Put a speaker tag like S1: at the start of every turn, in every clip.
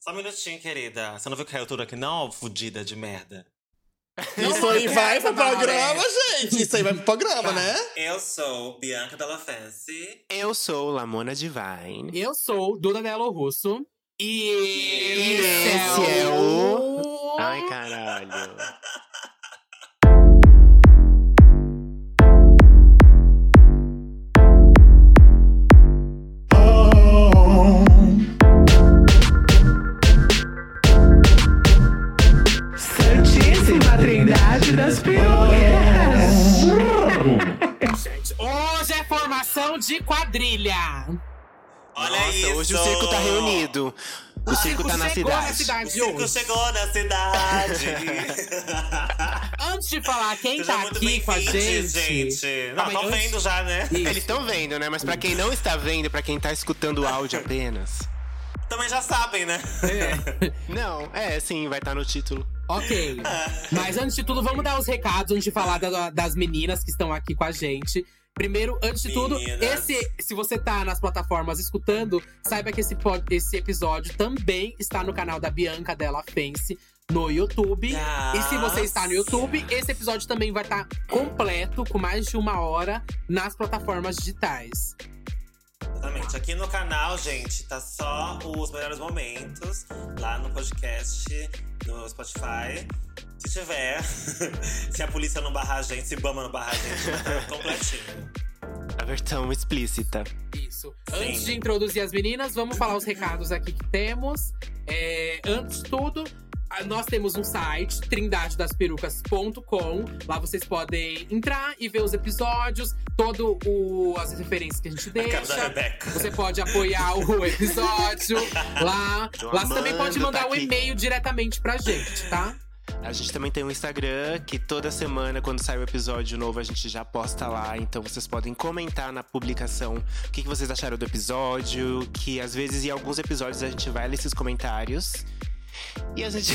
S1: Só um minutinho, querida. Você não viu que caiu tudo aqui, não, fudida de merda?
S2: Isso
S3: é
S2: aí vai pro programa,
S3: né?
S2: gente. Isso aí vai pro
S3: Tá.
S2: programa, né?
S1: Eu sou Bianca Della Fancy.
S3: Eu sou Lamona Divine.
S4: Eu sou Duda Melo Russo. E.
S3: esse é o- Ai, caralho.
S5: Santíssima Trindade das Perucas.
S4: Gente, hoje é formação de quadrilha.
S1: Olha
S3: Nossa,
S1: isso!
S3: hoje o circo tá reunido. O, circo, tá na
S4: chegou
S3: cidade.
S4: na
S1: O
S4: cidade
S1: circo
S4: hoje.
S1: chegou na cidade!
S4: Antes de falar quem
S1: Seja
S4: tá
S1: muito
S4: aqui com a gente.
S1: bem-vindos, gente. Não,
S4: Calma aí,
S1: estão
S4: antes-
S1: vendo já, né?
S3: Eles estão vendo, né? Mas pra quem não está vendo, pra quem tá escutando o áudio apenas.
S1: Também já sabem, né?
S3: Não, é, sim, vai estar no título.
S4: Ok. Mas antes de tudo, vamos dar os recados antes de falar da- das meninas que estão aqui com a gente. Primeiro, antes de tudo,
S1: Meninas.
S4: esse, se você tá nas plataformas escutando, saiba que esse, pod- esse episódio também está no canal da Bianca Della Fence no YouTube. E se você está no YouTube, esse episódio também vai estar completo, com mais de uma hora, nas plataformas digitais.
S1: Exatamente. Aqui no canal, gente, tá só os melhores momentos lá no podcast, no Spotify. Se tiver, se a polícia não barrar a gente, se Bama não barrar a gente, tá completinho.
S3: A versão explícita.
S4: Isso. Antes de introduzir as meninas, vamos falar os recados aqui que temos. É, antes de tudo, a- nós temos um site, trindadedasperucas.com. Lá vocês podem entrar e ver os episódios, todas as referências que a gente
S1: A cara da
S4: deixa.
S1: Rebeca.
S4: Você pode apoiar o episódio lá.
S3: Tô
S4: Lá você também
S3: amando
S4: pode mandar
S3: tá
S4: um
S3: aqui.
S4: e-mail diretamente pra gente, tá?
S3: A gente também tem um Instagram que toda semana, quando sai o episódio novo, a gente já posta lá. Então vocês podem comentar na publicação o que que vocês acharam do episódio. Que às vezes em alguns episódios a gente vai nesses comentários. E a gente.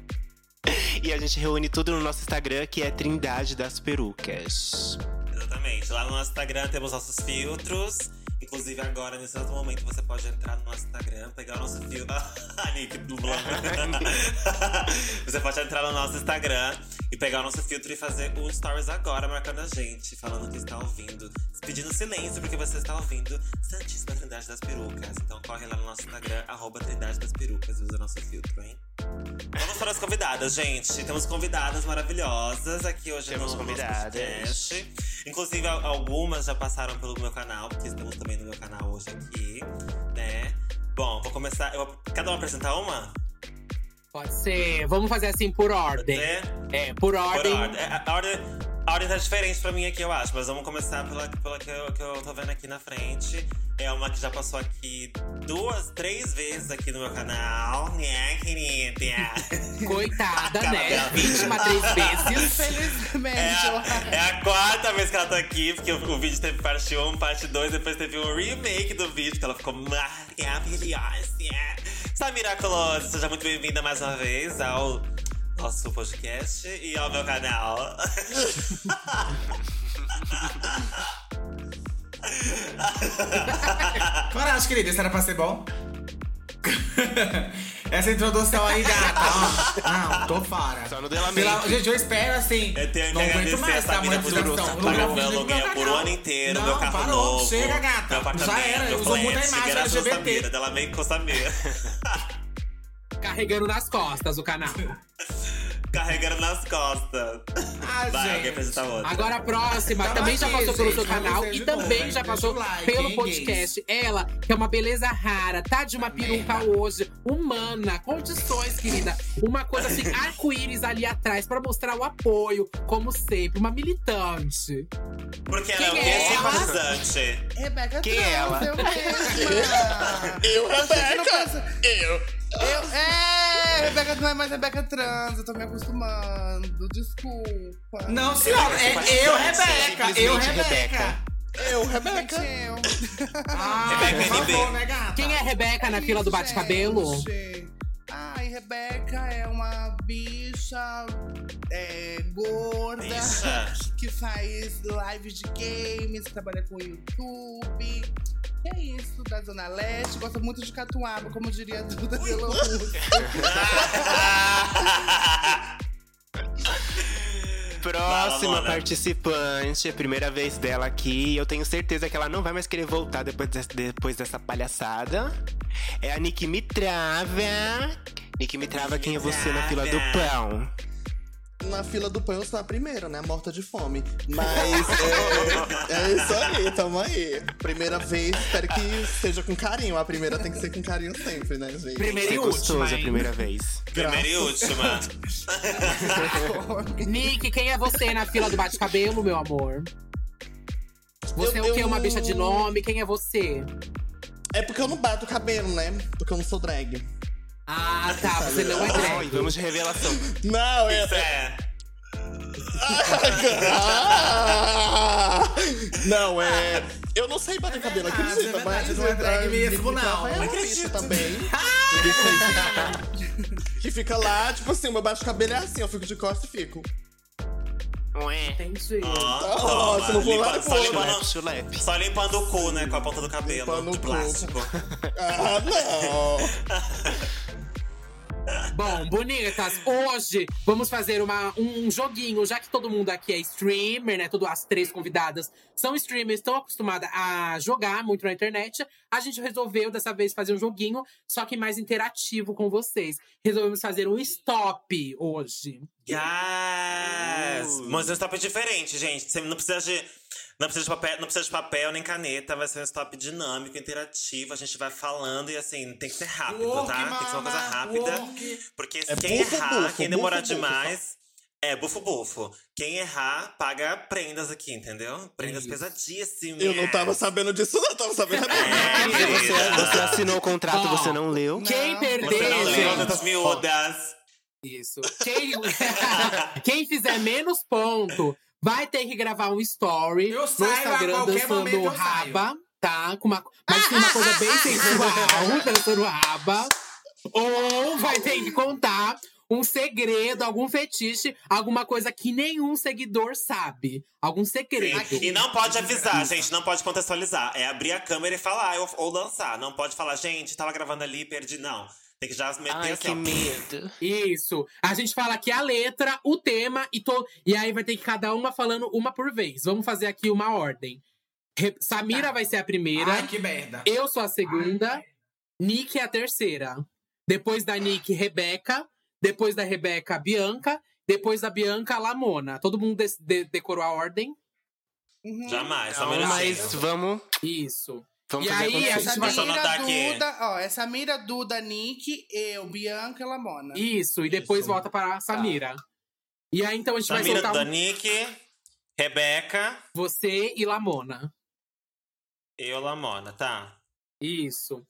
S3: e a gente reúne tudo no nosso Instagram, que é Trindade das Perucas.
S1: Exatamente. Lá no nosso Instagram temos nossos filtros. Inclusive, agora, nesse exato momento, você pode entrar no nosso Instagram, pegar o nosso filtro. Ah, Nick, do blog. Você pode entrar no nosso Instagram e pegar o nosso filtro e fazer um stories agora, marcando a gente, falando que está ouvindo, pedindo silêncio porque você está ouvindo Santíssima Trindade das Perucas. Então, corre lá no nosso Instagram, arroba Trindade das Perucas, e usa o nosso filtro, hein? Vamos para as convidadas, gente. Temos convidadas maravilhosas aqui hoje
S3: Temos
S1: no nosso
S3: convidadas.
S1: podcast. Inclusive, al- algumas já passaram pelo meu canal, porque estamos também no meu canal hoje aqui, né? Bom, vou começar. Eu vou- cada uma apresentar uma?
S4: Pode ser. Vamos fazer assim por ordem.
S1: Né?
S4: É, por
S1: Por
S4: ordem.
S1: ordem. É, A, a ordem. A ordem tá diferente pra mim aqui, eu acho, mas vamos começar pela, pela que, eu, que eu tô vendo aqui na frente. É uma que já passou aqui duas, três vezes aqui no meu canal, né, querida?
S4: Coitada,
S1: Cara
S4: né?
S1: dela.
S4: Vítima três vezes.
S5: Felizmente.
S1: É a, é a quarta vez que ela tá aqui, porque o, o vídeo teve parte 1, parte 2, depois teve um remake do vídeo, que ela ficou maravilhosa. é. Samira Close, seja muito bem-vinda mais uma vez ao nosso podcast e ao meu canal.
S5: Coragem, querida, isso era pra ser bom? Essa introdução aí, gata, ó. Não, tô fora.
S3: Só no delamento.
S5: Pela- Gente, eu espero assim.
S1: Eu tenho
S5: não
S1: que
S5: aguento
S1: agradecer
S5: mais
S1: essa
S5: tá
S1: mina por
S5: monetização.
S1: tá
S5: Não vou
S1: pagando
S5: fazer
S1: meu
S5: nenhum
S1: aluguel por um
S5: canal.
S1: ano inteiro,
S5: não,
S1: meu carro
S5: parou,
S1: novo.
S5: Chega, gata.
S1: Meu apartamento,
S5: Já era, usou
S1: flat,
S5: muita imagem
S1: graças a
S5: LGBT.
S1: Samira, dela meio com Samira.
S4: carregando nas costas o canal.
S1: Carregando nas costas. Vai,
S5: Ah,
S1: alguém
S5: gente.
S1: apresenta outra.
S4: Agora a próxima
S5: Tamo
S4: também
S5: Então
S4: já
S5: aqui,
S4: passou pelo
S5: gente,
S4: seu
S5: pra
S4: canal
S5: vocês
S4: e
S5: de novo,
S4: também
S5: hein?
S4: já
S5: Deixa
S4: passou
S5: o like,
S4: pelo
S5: hein,
S4: podcast. Ela, que é uma beleza rara, tá de uma peruca hoje, humana, condições, querida. Uma coisa assim, arco-íris ali atrás pra mostrar o apoio, como sempre, uma militante.
S1: Porque ela é o
S4: Quem
S1: quê?
S4: é ela?
S1: Simpatizante.
S6: Rebeca
S3: Quem
S6: Trans,
S3: é ela?
S6: eu mesma.
S2: Eu, Rebeca!
S6: Eu, é, Rebeca não é mais Rebeca Trans, eu tô me acostumando, desculpa.
S5: Não, senhora, é eu, Rebeca. Eu,
S3: Simplesmente
S5: Rebeca. Eu, Rebeca.
S6: Gente, eu.
S5: Ah,
S1: Rebeca
S5: por
S1: NB.
S5: favor, né, gata?
S4: Quem é a Rebeca na fila do bate-cabelo?
S6: Gente. Ai, Rebeca é uma bicha é, gorda
S1: Bicha.
S6: que faz lives de games, trabalha com YouTube. E é isso, da Zona Leste. Gosto muito de Catuaba, como diria a Duda Belo Russo.
S1: Ah, Vai lá,
S3: Próxima
S1: Mona.
S3: participante, é primeira vez dela aqui. Eu tenho certeza que ela não vai mais querer voltar depois, des- depois dessa palhaçada. É a Nick Mitrava. Nick Mitrava, quem é você na fila do pão?
S2: Na fila do pão eu sou a primeira, né? Morta de fome. Mas é, é isso aí, tamo aí. Primeira vez, espero que seja com carinho. A primeira tem que ser com carinho sempre, né, gente?
S5: Primeira
S4: é
S3: Ser
S5: e
S3: gostoso
S5: última,
S3: a
S5: hein?
S3: primeira vez.
S1: Primeira e última.
S4: Nick, quem é você na fila do bate-cabelo, meu amor? Você é o
S2: Eu-
S4: quê?
S2: eu-
S4: Uma bicha de nome? Quem é você?
S2: É porque eu não bato o cabelo, né? Porque eu não sou drag.
S4: Ah, tá. Você não é
S3: Ai,
S4: drag.
S3: vamos de revelação.
S2: Não, é.
S1: Isso é.
S2: Ah! não, é. Eu não sei bater cabelo,
S5: verdade,
S2: acredita,
S5: é verdade,
S2: mas.
S5: não é drag mesmo,
S2: Nick
S5: não. Ah!
S2: Nicole É
S5: Não
S2: uma bicha também. que fica lá, tipo assim, o meu baixo cabelo é assim, eu fico de costas e fico.
S3: Ué.
S4: Entendi.
S1: Ó,
S2: Ó,
S1: toma.
S2: se não for lá,
S1: Limpa-
S2: eu
S1: só,
S2: vou.
S1: limpando,
S3: Chulep, chulep.
S1: só limpando o cu, né? Com a ponta do cabelo.
S2: Limpando
S1: de
S2: o cu.
S1: plástico.
S2: Ah, não!
S4: Bom, bonitas, hoje vamos fazer uma, um joguinho, já que todo mundo aqui é streamer, né? Todas as três convidadas são streamers, estão acostumadas a jogar muito na internet. A gente resolveu dessa vez fazer um joguinho, só que mais interativo com vocês. Resolvemos fazer um stop hoje.
S1: Yes! Mas é um stop diferente, gente. Você não precisa de. Não precisa de, papel, não precisa de papel nem caneta, vai ser um stop dinâmico, interativo. A gente vai falando e assim, tem que ser rápido,
S5: Work,
S1: tá? Tem que ser uma coisa
S5: mama,
S1: rápida.
S5: work.
S1: Porque
S2: É
S1: quem
S2: bufo,
S1: errar,
S2: bufo,
S1: quem demorar
S2: bufo, bufo,
S1: demais. É, bufo, bufo. Quem errar, paga prendas aqui, entendeu? Prendas
S4: Isso.
S1: pesadíssimas.
S2: Eu não tava sabendo disso, não, eu tava sabendo
S1: É,
S2: nada.
S1: querida.
S3: Você, você assinou o contrato,
S4: Ó.
S3: você não leu?
S4: Quem
S1: Você não
S4: perder,
S1: leu
S4: gente.
S1: das miúdas.
S4: Isso. Quem, quem fizer menos ponto vai ter que gravar um story
S5: Eu
S4: no
S5: saio a
S4: Instagram
S5: qualquer momento,
S4: dançando
S5: eu saio.
S4: raba, tá? Com uma, mas com uma coisa bem sensual, dançando raba. Ou vai ter que contar um segredo, algum fetiche, alguma coisa que nenhum seguidor sabe. Algum segredo.
S1: Sim. E não pode avisar, gente, não pode contextualizar. É abrir a câmera e falar ou, ou lançar. Não pode falar, gente, tava gravando ali, perdi. Não. Tem que já meter
S3: Ai,
S1: assim,
S3: que
S1: ó.
S3: medo.
S4: Isso. A gente fala aqui a letra, o tema e to... e aí vai ter que cada uma falando uma por vez. Vamos fazer aqui uma ordem. Re- Samira vai ser a primeira,
S5: Tá. Ai, que merda.
S4: eu sou a segunda, Nick é a terceira. Depois da Nick, Rebeca, depois da Rebeca, Bianca, depois da Bianca, Lamona. Todo mundo des- de- decorou a ordem?
S6: Uhum.
S1: Jamais, só um
S3: Não,
S1: melhor.
S3: mas vamos,
S4: Isso.
S3: vamos
S4: E
S3: fazer
S4: aí,
S3: acontecer.
S6: Essa
S4: Deixa eu
S1: anotar
S6: Mira,
S1: aqui.
S6: Duda, ó, essa Mira, Duda, Nick, eu, Bianca e Lamona.
S4: Isso, e depois
S5: Isso. Tá.
S4: volta para a Samira. E aí, então, a gente
S1: Samira
S4: vai soltar um-
S1: Danique, Rebeca
S4: você e Lamona.
S1: e eu, Lamona, tá?
S4: Isso.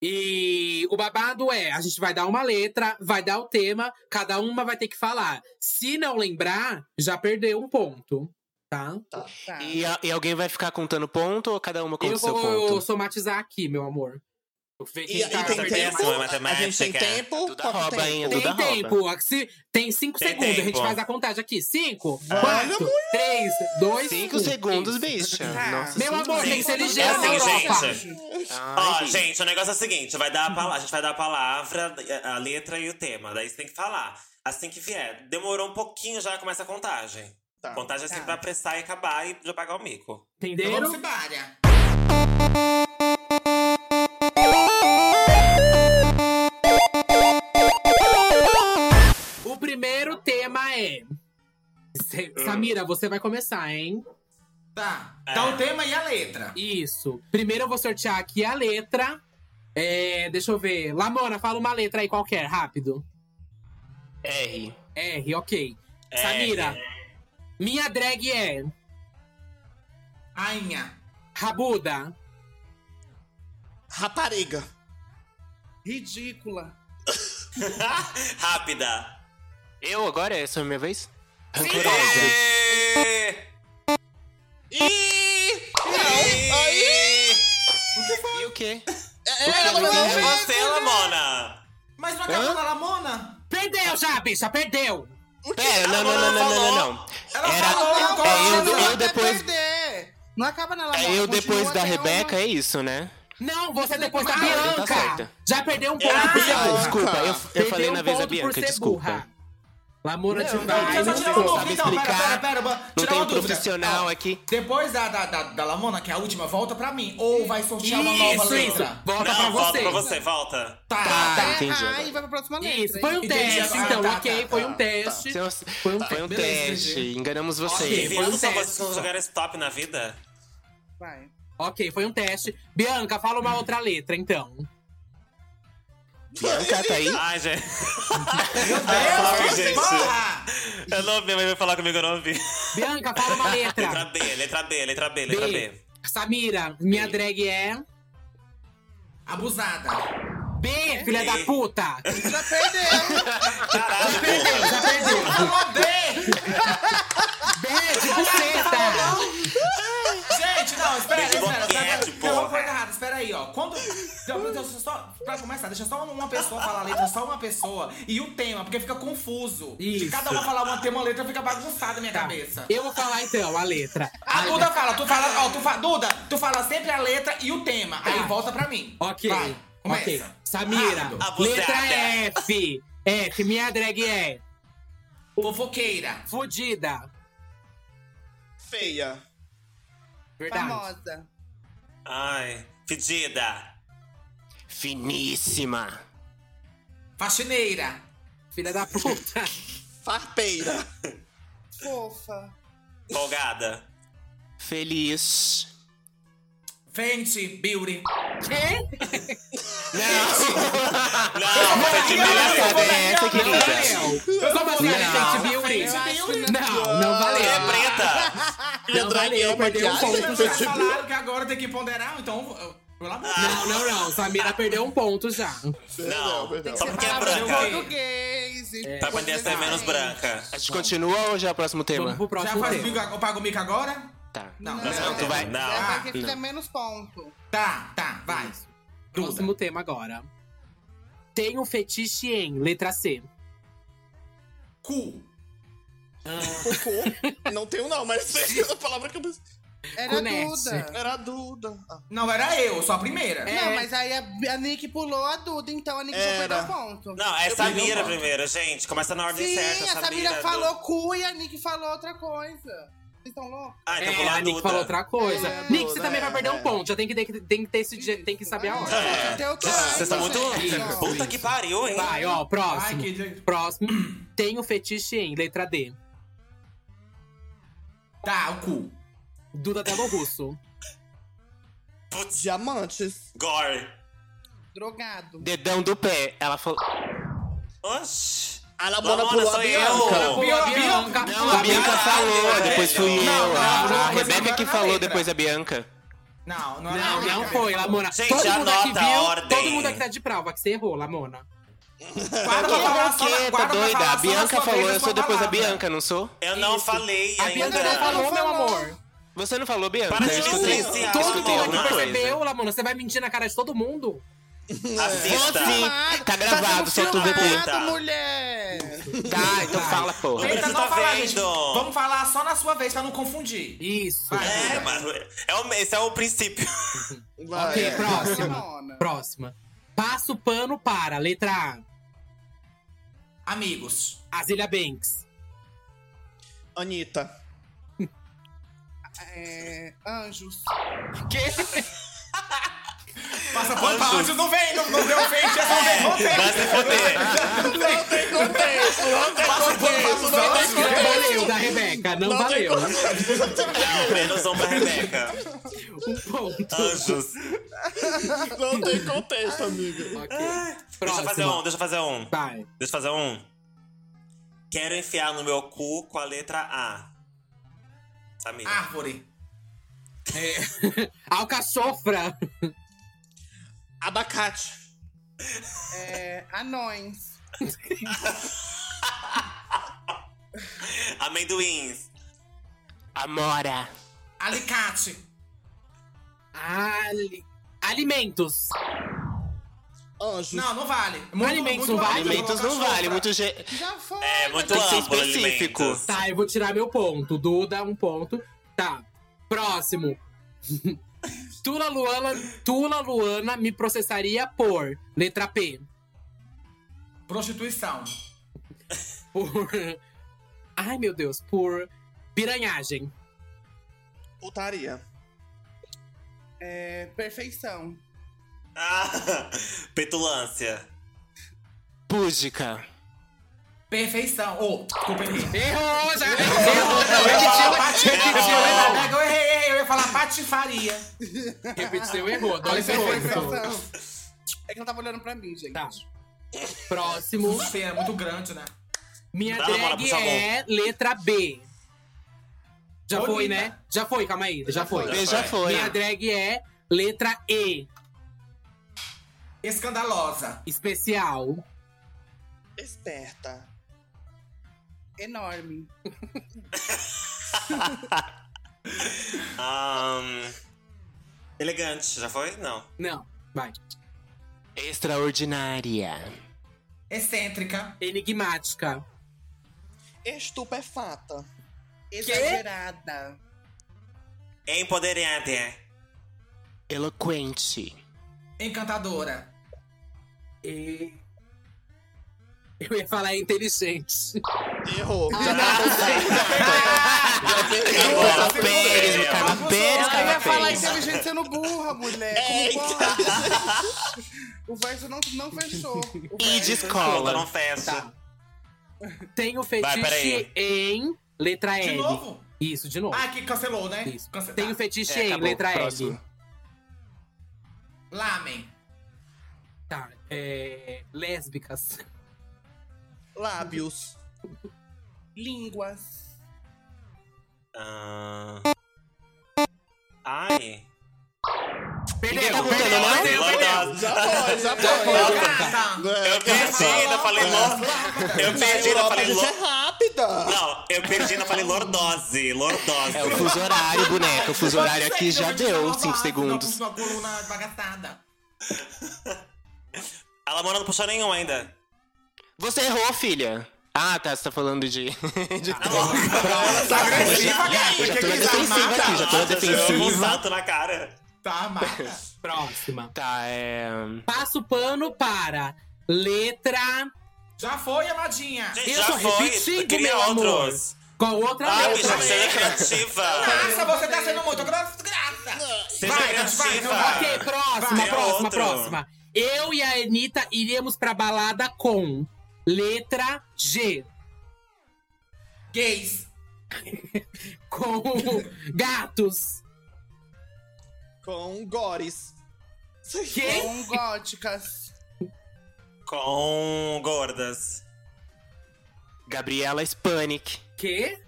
S4: E o babado é, a gente vai dar uma letra, vai dar o tema, cada uma vai ter que falar. Se não lembrar, já perdeu um ponto, tá?
S6: Tá.
S3: E, a- e alguém vai ficar contando ponto ou cada uma
S4: eu
S3: conta é o seu
S4: vou
S3: ponto?
S4: somatizar aqui, meu amor. Eu ver
S2: E,
S4: quem
S2: e
S4: tá
S2: tem
S1: Essa
S4: perdendo
S2: tempo?
S1: pessoa é
S4: mais.
S2: A gente tem
S1: matemática.
S2: tempo?
S3: Duda
S2: Qual que
S3: rouba, hein?
S2: tem?
S3: A
S4: Tem
S3: Duda rouba.
S4: tempo, se tem Ah. cinco
S1: Tem
S4: segundos, a gente
S1: tempo.
S4: faz a contagem aqui. Cinco,
S2: Vai,
S4: quatro, três, dois,
S3: Cinco
S4: um.
S3: segundos,
S4: Isso.
S3: bicha.
S6: Tá.
S3: Nossa.
S4: Meu amor, tem que ser
S1: Cinco
S4: ligeiro na
S1: segundos. É
S4: Europa.
S1: assim, gente. Ó, gente, o negócio é o seguinte: vai dar a, pala- a gente vai dar a palavra, a a letra e o tema. Daí você tem que falar. Assim que vier. Demorou um pouquinho, já começa a contagem.
S2: Tá.
S1: contagem é sempre pra apressar e acabar e já pagar o mico.
S5: Então
S4: Entenderam?
S5: vamos embora.
S4: O primeiro tema é. Se- Samira, você vai começar, hein?
S5: Tá. Então
S1: É.
S5: o tema e a letra.
S4: Isso. Primeiro eu vou sortear aqui a letra. É, deixa eu ver. Lamona, fala uma letra aí qualquer, rápido.
S3: R.
S4: R, ok.
S1: R.
S4: Samira, minha drag é
S5: Rainha.
S4: Rabuda.
S2: Rapariga.
S6: Ridícula.
S1: Rápida.
S3: Eu agora? Essa é a minha vez? Rancorosa.
S1: Ê! Ih! Não! Aí!
S3: E o quê?
S1: É você, Lamona!
S5: Mas não
S3: Hã?
S5: acabou na Lamona?
S4: Perdeu já, bicha, perdeu!
S3: Pera, não, não, não, não, não, não, não.
S5: Ela
S3: Era-
S5: falou
S3: é
S5: agora.
S3: eu-
S6: Não
S3: eu
S6: até
S3: depois-
S6: perder. Não acaba na Lamona.
S3: É eu depois
S6: continua
S3: da
S6: até
S3: Rebeca,
S6: uma-
S3: é isso, né?
S4: Não, você é depois da
S6: Ah,
S3: tá
S4: Bianca!
S3: certa.
S4: Já perdeu um ponto por ser
S3: Ah,
S4: burra.
S3: desculpa, eu, eu
S4: Perdeu
S3: falei
S4: um
S3: na vez a
S4: ponto por
S3: Bianca,
S4: ser
S3: desculpa.
S4: burra. Lamona de
S3: Ai,
S4: vai,
S3: não
S5: Deixa eu tirar
S3: sei,
S5: uma
S3: sabe
S5: dúvida, então. Pera,
S3: explicar.
S5: pera, pera. vou
S3: Não
S5: tirar
S3: tem
S5: uma
S3: um
S5: dúvida.
S3: profissional
S5: Ó,
S3: aqui.
S5: Depois da, da, da, da Lamona, que é a última, volta pra mim. Ou vai sortear uma nova
S4: Isso, isso.
S5: letra.
S4: Volta pra
S1: Não, volta
S4: você.
S1: pra você, volta.
S5: Tá,
S3: Tá,
S5: tá.
S3: entendi agora.
S6: Ai, Ah, vai pra próxima letra.
S4: Isso, foi um
S5: Entendi.
S4: teste,
S5: Ah,
S4: então,
S5: tá,
S4: ok,
S5: tá,
S4: foi
S5: tá,
S4: um teste.
S3: Você não- Foi um,
S4: Tá,
S5: beleza,
S3: teste,
S5: entendi.
S3: enganamos
S1: Ok,
S3: vocês.
S4: foi um
S1: viado, são
S4: teste
S1: vocês que vão
S4: só.
S1: jogar esse top na vida?
S6: Vai.
S4: Ok, foi um teste. Bianca, fala uma outra letra, então.
S3: Bianca tá aí.
S1: Ai, gente.
S5: Meu
S1: Ai,
S5: Deus,
S1: gente.
S5: porra!
S1: Eu não ouvi, mas vai falar comigo, eu não ouvi.
S4: Bianca, fala uma
S1: Letra
S4: letra.
S1: B, letra B, letra B, letra B.
S4: Samira, minha drag é.
S5: Abusada.
S4: B, filha
S1: B.
S4: da puta!
S6: Já perdeu.
S1: Caralho, porra.
S4: Já perdeu!
S5: Falou bem!
S4: B, de buceta!
S5: Gente, não, espera,
S1: Beijo
S5: espera.
S1: boquete,
S5: espera. Tem
S1: porra.
S5: uma coisa errada, espera aí, ó. Quando. Então, meu Deus, deixa eu só, pra começar, deixa só uma pessoa falar a letra, só uma pessoa. E o tema, porque fica confuso. Se
S4: Isso. Tá.
S5: cada uma falar uma, tem uma letra, fica bagunçada a minha cabeça.
S4: Eu vou falar então a letra.
S5: A Ah, Duda
S4: né?
S5: fala, tu fala, ó, tu fala, Duda, tu fala sempre a letra e o tema. Aí volta pra mim.
S4: Tá. Ok.
S5: Vai, começa.
S4: ok. Samira,
S1: Ah, abusada.
S4: letra F. F, minha drag é.
S5: Fofoqueira.
S4: Fudida.
S2: Feia.
S4: Verdade.
S6: Famosa.
S1: Ai, fedida.
S3: Finíssima.
S5: Faxineira.
S4: Filha da puta.
S2: Farpeira.
S6: Fofa.
S1: Folgada.
S3: Feliz.
S5: Fenty, Beauty.
S4: Quê?
S1: Não, fedida.
S3: Sabe né? essa, é
S4: Não
S3: querida?
S4: valeu. Como assim,
S3: Não.
S4: gente, Beauty?
S6: Eu acho que
S4: Não, não
S1: É
S4: valeu.
S1: preta.
S4: Não valeu, perdeu um
S2: maquiagem,
S5: Vocês
S4: ponto.
S5: já falaram que agora tem que ponderar, então. eu- Pelo amor de Deus.
S4: Não, não, não. Samira perdeu um ponto já.
S1: Não,
S2: Perdão,
S1: só
S2: perdão.
S1: porque é
S6: Palavra de
S1: branca. Tá,
S6: Português.
S4: É.
S6: e
S1: Pra poder ser
S6: português.
S1: é menos branca.
S3: A gente continua ou já é o próximo tema?
S4: Vamos pro
S5: Já
S4: próximo
S5: faz o
S4: tema.
S5: mico, eu pago o mico agora?
S3: Tá.
S5: Não,
S6: Não.
S5: não.
S1: Não, tu vai.
S6: É,
S1: Não.
S5: Ah,
S6: porque fica menos ponto.
S5: Tá, tá, vai.
S4: Próximo tema agora. Tenho fetiche em letra C.
S5: Cu.
S2: Cocô? Não tenho não, mas foi a palavra que eu pensei.
S6: Era
S4: Conete.
S6: Duda.
S2: Era a Duda. Ah.
S5: Não, era eu, só a
S4: É,
S5: primeira.
S6: Não, mas aí a, a Nick pulou a Duda, então a Nick já
S2: Era.
S6: perdeu ponto.
S1: Não, é Samira
S5: voto.
S1: primeiro, gente. Começa na ordem
S6: Sim,
S1: certa.
S6: a Samira falou cu e a Nick falou outra coisa. Vocês estão loucos?
S1: Ah, então
S4: É,
S1: pulou
S4: a Nick falou outra coisa.
S2: É,
S4: Nick, você
S2: Duda,
S4: também vai
S2: é,
S4: perder um
S2: é.
S4: ponto. Já tem que, tem que, tem que ter esse dia- tem que saber a hora.
S1: É.
S6: Deu tanto,
S1: Vocês estão muito.
S6: gente.
S1: Puta que pariu, hein?
S4: Vai, ó,
S5: Ai,
S4: próximo.
S5: que.
S4: Próximo. Tenho fetiche em letra D.
S5: Tá, o cu.
S4: Duda Telo Russo.
S1: Putz,
S2: Diamantes.
S1: gore.
S6: Drogado.
S3: Dedão do pé. Ela falou.
S1: Oxi.
S2: A
S1: Lamona
S2: Lamona pulou a
S1: sou eu.
S2: Bianca.
S5: Bianca,
S3: Não, a Bianca
S1: Bianca
S3: falou,
S1: falou,
S3: depois fui
S1: Não,
S3: eu.
S5: não,
S3: a-
S5: não,
S3: a
S5: não,
S3: Rebeca
S5: agora tá
S3: que
S5: na
S3: falou
S5: letra.
S3: depois a Bianca.
S5: Não, não era
S4: Não,
S5: eu.
S4: não foi, Lamona.
S1: Gente,
S4: todo mundo aqui
S1: anota a
S4: viu,
S1: ordem.
S4: todo mundo aqui tá de prova que você errou, Lamona.
S5: Guarda pra
S4: é
S5: falar só na-
S3: Que, tá
S5: guarda pra
S3: doida?
S5: falar
S3: A
S5: só na
S3: Bianca
S5: sua vez
S3: falou,
S5: a
S3: eu
S5: sua
S3: sou depois da
S5: palavra.
S3: Bianca, não sou?
S1: Eu não falei
S4: A
S1: ainda.
S4: Bianca não falou, meu
S6: falou.
S4: amor.
S3: Você não falou, Bianca?
S1: Para de
S3: eu escutei.
S1: silenciar, Todo
S3: eu
S4: Todo
S3: escutei
S4: mundo
S1: alguma
S4: aqui
S3: alguma coisa.
S4: percebeu, Lamona. Você vai mentir na cara de todo mundo?
S1: Assista.
S3: Sim, tá gravado, só tu vê
S1: filmado.
S3: depois.
S1: Puta.
S6: Drogado, mulher.
S3: Tá, então fala, porra.
S5: Tenta
S1: Você
S5: não
S1: tá
S5: falar,
S1: vendo?
S5: gente. Vamos falar só na sua vez pra não confundir.
S4: Isso.
S5: Vai.
S1: É, mas é o, esse é o princípio.
S2: Vai.
S4: Ok, próxima.
S6: Lamona.
S4: Próxima. Passo pano para, letra A.
S5: Amigos.
S4: Azilia Banks.
S2: Anitta.
S6: É, anjos.
S5: Passa por anjos, não vem, não, não deu feitiço, não vem, não vem.
S1: Vai se foder.
S4: Não valeu da Rebeca, não, valeu.
S1: Não, menos um pra Rebeca.
S4: Um ponto.
S1: Anjos.
S2: Não tem contexto, amiga.
S4: Ok.
S1: Deixa eu fazer
S4: Próxima.
S1: um, deixa eu fazer um.
S4: Vai.
S1: Deixa eu fazer um. Quero enfiar no meu cu com a letra A. Samira.
S5: Árvore.
S4: Alcaçofra.
S2: Abacate.
S6: É, anões.
S1: Amendoins.
S3: Amora.
S5: Alicate.
S4: Ali... Alimentos.
S2: Anjos.
S5: Não, não vale. Muito-
S4: Alimentos
S5: muito
S4: não vale?
S5: rápido,
S3: Alimentos não
S5: cachorro.
S3: vale, muito ge...
S6: Já foi.
S1: É, muito
S3: Tem que ser
S1: amplo
S3: específico.
S1: alimentos.
S4: Tá, eu vou tirar meu ponto. Duda, um ponto. Tá. Próximo. Tula Luana, Tula Luana me processaria por letra P.
S5: Prostituição.
S4: Por. Ai, meu Deus, por piranhagem.
S2: Putaria.
S6: É, perfeição.
S1: Ah, petulância.
S3: Púdica.
S5: Perfeição. Ô, desculpa, errei.
S4: Errou! Já
S5: Eu ia falar
S4: errou!
S5: pati-
S1: Errou.
S5: Eu errei, errei, eu ia falar patifaria.
S4: Repetiu, repetiu, errou.
S6: Ai,
S4: Dois pontos.
S6: perfeição. É que ela tava olhando pra mim, gente.
S4: Tá. Próximo.
S5: Você é muito grande, né?
S4: Minha
S1: Dá na bola pro
S4: drag
S1: sabão.
S4: é letra B. Já
S5: Bonita.
S4: foi, né? Já foi, calma aí. Já foi.
S1: foi.
S3: Já foi.
S4: Minha drag é letra E.
S5: Escandalosa.
S4: Especial.
S2: Esperta.
S6: Enorme.
S1: Ahn, elegante, já foi? Não.
S4: Não, vai.
S3: Extraordinária.
S5: Excêntrica.
S4: Enigmática.
S2: Estupefata.
S6: Exagerada.
S1: É Empoderante. é.
S3: Eloquente.
S5: Encantadora.
S4: E... Eu ia falar inteligente.
S2: Errou.
S1: Ah, Carla
S5: Você
S1: Pérez,
S5: não é.
S1: Carla
S3: Pérez,
S5: Você não é.
S6: Ela ia
S3: Carla
S6: falar
S3: fez.
S6: inteligente sendo burra, mulher.
S1: Eita.
S6: Como pode? O verso não, não fechou. O
S3: E
S6: verso.
S1: Conta, não
S3: descola.
S1: fecha.
S4: Tá. Tenho fetiche
S1: peraí.
S4: em letra
S5: De
S4: L.
S5: novo?
S4: Isso, de novo.
S5: Ah, que cancelou, né?
S4: Isso.
S5: Cance-
S4: Tenho
S5: tá.
S4: fetiche
S3: É,
S4: em
S3: acabou.
S4: letra
S3: Próximo.
S4: L.
S5: Lamen.
S4: Tá. É... Lésbicas.
S2: Lábios.
S6: Línguas.
S1: Ahn. Ah. Ai.
S4: Perdeu,
S3: tá contando,
S4: perdeu,
S3: não?
S4: perdeu, perdeu.
S2: Já foi,
S5: Tá
S2: já foi.
S5: Gata.
S1: Eu perdi, ainda falei lor... Eu perdi, ainda
S2: Europa, a
S1: falei
S2: gente
S1: lor...
S2: é rápida.
S1: Não, eu perdi, ainda falei lordose, lordose.
S3: É o fuso horário, boneca. O fuso horário
S5: Pode ser
S3: aqui
S5: que
S3: já
S5: eu vou
S3: deu 5
S5: te salvar,
S3: segundos.
S5: senão eu puxo uma coluna bagaçada.
S1: A Lamona não puxou nenhum ainda.
S3: Você errou, filha. Ah, tá. Você tá falando de. de...
S5: Tá agressiva,
S1: já-
S5: gata.
S1: eu já
S5: Que
S3: tô na
S5: que
S3: defensiva
S5: tá
S3: aqui, já tô na
S5: amada?
S1: Eu um
S3: defensiva.
S1: salto na cara.
S5: Tá amada.
S4: Próxima.
S3: Tá, é.
S4: Passo pano para letra.
S5: Já foi, amadinha.
S1: Gente,
S4: Eu
S1: já
S4: tô
S1: foi.
S4: repetindo,
S1: Queria
S4: meu amor.
S1: outros.
S4: Com outra
S3: Tá
S1: Ai, bicha,
S4: letra.
S1: você é criativa.
S5: Nossa, você tá sendo muito grossa. graça.
S1: Você
S5: Vai,
S1: é
S5: vai,
S1: criativa.
S5: vai,
S4: Ok, próxima,
S1: Vai,
S4: próxima,
S1: outro.
S4: próxima. Eu e a Anitta iríamos pra balada com letra G.
S5: Gays.
S4: Com gatos.
S2: Com Gores.
S4: Que?
S6: Com um góticas.
S1: Com gordas.
S3: Gabriela Spanik.
S4: Que?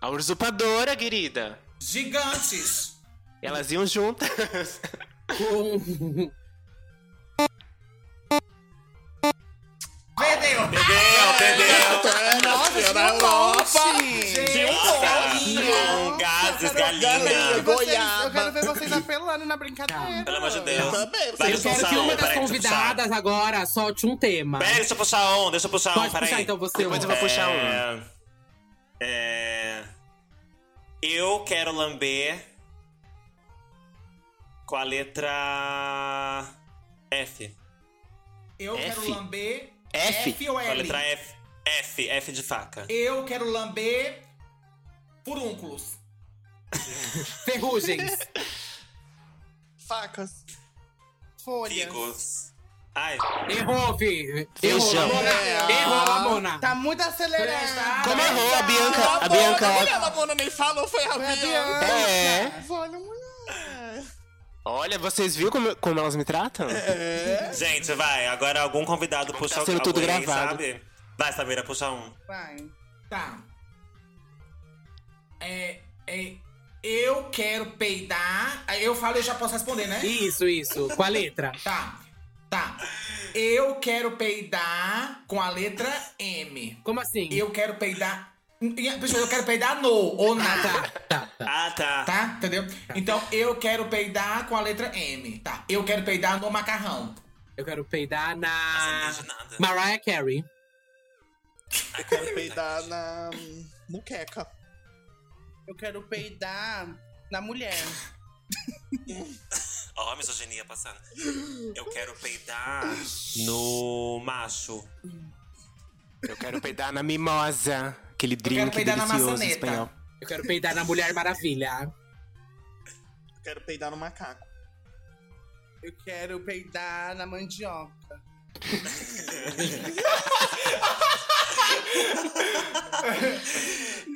S3: A usurpadora, querida.
S5: Gigantes.
S3: Elas iam juntas.
S4: Com.
S5: Perdeu.
S1: Perdeu, perdeu.
S6: Nossa, tinha
S2: é
S6: um monte.
S1: De um
S6: Nossa,
S1: com gases,
S6: eu quero- eu quero ver
S1: galinha.
S2: galinha.
S6: vocês-
S2: Goiaba.
S6: Eu quero ver vocês apelando na brincadeira.
S1: Pelo amor de
S2: Eu
S1: Deus.
S2: também. é
S1: Vai,
S2: vocês
S4: Eu
S1: deixa
S2: não
S1: puxar
S4: quero que
S1: um,
S4: uma das
S1: peraí, deixa eu puxar.
S4: convidadas agora solte um tema.
S1: Peraí, deixa eu puxar um, deixa eu puxar um,
S4: Pode
S1: peraí.
S4: puxar então você.
S3: Depois eu
S4: Juan.
S3: vou puxar um.
S1: É... é, Eu quero lamber com a letra F.
S5: Eu
S3: F.
S5: quero lamber.
S3: F.
S5: F ou
S1: Com a
S5: L?
S1: letra F. F, F de faca.
S5: Eu quero lamber. Furúnculos.
S4: Ferrugens.
S2: Facas.
S6: Folhas.
S1: Figos. Ai,
S4: Errou, filho. Errou,
S3: Feijão.
S4: Lamona.
S2: É.
S4: Errou, Lamona.
S6: Tá muito acelerado.
S3: Como errou a
S2: Cala
S3: Bianca? A
S2: boca,
S3: Bianca.
S2: mulher, A Mona nem falou, foi a
S6: Foi a
S2: Bianca.
S6: Bianca.
S3: É.
S2: Olha, mulher.
S3: Olha, vocês viram como, como elas me tratam?
S1: gente, vai. Agora algum convidado puxa
S3: sendo tudo
S1: alguém,
S3: gravado.
S1: sabe? Vai, Samira, puxa um.
S6: Vai.
S5: Tá. É, é, eu quero peidar. Aí Eu falo e já posso responder, né?
S4: Isso, isso. Com a letra.
S5: Tá. Tá. Eu quero peidar com a letra M.
S4: Como assim?
S5: Eu quero peidar. Eu quero peidar no ou na.
S4: Tá, tá, tá.
S1: Ah, tá.
S5: Tá? Entendeu? Então, eu quero peidar com a letra M. Tá. Eu quero peidar no macarrão.
S4: Eu quero peidar
S1: Ah,
S4: na.
S1: você não entende nada.
S4: Mariah Carey.
S2: Eu quero peidar na muqueca.
S6: Eu quero peidar na mulher.
S1: Ó, a misoginia passando. Eu quero peidar no macho.
S3: Eu quero peidar na mimosa. Aquele
S5: quero
S3: drink
S5: peidar na
S3: delicioso
S5: maçaneta.
S3: espanhol.
S4: Eu quero peidar na Mulher Maravilha.
S2: Eu quero peidar no macaco.
S6: Eu quero peidar na mandioca.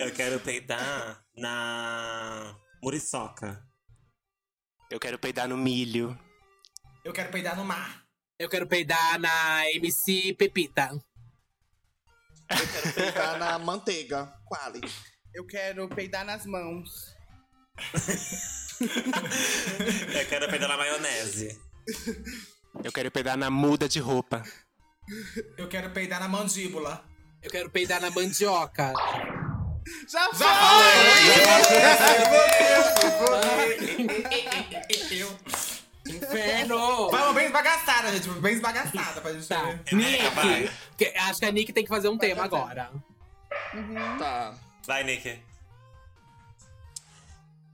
S1: Eu quero peidar na muriçoca.
S3: Eu quero peidar no milho.
S5: Eu quero peidar no mar.
S4: Eu quero peidar na MC Pepita.
S2: Eu quero peidar na manteiga. Quali.
S6: Eu quero peidar nas mãos.
S1: Eu quero peidar na maionese.
S3: Eu quero peidar na muda de roupa.
S5: Eu quero peidar na mandíbula.
S4: Eu quero peidar na mandioca.
S6: Já,
S5: Já falei! Eu.
S4: Inferno!
S5: Vamos bem esbagaçada, gente. Bem esbagaçada pra gente
S4: Tá.
S5: ver.
S1: Nick, vai.
S4: Nick! que- acho que a Nick tem que fazer um tema agora.
S2: Tá.
S1: Vai, Nick.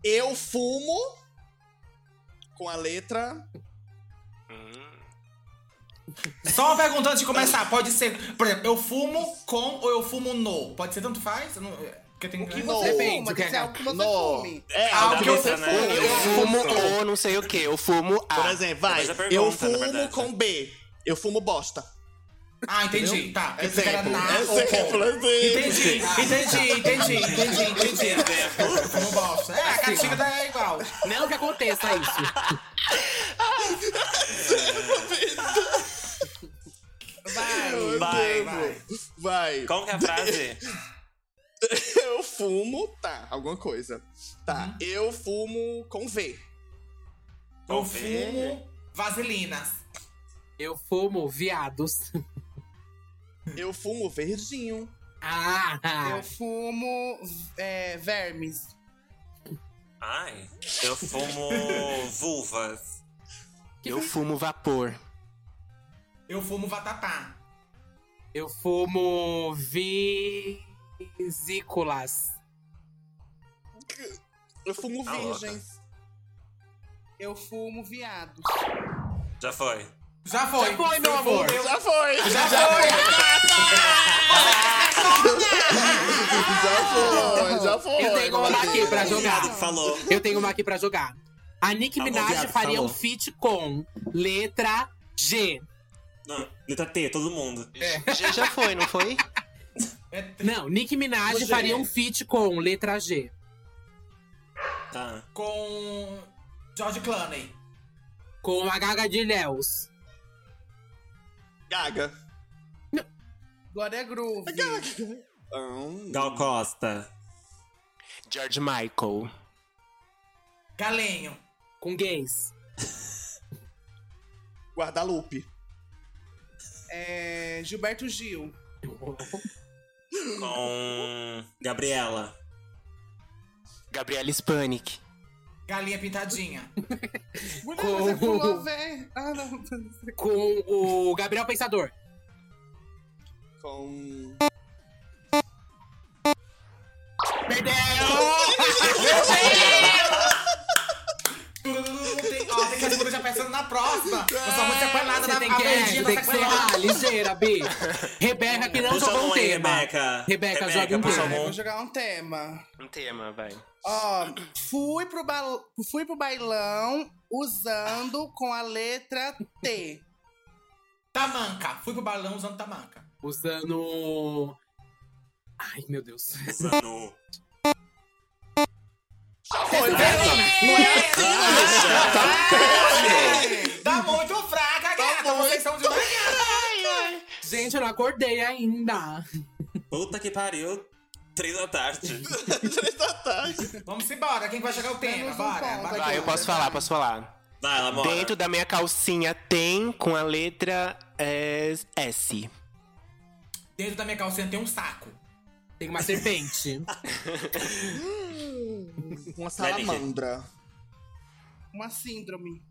S2: Eu fumo com a letra.
S5: Só uma pergunta antes de começar. Pode ser, por exemplo, eu fumo com ou eu fumo no? Pode ser tanto faz? Eu não- é, Porque tem
S2: O que
S5: não.
S2: você
S4: Depende,
S6: Fuma,
S4: o que
S6: tem que ser
S4: é-
S6: algo que você
S2: No.
S6: fume.
S1: É,
S5: Ah,
S1: dá
S5: o que eu
S1: letra,
S5: fumo,
S1: né?
S5: eu
S1: Eu
S3: Fumo o não sei o que. Eu fumo a.
S2: Por exemplo, vai.
S1: Mas a pergunta,
S2: Eu
S1: na verdade. né?
S2: fumo com B. Eu fumo bosta.
S5: Ah, entendi. Tá. Porque era
S2: Exemplo.
S5: na ou
S2: Exemplo,
S5: com.
S2: exemplo.
S5: Entendi, entendi, entendi, entendi, entendi. Eu fumo bosta. É, a catinga tá é igual.
S4: Não que aconteça isso.
S6: Vai.
S1: Vai,
S5: vai.
S2: Vai.
S1: Como que é a frase?
S2: Eu fumo. Tá, alguma coisa. Tá. Eu fumo com
S5: Eu
S2: V.
S1: Vamos ver.
S5: fumo vaselinas.
S4: Eu fumo viados.
S2: Eu fumo verdinho.
S4: Ah!
S6: Eu fumo é, vermes.
S1: Ai, eu fumo vulvas.
S3: Eu fumo vapor.
S5: Eu fumo vatapá.
S4: Eu fumo vesículas.
S2: Eu fumo
S1: Tá louca.
S2: virgens.
S6: Eu fumo viados.
S1: Já foi.
S5: Já foi.
S4: Já foi, meu
S5: Eu
S4: amor.
S5: fumo- eu-
S2: Já foi!
S5: Já foi.
S2: Já foi! Já foi!
S4: Eu tenho uma aqui pra
S1: Viado
S4: jogar.
S1: que falou.
S4: Eu tenho uma aqui pra jogar. A Nick
S1: Tá bom,
S4: Minaj
S1: viado,
S4: faria
S1: tá bom.
S4: um feat com letra G.
S1: Não, letra T, todo mundo.
S5: É.
S3: Já, já foi, não foi?
S4: Não, Nick Minaj
S5: G.
S4: faria um feat com letra G.
S1: Tá.
S5: Com George Clooney.
S4: Com a Gaga de Léus.
S2: Gaga.
S6: Glória é Groove.
S2: Ahn.
S1: Gal Costa.
S3: George Michael.
S5: Galenho.
S4: Com gays.
S2: Guadalupe.
S6: É, Gilberto Gil.
S1: Com Um, Gabriela.
S3: Gabriela Spanik.
S5: Galinha pintadinha.
S6: Mulher,
S4: Com-
S6: você pulou, véi. Ah, não.
S4: Com o Gabriel Pensador.
S2: Com.
S4: Perdeu!
S5: tem, ó, tem que responder já pensando na próxima. Eu só vou ser coelhada
S4: Você
S5: na
S4: tem que,
S5: aprendi
S4: é,
S5: na
S4: tem que ser ah, ligeira, Bi. Rebeca que não
S1: Puxa
S4: jogou um
S1: um aí,
S4: tema.
S1: Rebeca.
S4: Rebeca, joga um
S1: puxa
S4: tema.
S6: Eu
S1: um.
S6: vou jogar um tema.
S3: Um tema, vai.
S6: Ó, fui pro, ba- fui pro bailão usando com a letra T.
S5: Tamanca. Fui pro balão usando tamanca.
S4: Usando. Ai, meu Deus.
S1: é Zanu.
S4: É.
S5: Tá muito fraca, gata. Vocês são de
S4: Gente, eu não acordei ainda.
S1: Puta que pariu. Três da tarde.
S2: Três da tarde.
S5: Vamos embora. Quem vai jogar o tema?
S6: Menos um
S5: Bora.
S6: ponto
S5: bora.
S6: aqui.
S3: Vai, Ah, eu posso falar, posso falar.
S1: Vai, ela mora.
S3: Dentro da minha calcinha tem com a letra é, S.
S5: Dentro da minha calcinha tem um saco.
S4: Tem uma serpente.
S2: Uma salamandra.
S6: Uma síndrome.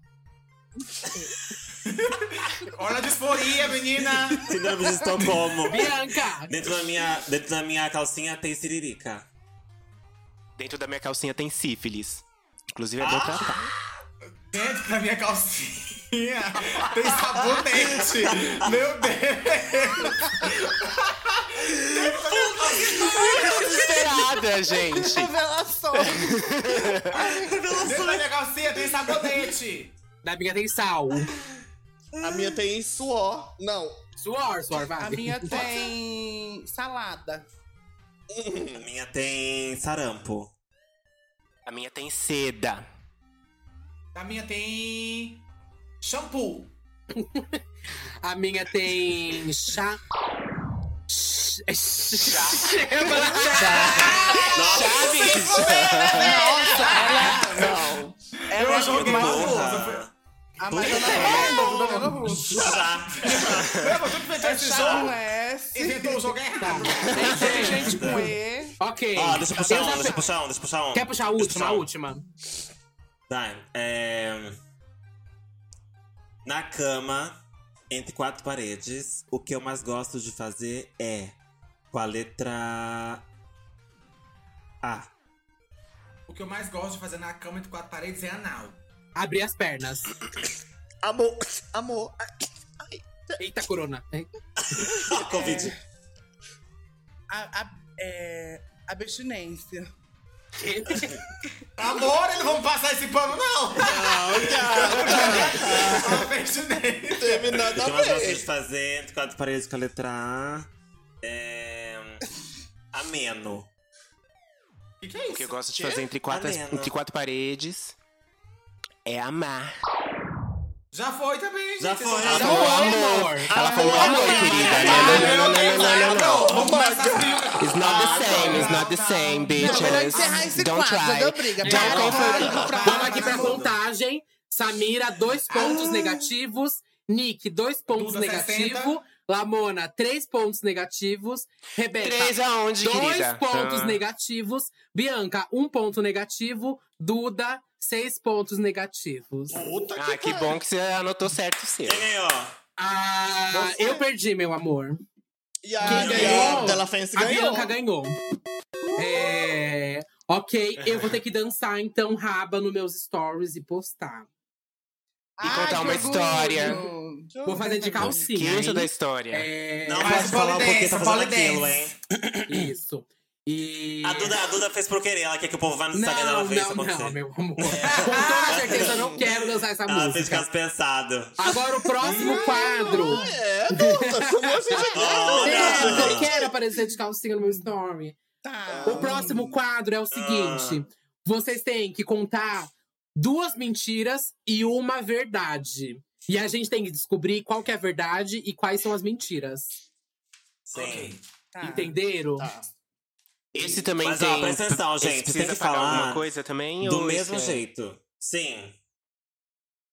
S5: Olha a disforia, menina.
S1: Síndrome de Estocolmo.
S4: Bianca!
S1: Dentro da, minha, dentro da minha calcinha tem siririca.
S3: Dentro da minha calcinha tem sífilis. Inclusive, é bom tratar.
S5: Gente, pra minha calcinha tem sabonete. Meu Deus.
S3: Desesperada, gente!
S6: Revelação.
S5: Dentro da minha calcinha tem sabonete.
S4: Da minha tem sal.
S2: A minha tem suor. Não.
S4: Suor, suor, vai.
S6: A minha tem salada.
S1: A minha tem sarampo.
S3: A minha tem seda.
S5: A minha tem. shampoo.
S4: A minha tem chá. Chá.
S6: Não. é
S5: Eu joguei
S1: Porra.
S5: horroroso.
S6: A Madonna não.
S1: Já.
S5: Lembra tu que inventou esse
S6: Chá com
S5: jogo?
S6: S.
S5: Inventou o jogo errado.
S6: é Tem gente com E.
S4: Ok.
S2: Ah,
S1: Ó, deixa eu puxar
S4: já
S1: um, deixa
S4: pe-
S1: eu puxar um, deixa eu puxar um.
S4: Quer puxar a
S1: Deixa eu
S4: última? A
S1: um.
S4: última.
S1: Tá, é... Na cama, entre quatro paredes, o que eu mais gosto de fazer é com a letra A.
S5: O que eu mais gosto de fazer na cama entre quatro paredes é anal.
S4: Abrir as pernas.
S2: Amor. Amor.
S4: Eita, corona.
S1: Covid.
S6: A, a, é, abstinência.
S5: Amor, eles vão passar esse pano, não! Não,
S2: Teve
S1: O que
S2: nada
S1: eu
S2: a
S1: mais gosto de
S2: ver.
S1: fazer entre quatro paredes com a letra A é. Ameno.
S5: O que, que é
S3: O que eu
S5: isso?
S3: gosto de fazer entre quatro,
S1: Ameno.
S3: entre quatro paredes é amar.
S5: Já foi também, gente.
S1: Já foi.
S5: Vocês
S1: Já
S5: não-
S1: foi.
S4: amor.
S3: Ela falou amor, querida.
S5: Ah,
S3: Não, não,
S5: eu
S3: não,
S5: não assim, tenho
S3: não, não, não,
S5: nada.
S3: não.
S5: Vamos começar as brigas.
S3: It's not the same, it's not the same, bitches.
S6: é melhor encerrar esse
S3: é Don't
S6: quadro,
S3: try.
S6: deu briga.
S3: Don't
S6: Para,
S3: confirm.
S4: Vamos aqui pra contagem. Samira, dois pontos
S3: Ah!
S4: negativos. Nick, dois pontos
S5: Duda,
S4: negativos.
S5: 60.
S4: Lamona, três pontos negativos. Rebeca,
S3: Três aonde,
S4: dois
S3: querida?
S4: pontos
S3: Ah.
S4: negativos. Bianca, um ponto negativo. Duda, seis pontos negativos.
S3: Ah, que bom que você anotou certo o seu.
S1: Quem ganhou?
S4: Ah, eu perdi, meu amor.
S2: E a
S4: Quem ganhou?
S2: Della Fence
S4: A
S2: ganhou.
S4: Bianca ganhou. É. Ok, eu vou ter que dançar então raba nos meus stories e postar.
S3: E contar uma
S6: que orgulho.
S3: história.
S4: Vou fazer de calcinha.
S3: Que tá isso
S4: hein?
S3: da história?
S4: É,
S1: Não
S5: Mas
S1: pode falar o porquê tá
S5: polidense,
S1: fazendo aquilo,
S5: polidense.
S1: hein?
S4: Isso. E.
S1: A Duda, a Duda fez por querer, ela quer que o povo vá no Instagram dela
S4: Não,
S1: ver isso
S4: não, não,
S1: acontecer.
S4: meu amor. Com toda certeza, eu não quero dançar essa
S1: É. Ela fez
S4: música.
S1: caso pensado.
S4: Agora o próximo quadro.
S2: É, puta, como a gente
S1: Oh,
S4: É,
S1: não.
S4: eu não quero aparecer de calcinha no meu story.
S6: Tá.
S1: Ah.
S4: O próximo quadro é o seguinte: vocês têm que contar duas mentiras e uma verdade. E a gente tem que descobrir qual que é a verdade e quais são as mentiras.
S1: Sim.
S6: Tá.
S4: Entenderam?
S3: Esse também
S1: Mas, ó,
S3: tem.
S1: presta atenção,
S3: esse
S1: gente,
S3: Precisa
S1: tem que
S3: falar
S1: falar
S3: alguma coisa também?
S1: Do
S3: ou esse
S1: mesmo
S3: é-
S1: jeito. Sim.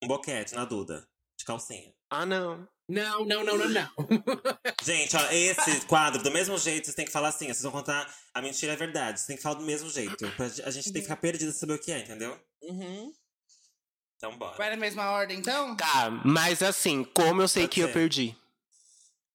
S1: Um boquete na Duda. De calcinha.
S3: Ah, não.
S4: Não, não, não, não, não.
S1: Gente, ó, esse quadro, do mesmo jeito, vocês têm que falar assim. Vocês vão contar a mentira e a verdade. Vocês têm que falar do mesmo jeito. Pra, a gente tem que ficar perdido e saber o que é, entendeu?
S6: Uhum.
S1: Então bora.
S6: Vai na mesma ordem, então?
S3: Tá, mas assim, como eu sei
S1: Pode
S3: que eu
S1: ser.
S3: perdi?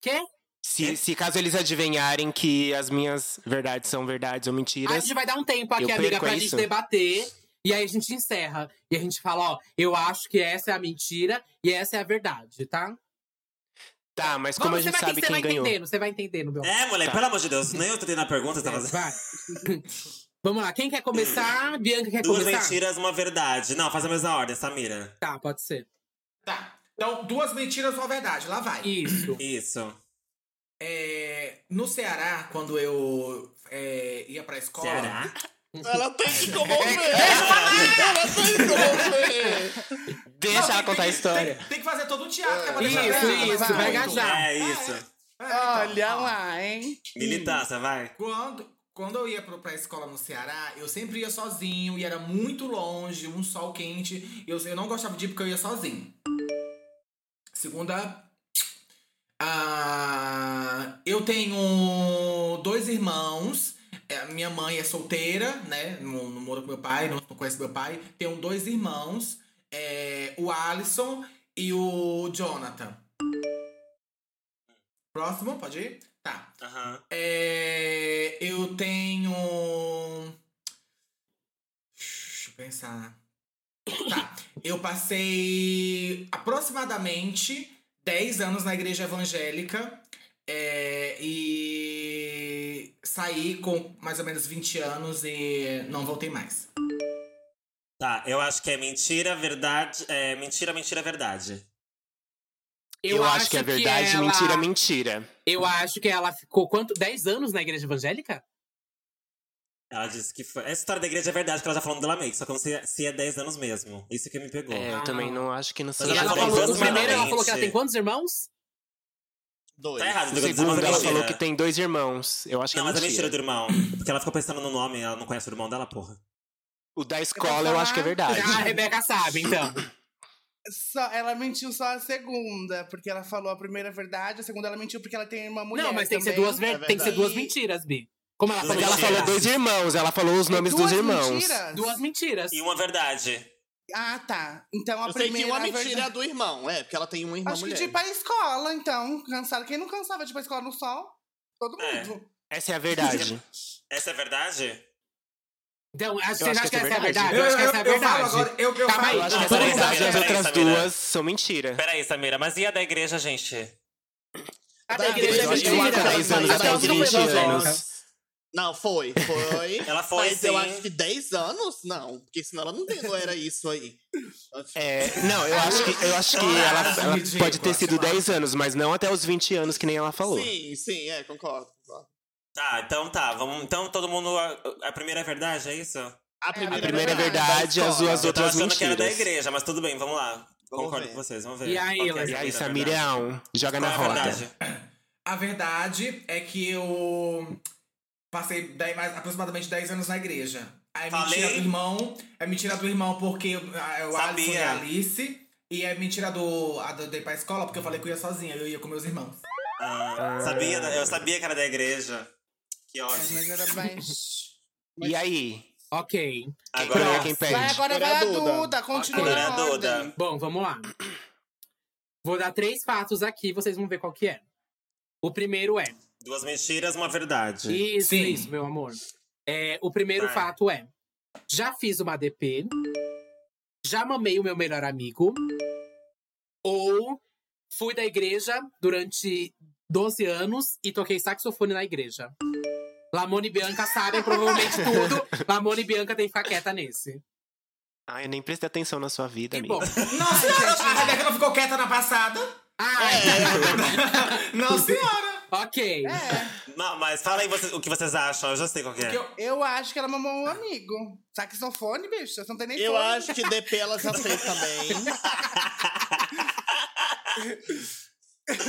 S4: Quê?
S3: Se, se caso eles adivinharem que as minhas verdades são verdades ou
S4: A
S3: mentiras.
S4: gente vai dar um tempo aqui,
S3: Eu
S4: amiga,
S3: perco
S4: pra
S3: isso?
S4: gente debater. E aí a gente encerra. E a gente fala, ó, eu acho que essa é a mentira e essa é a verdade, tá?
S3: Tá, mas como
S4: Vamos, você
S3: a gente
S4: vai,
S3: sabe
S4: você
S3: quem
S4: vai
S3: ganhou?
S4: entendendo, você vai entendendo, meu amor.
S1: É, moleque,
S3: Tá.
S1: pelo amor de Deus. Nem eu tentei na pergunta, você tá fazendo.
S4: É. Vai. Vamos lá, quem quer começar? Bianca quer
S1: Duas
S4: começar?
S1: mentiras, uma verdade. Não, faz a mesma ordem, Samira.
S4: Tá, pode ser.
S5: Tá. Então, duas mentiras, uma verdade. Lá vai.
S4: Isso.
S1: Isso.
S5: É, no Ceará, quando eu é, ia pra escola.
S1: Ceará?
S2: Ela tem que comover.
S6: Ah,
S2: Ela tem que comover.
S5: Não,
S3: Deixa
S5: tem-
S3: ela contar a
S5: tem-
S3: história.
S5: Tem, tem que fazer todo o teatro. que é pra
S4: Isso,
S5: deixar pra-
S4: isso,
S5: pra-
S4: vai
S5: pra-
S4: engajar.
S1: É isso.
S5: É, então,
S6: Olha
S5: ó.
S6: lá, hein?
S1: Militância, vai.
S5: Quando, quando eu ia pro, pra escola no Ceará, eu sempre ia sozinho e era muito longe, um sol quente. e Eu, eu não gostava de ir porque eu ia sozinho. Segunda. ah, eu tenho dois irmãos. É, Minha mãe é solteira, né? Não, não mora com meu pai, não conhece meu pai. Tenho dois irmãos, é, o Alisson e o Jonathan. Próximo, pode ir? Tá.
S1: Aham.
S5: É, eu tenho. Deixa eu pensar. Tá. Eu passei aproximadamente 10 anos na igreja evangélica é, e saí com mais ou menos 20 anos e não voltei mais.
S1: Tá, eu acho que é mentira, verdade. É mentira, mentira, verdade.
S3: Eu, acho, que é verdade,
S4: ela-
S3: mentira, mentira.
S4: Eu acho que ela ficou quanto? 10 anos na igreja evangélica?
S1: Ela disse que foi. Essa história da igreja é verdade, que ela tá falando dela mesmo, só que eu não sei se é 10 anos mesmo. Isso que me pegou.
S3: É, eu também não acho que não
S1: Mas
S4: E
S3: seja.
S1: ela
S4: ela
S1: falou
S4: falou,
S1: anos,
S4: no primeiro ela falou que ela
S1: exatamente.
S4: tem quantos irmãos?
S2: Dois.
S1: Tá errado, eu
S3: O
S1: tô dizendo
S3: segundo,
S1: que é
S3: ela
S1: mentira.
S3: falou que tem dois irmãos. Eu acho que
S1: Não,
S3: é
S1: mas é mentira
S3: mentira.
S1: do irmão. Porque ela ficou pensando no nome, ela não conhece o irmão dela, porra.
S3: O da escola eu acho que é verdade.
S4: Já Ah, a Rebeca sabe, então.
S6: Só, ela mentiu só a segunda, porque ela falou a primeira verdade, a segunda ela mentiu porque ela tem uma mulher.
S4: não, mas tem que, ser
S6: também.
S4: duas ver-
S2: é
S4: tem que ser duas
S6: verdade.
S4: mentiras, Bi. Como ela
S1: Duas
S4: falou,
S3: Mas
S1: mentiras.
S4: ela
S3: ela falou
S4: falou
S3: dois irmãos, ela falou os nomes dos irmãos.
S6: mentiras?
S4: duas mentiras.
S1: E uma verdade.
S6: Ah, tá. Então a
S2: Eu sei
S6: primeira.
S2: que uma
S6: a
S2: mentira é a
S6: verdade-
S2: do irmão, é, porque ela tem um irmão
S6: Acho que
S2: mulher.
S6: de ir pra escola, então. Cansado. Quem não cansava de ir pra escola no sol? Todo
S1: É.
S6: mundo.
S3: Essa é a verdade.
S1: Essa é verdade?
S4: Então, acho,
S3: Eu
S4: vocês acham que essa é a verdade?
S5: Eu,
S4: Eu acho que
S5: eu-
S4: essa é a
S5: eu falo
S4: verdade.
S5: agora, eu, eu
S4: Calma
S5: falo.
S4: aí.
S3: Eu acho que
S1: Não,
S3: essa é a
S1: peraí,
S3: verdade
S1: Samira,
S3: as
S1: peraí,
S3: outras
S1: Samira.
S3: duas são mentira.
S1: Peraí, Samira, mas e a da igreja, gente?
S6: A
S2: Da
S3: Eu acho que
S2: mentira.
S3: eu acho que
S2: mentira.
S3: 10 anos
S2: Mas
S3: até
S2: ela
S3: os
S2: não
S3: 20
S2: foi
S3: anos.
S2: Não, foi, foi.
S1: Ela foi,
S2: Mas
S1: sim.
S2: eu acho que 10 anos, não. Porque senão ela não, tem, não era isso aí.
S3: É, não, eu acho que, eu acho que ela, ela
S5: Ridícula,
S3: pode ter sido
S5: sei lá.
S3: 10 anos, mas não até os 20 anos que nem ela falou.
S2: Sim, sim, é, concordo. concordo.
S1: Tá, então tá. Vamos, então todo mundo. A, a primeira é verdade, é isso? Eu
S2: A
S3: A
S2: primeira,
S3: primeira é verdade,
S2: da
S3: as duas
S2: escola.
S1: tava
S3: outras
S1: achando que era da
S3: mentiras.
S1: igreja, mas tudo bem, vamos lá.
S2: Vamos
S1: Concordo
S2: ver.
S1: com vocês, vamos ver.
S4: E aí,
S1: Qual que é a
S4: Léo?
S3: E aí,
S1: primeira
S3: Samirão, joga na
S1: verdade? Qual é a
S3: roda.
S1: verdade?
S5: A verdade é que eu passei dez- mais- aproximadamente 10 anos na igreja. Aí é mentira
S1: Falei.
S5: do irmão. É mentira do irmão porque eu- a- eu
S1: Sabia.
S5: Alisson e a Alice. E é mentira do a do- de ir pra escola porque eu falei que eu ia sozinha, eu ia com meus irmãos.
S1: Ah, sabia, eu sabia que era da igreja. Que
S6: É,
S1: ótimo.
S6: mas era mais.
S3: E aí?
S4: Ok.
S3: Agora
S1: Agora,
S3: quem
S6: Vai,
S3: perde?
S6: agora vai a
S2: Agora é a Duda.
S6: Duda, continua.
S1: agora é
S6: na
S1: a
S6: ordem.
S1: Duda.
S4: Bom, vamos lá. Vou dar três fatos aqui, vocês vão ver qual que é. O primeiro é.
S1: Duas mentiras, uma verdade.
S4: Isso,
S5: Sim.
S4: isso, meu amor. É, o primeiro
S1: Vai.
S4: fato é: já fiz uma ADP, já mamei o meu melhor amigo, ou fui da igreja durante 12 anos e toquei saxofone na igreja. Lamone e Bianca sabem provavelmente tudo. Lamone e Bianca tem que ficar quieta nesse.
S3: Ah, eu nem prestei atenção na sua vida,
S4: Que
S3: amiga.
S4: bom.
S5: Nossa, gente, a Rebeca não ficou quieta na passada.
S4: Ah,
S5: Não, senhora.
S4: ok.
S6: É,
S1: Não, mas fala aí vocês- o que vocês acham, eu já sei qual que é.
S5: Porque eu-
S6: eu acho que ela mamou um amigo. Saxofone, bicho, você não tem nem
S2: Eu
S6: fone.
S2: acho que DP ela já fez também. eu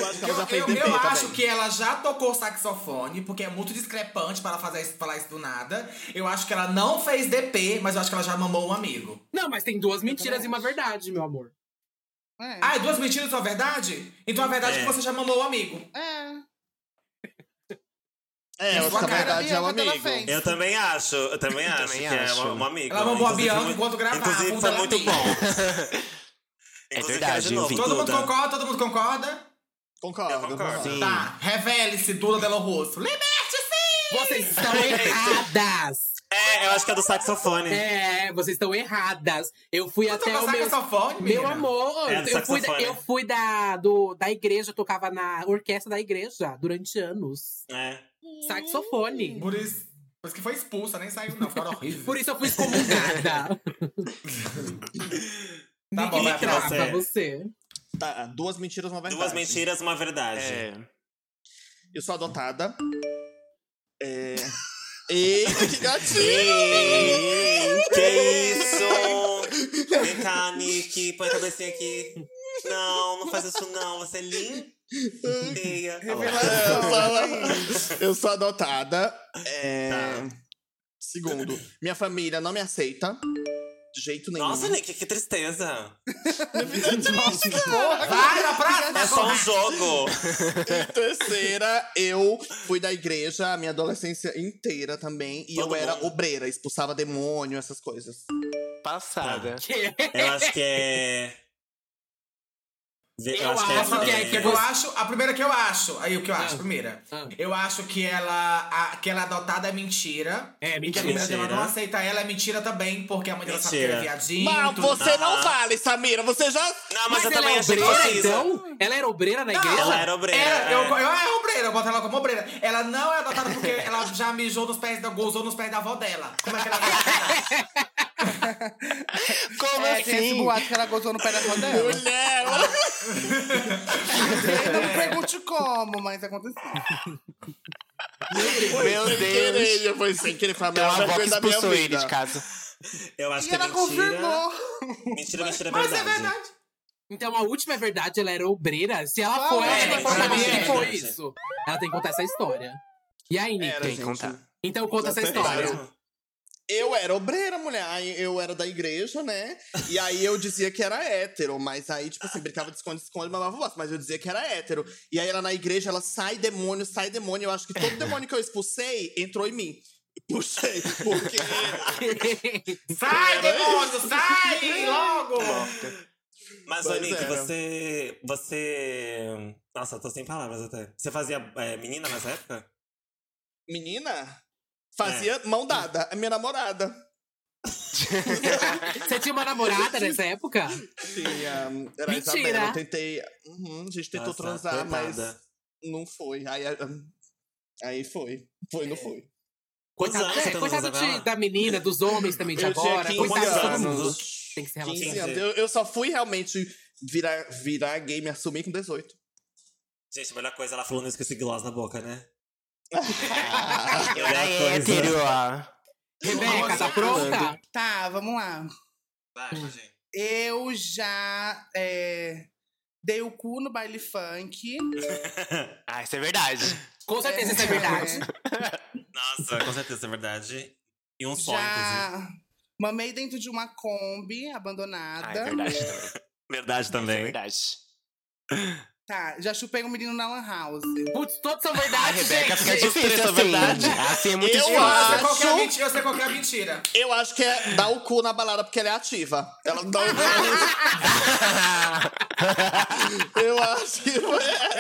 S2: acho que ela já fez
S5: Eu,
S2: DP
S5: eu
S2: também.
S5: acho que ela já tocou saxofone, porque é muito discrepante para ela fazer isso, falar isso do nada. Eu acho que ela não fez DP, mas eu acho que ela já mamou um amigo.
S4: Não, mas tem duas mentiras e uma verdade, meu amor.
S6: É.
S5: Ah, e duas mentiras são verdade? Então a verdade é, que
S1: É.
S5: você já mamou um amigo.
S6: É.
S2: É, eu acho
S5: Sua
S2: que a
S5: cara,
S2: verdade é um
S6: Bianca, que ela
S2: amigo.
S6: fez.
S1: Eu também acho, eu também acho
S3: também
S1: que é
S3: acho.
S1: uma, uma amiga.
S5: Ela mamou a
S1: Inclusive,
S5: Bianca
S1: foi mu-
S5: enquanto gravava.
S1: Inclusive,
S5: puta
S1: foi
S5: da
S1: muito
S5: pinta.
S1: bom.
S3: É
S1: Inclusive,
S3: verdade,
S1: de novo,
S3: eu vi.
S5: Todo mundo
S1: Duda.
S5: concorda? Todo mundo concorda?
S1: Eu
S2: Concordo,
S1: concordo.
S2: concordo.
S3: Sim.
S5: Tá, revele-se, Duda Delo Rosso. Liberte-se!
S4: Vocês estão erradas!
S1: É, eu acho que é do saxofone.
S4: É, vocês estão erradas. Eu fui
S5: Você
S4: até
S5: tocou
S4: o meu.
S5: saxofone,
S4: Meu
S5: menina?
S4: amor,
S1: É, do
S4: eu fui, da,
S1: saxofone.
S4: eu fui da, do, da igreja, eu tocava na orquestra da igreja durante anos.
S1: É.
S4: Saxofone.
S5: Por isso, por isso que foi expulsa, nem saiu não, fora horrível.
S4: Por isso eu fui excomungada.
S5: Tá bom, vai
S4: Ninguém
S1: que
S5: pra
S1: você.
S4: crava você.
S2: Tá, duas mentiras, uma verdade.
S1: Duas mentiras, uma verdade.
S3: É.
S2: Eu sou adotada. É... Eita, que gatinho!
S1: Ei, que isso? Vem cá, Nick, põe a cabecinha aqui. Não, não faz isso não, você é linda.
S2: Eu sou, eu sou adotada. É...
S1: Tá.
S2: Segundo, minha família não me aceita. De jeito nenhum.
S1: Nossa, Nick, que tristeza.
S2: é
S5: Vai na próxima!
S1: É só um jogo.
S2: E terceira, eu fui da igreja a minha adolescência inteira também. E
S1: Todo
S2: eu era
S1: mundo.
S2: obreira, expulsava demônio, essas coisas.
S3: É, Passada.
S4: Que-
S1: Eu acho que é. Vê-
S4: Eu acho
S1: essa
S4: que é-
S1: mesmo.
S4: que é
S5: Eu acho, a primeira que eu acho, aí o que eu acho,
S4: Ah.
S5: primeira.
S4: Ah.
S5: Eu acho que ela, a- que ela adotada é mentira.
S4: É,
S5: E que
S4: mentira.
S5: a mulher dela
S1: Mentira.
S5: não aceita ela, é mentira também, porque a mãe dela sabe que
S1: Mentira.
S5: ela é viadinho.
S6: Mal,
S5: tudo.
S6: você não
S1: Ah.
S6: vale, Samira. Você já.
S1: Não, mas, eu
S4: ela
S1: também
S4: é
S1: achei que
S4: obreira,
S1: fosse isso.
S4: então? Ela era obreira na igreja?
S1: Ela era obreira.
S5: Era,
S1: é.
S5: eu, eu, eu é obreira, eu boto ela como obreira. Ela não é adotada porque ela já mijou nos pés, da- gozou nos pés da avó dela. Como é que ela vai adotar?
S6: Como é, Tem
S3: assim?
S6: esse boato que ela gozou no pé da mão dela.
S1: Mulher,
S6: Não pergunte como, mas aconteceu.
S3: Meu Deus.
S2: Sem querer, já foi sem querer. Foi é a
S3: Então a
S2: melhor
S3: avó que
S2: coisa da minha
S3: expulsou ele
S2: vida.
S3: de casa.
S1: eu acho
S6: E
S1: que é
S6: ela
S1: mentira.
S6: confirmou.
S1: Mentira, mentira,
S5: Mas é verdade.
S4: Então a última é verdade, ela era obreira? Se ela
S6: Ah,
S4: for,
S6: é,
S4: ela tem que contar
S5: pra mim
S4: como
S5: é,
S4: que foi
S1: gente.
S4: isso. Ela tem que contar essa história. E aí, Nick?
S2: Era,
S3: Tem que
S2: gente.
S3: contar.
S4: Então conta essa
S2: Exatamente.
S4: história.
S2: Eu era obreira, mulher. Aí eu era da igreja, né? E aí eu dizia que era hétero. Mas aí, tipo assim, brincava de esconde-esconde, mamava bosta. Mas eu dizia que era hétero. E aí ela na igreja, ela sai demônio, sai demônio. Eu acho que todo demônio que eu expulsei entrou em mim. Puxei, porque.
S5: Sai, demônio, sai logo!
S1: Mas,
S2: Pois
S1: ô, Nick,
S2: é.
S1: você. Você. Nossa, tô sem palavras até. Você fazia é, menina nessa época?
S2: Menina, fazia mão dada. É minha namorada.
S4: Você tinha uma namorada nessa época?
S2: Tinha. Era a
S4: Mentira.
S2: Isabela. Eu tentei. Uhum, a gente tentou
S1: Nossa,
S2: transar, mas
S1: coitada.
S2: não foi. Aí, ah, aí foi. Foi,
S5: É.
S2: não foi.
S1: Quantos
S4: Coitado,
S1: anos você
S4: é,
S1: tá
S4: coitado
S1: usando
S4: de-
S1: ela?
S4: da menina, dos homens também de agora.
S1: tinha
S4: Coitado de todo
S1: 15
S4: mundo.
S1: anos.
S4: Tem que se
S2: 15
S4: relacionar.
S2: anos. Eu, eu só fui realmente virar, virar gay, me assumir com 18.
S1: Gente, a melhor coisa, ela falou isso com esse gloss na boca, né?
S3: Eu
S1: Melhor
S3: era
S1: coisa.
S3: hétero, ó.
S4: Rebeca, tá
S3: Ah, é Nossa,
S4: pronta?
S3: Orlando.
S6: Tá, vamos lá.
S1: Vai, gente.
S6: Eu já é, dei o cu no baile funk.
S3: Ah, isso é verdade.
S4: Com certeza isso é verdade.
S1: Nossa, com certeza, é verdade. E um
S6: É,
S1: sonho, inclusive.
S6: já mamei dentro de uma Kombi
S3: Ah,
S6: abandonada.
S3: é verdade também.
S1: Verdade
S3: É
S1: também.
S3: verdade.
S6: Tá, já chupei um menino na Lan House.
S4: Putz, todos são
S3: A
S4: verdade,
S3: Rebeca fica
S4: gente.
S3: difícil assim.
S2: verdade.
S3: Assim é muito
S2: Eu
S3: difícil.
S5: Eu sei
S2: acho-
S5: qual que é a mentira, eu sei qual que é a mentira.
S2: Eu acho que é dar o cu na balada porque ela é ativa. Ela dá o cu. Eu acho que é.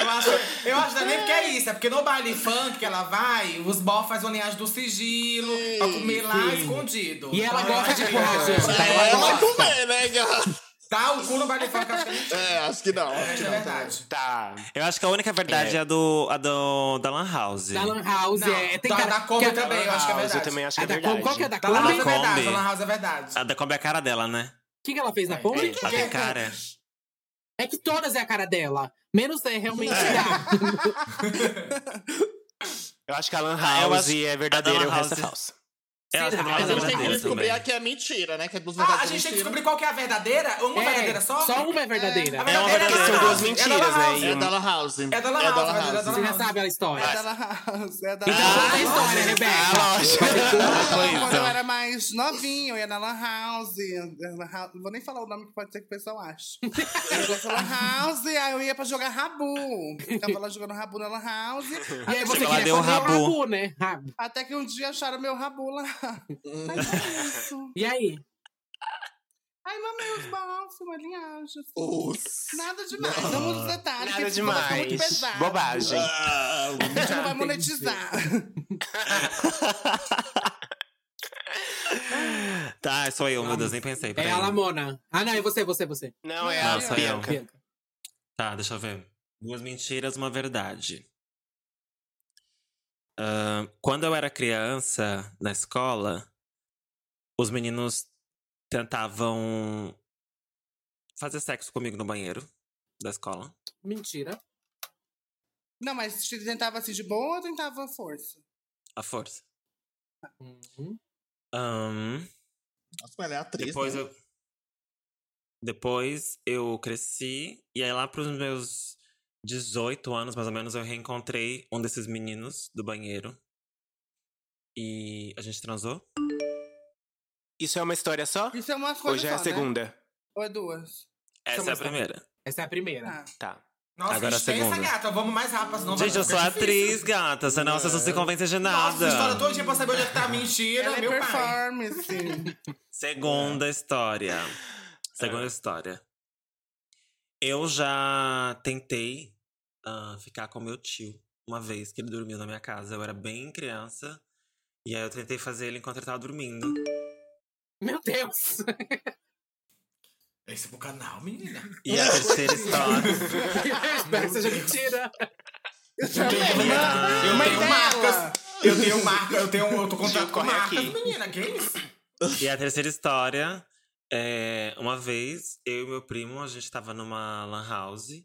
S5: Eu acho, eu acho também porque é isso, é porque no baile funk que ela vai, os bofs fazem uma linhagem do sigilo, pra comer lá escondido.
S4: E ela
S5: Então, eu
S4: gosta
S5: acho
S4: de
S5: que-
S4: porra, gente. Tá? Ela
S2: É ela
S4: gosta.
S2: comer, né, gata?
S5: Dá o cu no baile funk, eu acho que é mentira.
S2: É, acho que não.
S5: É
S2: Acho que não.
S5: verdade.
S3: Tá.
S1: Eu acho que a única verdade é, a, do, a do. da Lan House.
S4: Da Lan House,
S5: Não,
S4: é. Tem
S5: da-
S4: cara-
S5: da Kombi
S4: que a-
S5: também, eu acho que é
S3: Mas
S5: verdade.
S3: eu também acho que
S4: A
S3: é
S4: da Kombi,
S3: verdade.
S4: qual que é da
S5: Da Lan House
S4: Kombi?
S5: é
S1: Kombi.
S5: verdade, da Lan House é verdade.
S1: A da Kombi é a cara dela, né?
S4: O que, que ela fez na Kombi?
S1: Ela tem cara.
S4: É que todas é a cara dela. Menos é realmente a.
S3: Eu acho que a Lan
S1: Ah, eu
S3: House
S1: acho-
S3: é verdadeira
S1: a
S3: e
S1: Lan
S3: o resto é
S1: House-
S3: falso.
S1: Eu acho que a Lan
S4: Será?
S1: House é
S2: Mas a gente tem que
S1: verdadeira
S2: descobrir
S1: também.
S2: aqui é mentira, né? Que é duas
S5: Ah, a
S2: verdadeiras.
S5: gente tem que
S2: mentiras.
S5: descobrir qual que é a verdadeira? Uma verdadeira só?
S4: Só uma é verdadeira.
S6: É.
S5: A verdadeira
S1: É uma
S5: da Lan
S1: verdadeira. São
S3: duas
S5: House, é da
S3: mentiras,
S5: Lan
S3: né?
S5: House.
S2: É da La House.
S5: É da La
S2: É da
S5: House,
S2: La
S5: mas é da
S2: House.
S4: Você já sabe a história.
S6: É da Lan House. É da
S4: Então conta a
S6: Lan House.
S4: história,
S1: um
S4: Rebeca.
S3: Ah, lógico.
S6: Quando eu era mais novinho, eu ia na Lan House. Lan House- Vou nem falar o nome que pode ser que o pessoal ache. Eu ia pra Lan House, aí eu ia pra jogar rabu. Ficava lá jogando rabu na Lan House.
S4: E aí você
S1: Chegou lá,
S4: queria
S1: deu o
S4: fazer o
S1: rabo.
S4: rabu, né? Rabo.
S6: Até que um dia acharam meu rabu lá. Mas é isso.
S4: E aí?
S6: Aí mamei os balsos, uma linhagem. assim.
S2: Os-
S6: Nada demais, não muda os detalhes.
S3: Nada
S6: que ficou- vai ficar
S4: é
S6: é Muito
S3: demais.
S6: pesado.
S3: Bobagem.
S2: Ah,
S6: A gente não vai
S4: Entendi.
S6: monetizar.
S1: Tá, sou eu, meu Deus, nem pensei.
S4: É
S1: peraí.
S4: a Lamona. Ah, não, é você, você, você.
S3: Não, é a
S1: Não, sou eu.
S3: Bianca.
S1: Tá, deixa eu ver. Duas mentiras, uma verdade. Ahn, quando eu era criança, na escola, os meninos tentavam fazer sexo comigo no banheiro da escola.
S4: Mentira.
S6: Não, mas você tentava assim de boa ou tentava à força?
S1: A força.
S4: Uhum.
S1: Ahn,
S2: Nossa, mas ela é atriz.
S1: Depois
S2: né?
S1: eu. Depois eu cresci, e aí lá pros meus 18 anos, mais ou menos, eu reencontrei um desses meninos do banheiro. E a gente transou?
S3: Isso é uma história só?
S6: Isso é umas coisas
S3: Hoje é a
S6: só, né?
S3: segunda.
S6: Ou é duas?
S1: Essa é a
S4: mais
S1: primeira.
S4: Essa é a primeira.
S6: Ah.
S3: Tá.
S5: Nossa,
S1: Agora a
S5: dispensa,
S1: segunda.
S5: gata. Vamos mais rápido, senão vai
S1: Gente, eu
S5: ficar
S1: sou
S5: difícil.
S1: atriz, gata. Senão vocês não se convencem de
S5: É. Nossa,
S1: nada.
S5: essa história todo dia pra saber onde é que tá a mentira,
S6: Ela é
S5: meu pai.
S6: performance.
S1: Segunda história. Segunda história. Eu já tentei ah, ficar com meu tio uma vez que ele dormiu na minha casa. Eu era bem criança. E aí eu tentei fazer ele enquanto ele tava dormindo.
S4: Meu Deus!
S5: Esse é pro canal, menina.
S1: E a terceira história.
S4: Espero que seja mentira.
S1: minha-
S5: Eu tenho
S6: Mas ela-
S5: marcas. Eu tenho marcas. Eu tenho. Eu tô contato com
S3: corre
S5: marcas,
S3: aqui.
S5: menina. Que isso?
S1: E a terceira história é uma vez eu e meu primo a gente tava numa lan house e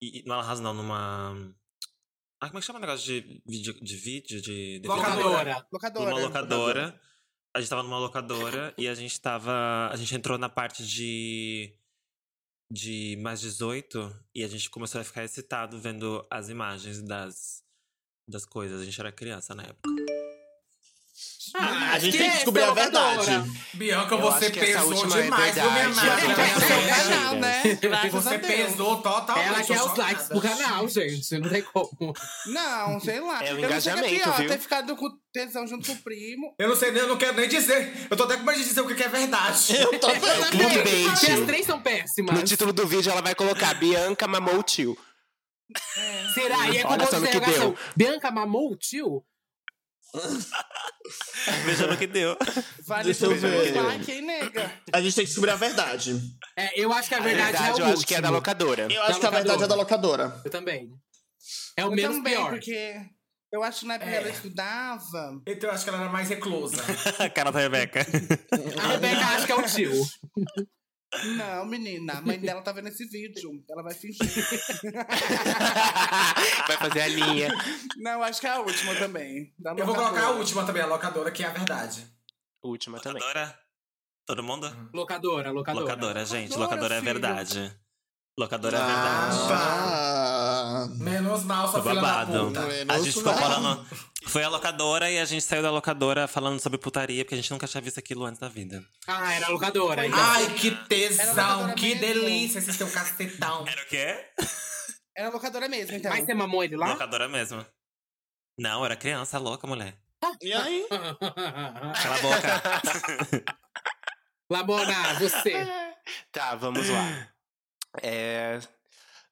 S1: e- na lan house não numa ah, como é que chama o negócio de vídeo de vídeo de DVD?
S5: Locadora.
S6: Locadora.
S1: numa locadora. né? A gente tava numa locadora e a gente tava. A gente entrou na parte de. de mais 18 e a gente começou a ficar excitado vendo as imagens das, das coisas. A gente era criança na época.
S4: Ah,
S2: A gente
S4: que
S2: tem que descobrir a
S4: essa locadora?
S2: verdade.
S5: Bianca,
S3: Eu
S5: você
S3: acho que essa
S5: pesou
S3: última é
S5: demais, viu, minha
S3: verdade.
S5: amada?
S6: Gente, vai ser o
S3: Graças
S6: canal,
S3: a
S6: né? Graças a
S5: Você
S6: Deus.
S5: pesou totalmente.
S4: Ela quer
S5: eu
S4: os
S5: chocada.
S4: likes pro canal, gente. Não tem como.
S6: Não, sei
S2: um
S6: lá.
S3: É o
S6: Eu não sei o que é
S3: engajamento,
S6: pior,
S3: viu?
S6: ter ficado com tesão junto com o primo.
S5: Eu não sei nem, eu não quero nem dizer. Eu tô até com medo de dizer o que que é verdade.
S2: Eu tô vendo.
S4: Porque as
S3: Clickbait.
S4: três são péssimas.
S3: No título do vídeo ela vai colocar Bianca mamou o tio.
S4: Será? E é com
S3: Olha só
S4: ponto de
S3: no que
S4: interrogação.
S3: deu.
S4: Bianca mamou o tio?
S1: Veja no que deu.
S6: Vale
S2: Deixa eu
S6: tudo
S2: ver.
S6: por like, hein, nega?
S2: A gente tem que descobrir a verdade.
S4: É, eu acho que a
S3: Na
S4: verdade,
S3: verdade,
S4: é
S3: eu
S4: o
S3: acho que é da
S4: último.
S3: locadora.
S2: Eu acho que a verdade é da locadora.
S4: Eu também. É o
S6: Eu
S4: menos
S6: também,
S4: pior.
S6: porque eu acho que na época
S5: É.
S6: ela estudava.
S5: Então eu acho que ela era mais reclusa.
S1: A cara da Rebeca.
S4: A Rebeca acha que é o tio.
S6: Não, menina, a mãe dela tá vendo esse vídeo. Ela vai fingir.
S3: vai fazer a linha.
S6: Não, eu acho que é a última também. da
S5: Eu vou
S6: locadora.
S5: colocar a última também, a locadora, que é a verdade.
S3: Última também.
S1: Locadora? Todo mundo?
S4: Locadora, locadora.
S1: Locadora, gente.
S6: Locadora,
S1: Locadora é
S6: filho.
S1: verdade. Locadora é
S5: Ah,
S1: verdade.
S6: Tá.
S2: Ah,
S5: Menos mal, sua
S1: Foi
S5: filha da
S1: babado.
S5: puta.
S2: É,
S1: A
S2: não
S1: gente ficou
S2: vai.
S1: falando. Foi a locadora e a gente saiu da locadora falando sobre putaria, porque a gente nunca tinha visto aquilo antes na vida.
S4: Ah, era locadora. então.
S5: Ai, que
S6: Era locadora
S5: tesão, que
S6: mesmo.
S5: delícia esse seu cacetão.
S1: Era o quê?
S6: Era locadora mesmo, então.
S4: Mas você mamou ele lá?
S1: Locadora mesmo. Não, era criança louca, mulher.
S2: E aí?
S1: Cala a boca.
S4: Lamona, você.
S3: Tá, vamos lá. É,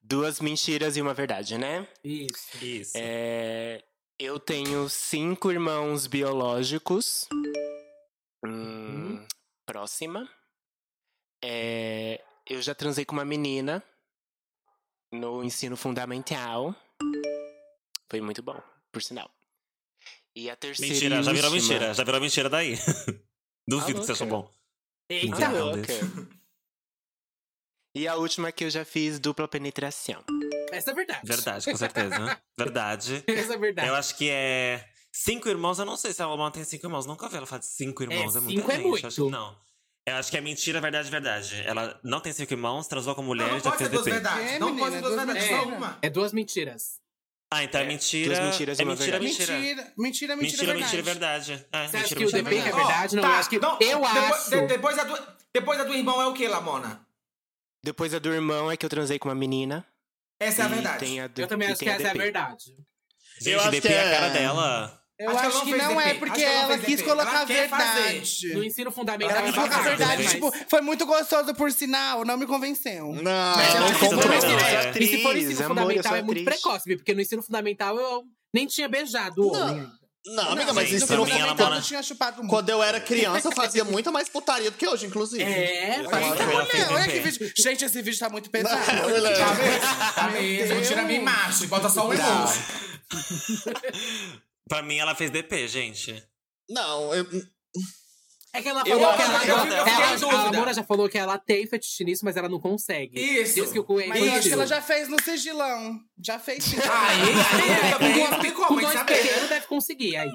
S3: duas mentiras e uma verdade, né?
S4: Isso.
S1: Isso.
S3: É, eu tenho cinco irmãos biológicos.
S1: Uhum.
S3: Hum, Próxima. É, eu já transei com uma menina no ensino fundamental. Foi muito bom, por sinal. E a terceira. e
S1: mentira, já virou
S3: última-
S1: mentira. Já virou mentira daí. Duvido que
S3: louca.
S1: você achou bom.
S3: Ah,
S4: Eita.
S1: Não,
S3: louca. E a última que eu já fiz dupla penetração.
S4: Essa é verdade.
S1: Verdade, com certeza. Verdade.
S4: Essa é verdade.
S1: Eu acho que é. Cinco irmãos, eu não sei se a Lomão tem cinco irmãos. Nunca vi ela falar de cinco irmãos. É, muita
S4: cinco é
S1: gente. eu Acho que
S4: muito.
S1: não. Eu acho que é mentira, verdade, verdade. Ela não tem cinco irmãos, transou com mulher
S5: Não, não
S1: e já
S5: pode
S1: fez
S5: ser duas
S1: DP.
S5: verdades.
S6: É,
S5: não
S6: menina,
S5: pode ser duas
S6: duas
S5: verdades, só
S4: mentiras.
S5: uma.
S4: É duas mentiras.
S1: Ah, então é,
S3: É,
S1: mentira.
S3: duas mentiras e
S1: é
S3: uma
S1: mentira,
S3: verdade.
S1: mentira.
S6: mentira, mentira, mentira,
S1: Mentira, mentira,
S6: verdade.
S1: verdade. É,
S4: Você acha
S1: mentira,
S4: que o
S1: mentira,
S4: DP é
S1: verdade.
S4: verdade? Não, eu acho que. eu
S5: tá, depois,
S4: acho.
S5: de- depois, a do, depois a do irmão é o que, Lamona?
S3: Depois a do irmão é que eu transei com uma menina.
S5: Essa é a
S3: E
S5: verdade.
S3: tem a do-
S4: Eu também
S3: e
S4: acho que
S3: tem a
S4: essa é a
S3: DP.
S4: verdade.
S1: Gente,
S2: Eu acho
S1: DP
S2: que
S1: é a cara
S2: é-
S1: dela.
S6: Eu
S5: Acho que
S6: acho
S5: ela
S6: que,
S5: não
S6: não
S5: fez
S6: é,
S5: DP,
S6: porque
S5: acho que ela
S6: ela
S5: fez
S6: quis
S5: DP.
S6: colocar
S5: Ela
S6: a
S5: quer fazer.
S6: verdade.
S4: No ensino fundamental. é
S6: Ela quis
S1: Ela
S6: colocar a
S1: quis
S4: babado,
S1: colocar
S6: verdade.
S1: a
S4: mas-
S6: Tipo, foi muito gostoso, por sinal. Não me convenceu.
S1: Mas
S2: Não, não
S1: ela fez
S2: comprou.
S1: também,
S2: não.
S1: né?
S3: Ela é
S4: E se for
S3: atriz,
S4: ensino
S3: amor, eu
S4: fundamental,
S3: sou
S4: é muito
S3: atriz.
S4: precoce, Vi, porque no ensino fundamental eu nem tinha beijado o
S2: Não.
S4: homem. ainda.
S2: Não, amiga, mas
S1: gente,
S2: isso
S1: pra
S2: eu
S1: mim ela
S2: comentava-
S1: mora-
S6: Eu tinha chupado muito.
S2: Quando eu era criança, eu fazia muito mais putaria do que hoje, inclusive.
S4: É,
S1: Eu
S4: foi
S1: acho
S4: então.
S1: que ela fez
S6: Não, olha que
S1: DP.
S6: vídeo. Gente, esse vídeo tá muito pesado.
S2: Não, eu lembro.
S5: Tá
S4: Ah,
S5: mesmo? Tá mesmo. Tira minha imagem, bota só um
S2: Tá.
S5: emoji.
S1: Pra mim, ela fez DP, gente.
S2: Não, eu,
S4: É que ela
S2: Eu
S4: falou que
S2: acho-
S4: ela.
S5: eu fico- eu fico
S4: ela-
S5: em dúvida.
S4: a Lamona já falou que ela tem fetiche nisso, mas ela não consegue.
S5: Isso.
S4: Deus que o cu é
S6: Mas eu acho que
S4: infantil.
S6: ela já fez no sigilão. Já fez sim.
S5: Aí, aí, aí, não tem
S4: Com
S5: como, a gente
S4: dois
S5: sabe. é.
S4: pequenos deve conseguir aí.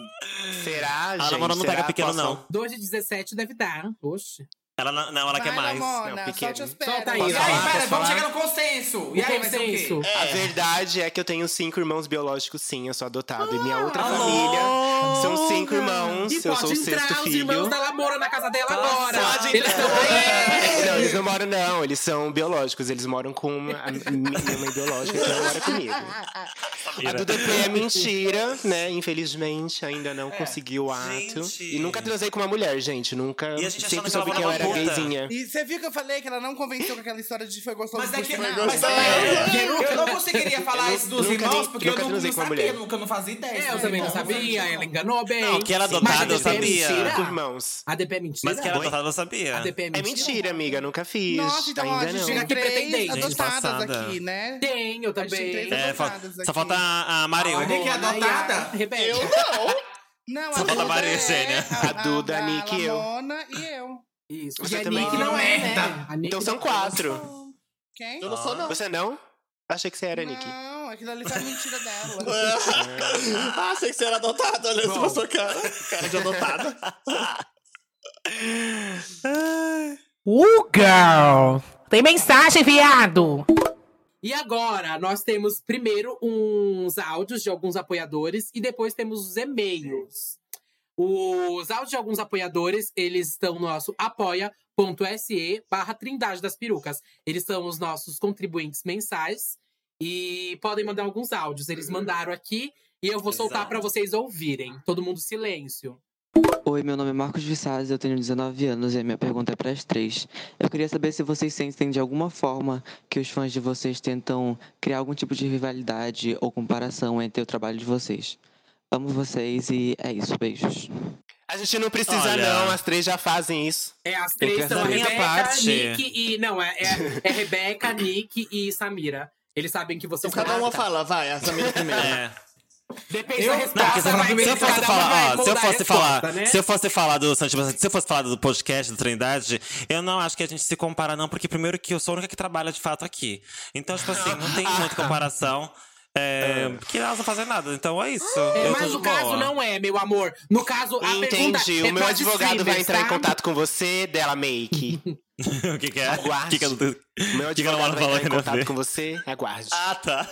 S3: Será, gente?
S1: é A Lamona não
S3: Será?
S1: pega pequeno,
S3: Posso-
S1: não.
S4: Dois de 17 deve dar. Oxe.
S1: Ela não, não, ela
S6: Vai,
S1: quer mais.
S6: Lamona,
S3: Não,
S6: solte as
S3: pequeno.
S6: pernas.
S4: Solta aí,
S5: E
S3: Posso
S5: aí,
S3: falar?
S5: pera,
S3: Posso
S5: vamos
S3: falar?
S5: chegar no consenso. E
S4: O
S5: aí, vai ser o quê?
S4: consenso.
S3: A verdade é que eu tenho cinco irmãos biológicos, sim, eu sou adotado. e minha outra
S1: alô!
S3: família são cinco irmãos,
S4: E
S3: eu sou
S4: pode
S3: o
S4: entrar
S3: sexto
S4: os
S3: filho.
S4: irmãos da Lamona na casa dela agora.
S1: pode
S4: Eles estão
S3: Não, eles não moram, não, eles são biológicos, eles moram com uma, a mi- minha mãe biológica que não mora comigo. A do DP é mentira, né? Infelizmente, ainda não consegui o ato.
S1: Gente.
S3: E nunca transei com uma mulher, gente. Nunca.
S1: E a gente achando
S3: Sempre
S1: que ela
S3: soube que eu
S1: morava
S3: era
S1: puta.
S3: Gayzinha.
S6: E você viu que eu falei que ela não convenceu com aquela história de foi gostoso
S5: Mas é que.
S6: por sinal?
S5: Mas
S2: gostoso.
S5: também, eu, eu não conseguiria falar
S3: Eu
S5: isso dos
S3: nunca
S5: irmãos,
S3: nem-
S5: porque eu
S3: nunca
S5: não,
S3: transei
S5: não
S3: com uma
S5: sabia,
S3: mulher.
S5: nunca não fazia ideia. né?
S4: É,
S5: Então,
S4: eu
S5: dos
S4: também não
S5: irmãos.
S4: sabia, ela enganou bem.
S1: Não, que ela adotada, eu
S4: Mas a DP é
S1: sabia.
S4: mentira.
S3: Cinco irmãos.
S4: A DP é mentira.
S1: Mas que era
S4: Oi?
S1: adotada, eu sabia.
S4: A DP é
S3: É
S4: mentira.
S3: mentira, amiga, nunca fiz.
S6: Nossa, então ó, a
S3: Ainda
S6: gente
S3: não.
S6: tinha
S4: Que pretendente,
S6: três
S1: gente,
S6: adotadas
S1: passada.
S6: aqui, né?
S4: Tem, eu
S6: gente tem
S4: também.
S6: três
S1: É, fa-
S6: adotadas
S1: só
S6: aqui.
S1: falta é a, a Mareu.
S5: Olha que adotada.
S4: Rebeca.
S6: Não,
S1: Só
S6: a
S1: falta
S6: Duda,
S1: a Maria
S6: é,
S1: Eugênia.
S6: a,
S3: A Duda, a Nick e eu.
S6: Lamona e eu.
S4: Isso.
S3: Você
S4: e a
S3: também
S4: Nick
S3: não
S4: não é,
S5: é,
S4: né?
S5: tá.
S4: A Nick
S3: Então são
S4: não é.
S3: quatro.
S6: Quem?
S2: Eu não sou, não.
S3: Você não? Achei que você era, Nick.
S6: Não, aquilo ali foi a mentira dela.
S2: ah, achei que você era adotado, olha só a sua cara. Cara de Então adotada.
S7: Uh, girl! Tem mensagem, viado!
S4: E agora, nós temos primeiro uns áudios de alguns apoiadores e depois temos os e-mails. Os áudios de alguns apoiadores, eles estão no nosso apoia.se barra Trindade das Perucas. Eles são os nossos contribuintes mensais e podem mandar alguns áudios. Eles mandaram aqui e eu vou soltar
S1: Uhum. Exato.
S4: para vocês ouvirem. Todo mundo silêncio.
S8: Oi, meu nome é Marcos Vissades, eu tenho 19 anos e a minha pergunta é para as três. Eu queria saber se vocês sentem de alguma forma que os fãs de vocês tentam criar algum tipo de rivalidade ou comparação entre o trabalho de vocês. Amo vocês e é isso, beijos.
S3: A gente não precisa,
S1: Olha.
S3: não. As três já fazem isso.
S4: É, as
S8: Eu
S4: três
S8: quero
S4: são a
S1: saber a
S4: Rebeca,
S1: parte.
S4: Nick e. Não, é, é, é Rebeca, Nick e Samira. Eles sabem que vocês
S2: Então Cada um uma
S4: Ah, tá.
S2: fala, vai, a Samira primeiro.
S1: É.
S4: Depende da
S5: Eu- Não,
S1: Não,
S4: resposta.
S1: porque se eu,
S4: vai ver
S1: se eu
S4: que
S1: fosse
S4: cada um
S1: falar,
S4: vai
S1: ó, se eu
S4: moldar a
S1: fosse falar,
S4: resposta, né?
S1: se eu fosse falar do Santos, se eu fosse falar do podcast do Trindade, eu não acho que a gente se compara não, porque primeiro que eu sou a única que trabalha de fato aqui. Então, tipo assim, não tem muita comparação. É, porque elas não fazem nada, então é isso.
S4: É,
S1: eu tô
S4: mas
S1: de
S4: o caso
S1: boa.
S4: não é, meu amor. No caso, a pergunta
S3: Entendi.
S4: é
S3: O meu
S4: pras
S3: advogado vai
S4: streamers,
S3: entrar em
S4: tá?
S3: contato com você, dela make.
S1: o que, que é?
S3: Aguarde.
S1: O que, que é?
S3: O meu
S1: que ela
S3: advogado
S1: mora
S3: vai entrar
S1: falando,
S3: em
S1: né?
S3: contato com você, aguarde.
S1: Ah, tá.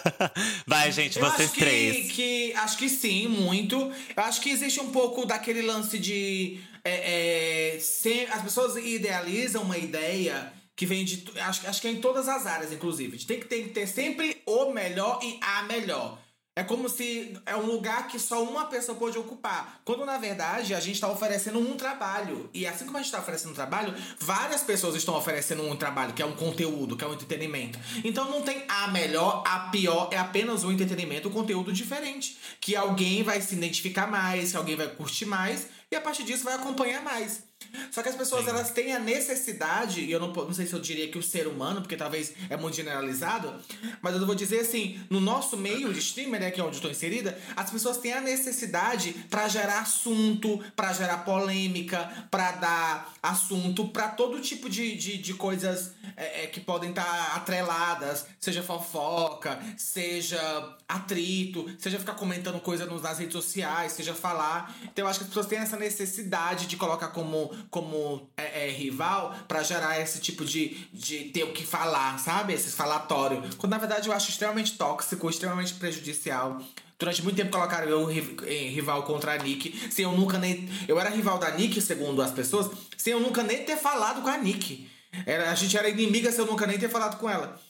S1: Vai, gente,
S5: Eu
S1: vocês
S5: acho que,
S1: três.
S5: que- acho que sim, muito. Eu acho que existe um pouco daquele lance de. é, é, se- as pessoas idealizam uma ideia que vem de. tu- Acho, acho que é em todas as áreas, inclusive. Tem que, tem que ter sempre o melhor e a melhor. É como se é um lugar que só uma pessoa pode ocupar. Quando, na verdade, a gente está oferecendo um trabalho. E assim como a gente está oferecendo um trabalho, várias pessoas estão oferecendo um trabalho, que é um conteúdo, que é um entretenimento. Então não tem a melhor, a pior, é apenas um entretenimento, um conteúdo diferente. Que alguém vai se identificar mais, que alguém vai curtir mais, e a partir disso vai acompanhar mais. Só que as pessoas elas têm a necessidade, e eu não, po- não sei se eu diria que o ser humano, porque talvez é muito generalizado, mas eu vou dizer assim: no nosso meio de streamer, né, que é onde eu estou inserida, as pessoas têm a necessidade pra gerar assunto, pra gerar polêmica, pra dar assunto pra todo tipo de, de, de coisas é, é, que podem estar atreladas, seja fofoca, seja atrito, seja ficar comentando coisa nos- nas redes sociais, seja falar. Então eu acho que as pessoas têm essa necessidade de colocar como, como é, é, rival pra gerar esse tipo de, de ter o que falar, sabe? Esse falatório. Quando na verdade eu acho extremamente tóxico, extremamente prejudicial. Durante muito tempo colocaram eu ri- em rival contra a Nick, sem eu nunca nem. Eu era rival da Nick, segundo as pessoas, sem eu nunca nem ter falado com a Nick. Era, a gente era inimiga sem eu nunca nem ter falado com ela.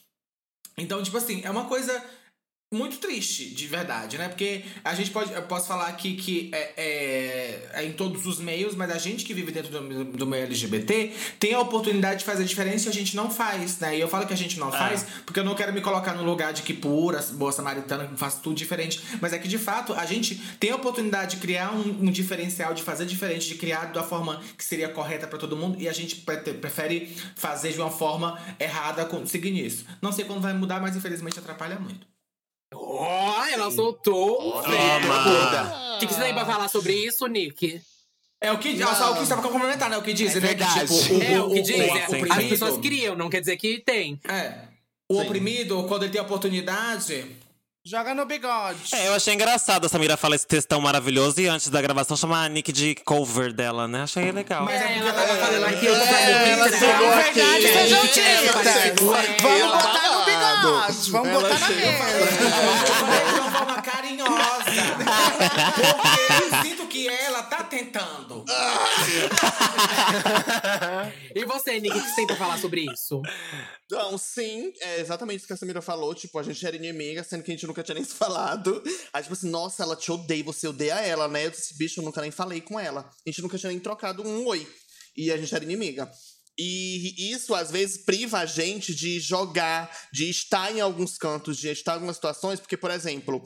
S5: Então, tipo assim, é uma coisa muito triste, de verdade, né? Porque a gente pode. Eu posso falar aqui que é, é- é em todos os meios, mas a gente que vive dentro do, do meio LGBT tem a oportunidade de fazer a diferença e a gente não faz, né? E eu falo que a gente não faz porque eu não quero me colocar no lugar de que pura, boa samaritana, que faz tudo diferente. Mas é que de fato a gente tem a oportunidade de criar um, um diferencial, de fazer diferente, de criar da forma que seria correta pra todo mundo e a gente pre- prefere fazer de uma forma errada conseguindo isso. Não sei quando vai mudar, mas infelizmente atrapalha muito.
S4: Ó, ela soltou. o verbo.
S1: Toma!
S4: O que que você tem pra falar sobre isso, Nick?
S5: É o que, ah, só o que estava pra complementar, né? O que dizem, né? Que,
S3: verdade.
S5: tipo, o,
S4: É o que diz.
S5: o
S4: é,
S1: sim,
S4: as
S1: sim.
S4: pessoas criam, não quer dizer que tem.
S5: É. O oprimido, quando ele tem a oportunidade.
S6: Joga no bigode.
S1: É, eu achei engraçado a Samira falar esse textão maravilhoso e antes da gravação chamar a Nick de cover dela, né? Achei legal.
S5: Mas é, porque
S4: ela
S5: ela tava
S4: é,
S5: falando aqui,
S4: é,
S5: eu tô falando
S4: ela
S5: que-
S4: chegou
S5: Ah,
S2: aqui.
S5: verdade,
S2: Ela
S5: sejam
S2: chegou aqui,
S6: Vamos
S2: ela
S6: botar no
S2: babado.
S6: bigode. Vamos
S2: Ela
S6: botar na
S2: chegou
S6: mesa.
S5: Eu falei de uma forma carinhosa. Porque eu sinto que ela tá tentando.
S4: E você, Nick, o que você tem pra falar sobre isso?
S2: Então, sim, é exatamente isso que a Samira falou. Tipo, a gente era inimiga, sendo que a gente nunca tinha nem se falado. Aí, tipo assim, nossa, ela te odeia, você odeia ela, né? Eu disse, bicho, eu nunca nem falei com ela. A gente nunca tinha nem trocado um oi. E a gente era inimiga. E isso, às vezes, priva a gente de jogar, de estar em alguns cantos, de estar em algumas situações. Porque, por exemplo,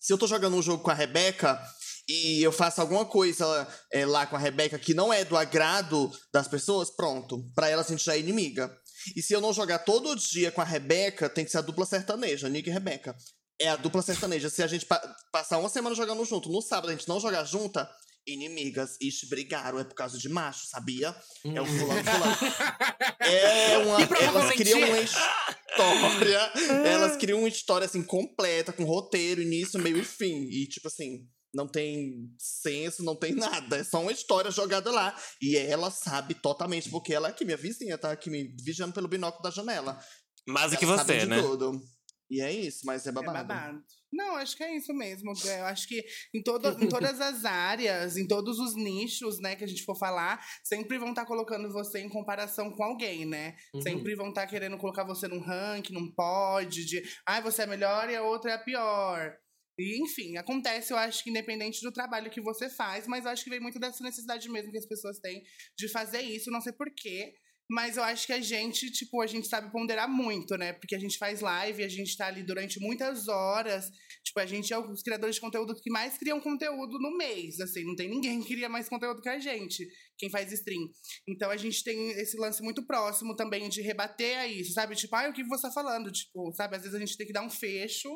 S2: se eu tô jogando um jogo com a Rebeca e eu faço alguma coisa é, lá com a Rebeca que não é do agrado das pessoas, pronto. Pra ela, a gente já é inimiga. E se eu não jogar todo dia com a Rebeca, tem que ser a dupla sertaneja, Nick e Rebeca. É a dupla sertaneja. Se a gente pa- passar uma semana jogando junto, no sábado a gente não jogar junta, inimigas, ixi, brigaram. É por causa de macho, sabia? É o fulano, fulano. É uma,
S4: E provavelmente
S2: elas criam uma
S4: é.
S2: história. elas criam uma história assim completa, com roteiro, início, meio e fim. E tipo assim, não tem senso, não tem nada. É só uma história jogada lá. E ela sabe totalmente, porque ela é aqui, minha vizinha, tá aqui me vigiando pelo binóculo da janela.
S1: Mais do que
S2: Elas sabem
S1: você,
S2: de
S1: né?
S2: tudo. E é isso, mas é babado.
S6: É babado. Não, acho que é isso mesmo. Gra. Eu acho que em, todo, em todas as áreas, em todos os nichos, né, que a gente for falar, sempre vão estar colocando você em comparação com alguém, né?
S2: Uhum.
S6: Sempre vão estar querendo colocar você num ranking, num pod, de ai, você é melhor e a outra é a pior. E, enfim, acontece, eu acho que independente do trabalho que você faz, mas eu acho que vem muito dessa necessidade mesmo que as pessoas têm de fazer isso, não sei porquê. Mas eu acho que a gente, tipo, a gente sabe ponderar muito, né? Porque a gente faz live, a gente tá ali durante muitas horas. Tipo, a gente é os criadores de conteúdo que mais criam conteúdo no mês, assim. Não tem ninguém que cria mais conteúdo que a gente, quem faz stream. Então a gente tem esse lance muito próximo também de rebater a isso, sabe? Tipo, ah, o que você tá falando? Tipo, sabe? Às vezes a gente tem que dar um fecho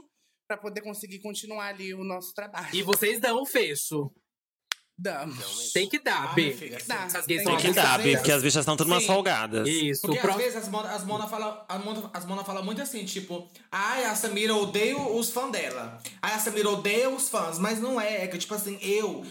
S6: pra poder conseguir continuar ali o nosso trabalho.
S4: E Então, vocês dão o fecho.
S6: Damos.
S4: Tem que dar,
S5: Ah,
S4: B.
S5: filha,
S6: Dá.
S5: assim.
S4: Essas gays
S1: Tá, Tem
S4: são
S1: que dar,
S4: abusadas.
S1: Bi, porque as bichas estão tudo umas
S5: Sim.
S1: folgadas.
S4: Isso,
S5: Porque
S4: pro-
S5: às vezes as mona, as mona fala, as mona, as mona fala muito assim, tipo, ai, a Samira odeia os fãs dela. Ai, a Samira odeia os fãs, mas não é, é que tipo assim, eu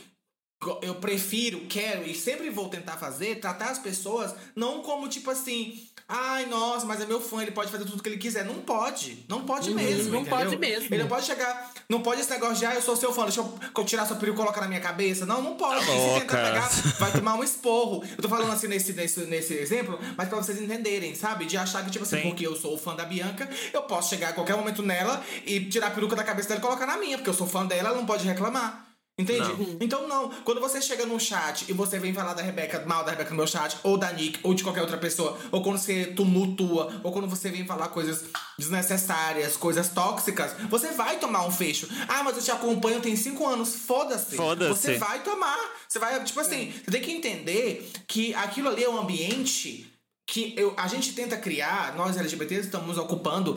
S5: go- eu prefiro, quero e sempre vou tentar fazer, tratar as pessoas não como tipo assim, ai, nossa, mas é meu fã, ele pode fazer tudo que ele quiser. Não pode, não pode mesmo,
S4: Uhum, não
S5: entendeu?
S4: pode mesmo.
S5: Ele não pode chegar, não pode esse negócio de, ah, eu sou seu fã, deixa eu co- tirar sua peruca e colocar na minha cabeça. Não, não pode.
S1: Tá
S5: Se
S1: louca.
S5: tentar pegar, vai tomar um esporro. Eu tô falando assim nesse, nesse, nesse exemplo, mas pra vocês entenderem, sabe? De achar que, tipo assim,
S1: Sim.
S5: porque eu sou fã da Bianca, eu posso chegar a qualquer momento nela e tirar a peruca da cabeça dela e colocar na minha, porque eu sou fã dela, ela não pode reclamar. Entende? Então não, quando você chega num chat e você vem falar da Rebeca, mal da Rebeca no meu chat, ou da Nick, ou de qualquer outra pessoa, ou quando você tumultua, ou quando você vem falar coisas desnecessárias, coisas tóxicas, você vai tomar um fecho. Ah, mas eu te acompanho tem cinco anos, foda-se.
S1: Foda-se.
S5: Você vai tomar. Você vai, tipo assim, você tem que entender que aquilo ali é um ambiente que eu, a gente tenta criar, nós LGBTs estamos ocupando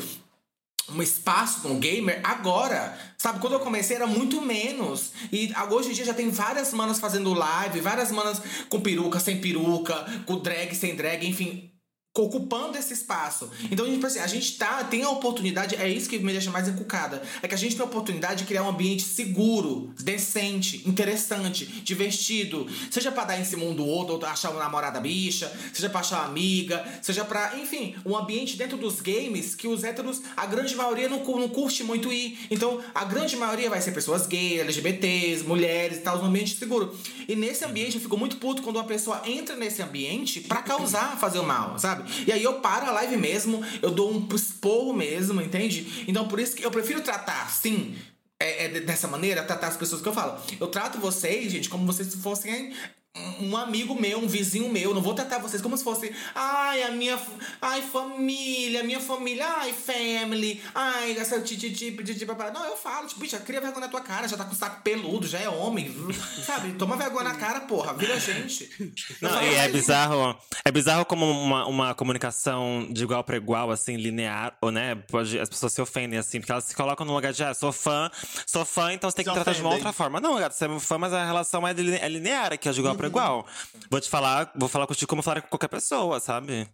S5: um espaço como gamer agora. Sabe, quando eu comecei era muito menos. E a- hoje em dia já tem várias manas fazendo live, várias manas com peruca, sem peruca, com drag, sem drag, enfim. Ocupando esse espaço. Então, tipo assim, a gente tá, tem a oportunidade, é isso que me deixa mais encucada. É que a gente tem a oportunidade de criar um ambiente seguro, decente, interessante, divertido. Seja pra dar em cima um do outro, ou achar uma namorada bicha, seja pra achar uma amiga, seja pra. Enfim, um ambiente dentro dos games que os héteros, a grande maioria não, cu- não curte muito ir. Então, a grande maioria vai ser pessoas gays, LGBTs, mulheres e tal, um ambiente seguro. E nesse ambiente eu fico muito puto quando uma pessoa entra nesse ambiente pra causar, fazer o mal, sabe? E aí eu paro a live mesmo, eu dou um esporro mesmo, entende? Então por isso que eu prefiro tratar, sim. É, é de- dessa maneira, tratar as pessoas que eu falo. Eu trato vocês, gente, como vocês se fossem um- um amigo meu, um vizinho meu. Não vou tratar vocês como se fosse, ai, a minha. f- Ai, família, minha família, ai, family, ai, essa tititi, tititi, papá. Não, eu falo, tipo, bicha, cria vergonha na tua cara, já tá com o saco peludo, já é homem, sabe? Toma vergonha na cara, porra, vira gente. Eu
S1: Não,
S5: falo
S1: e é
S5: assim,
S1: bizarro. É bizarro como uma, uma comunicação de igual pra igual, assim, linear, ou né? Pode, as pessoas se ofendem, assim, porque elas se colocam no lugar de, ah, sou fã, sou fã, então você tem que
S2: Se
S1: tratar de uma
S2: ofendem.
S1: outra forma. Não, gato, você é meu fã, mas a relação é, li- é linear aqui, é de igual pra igual. Vou te falar, vou falar contigo como eu falaria com qualquer pessoa, sabe?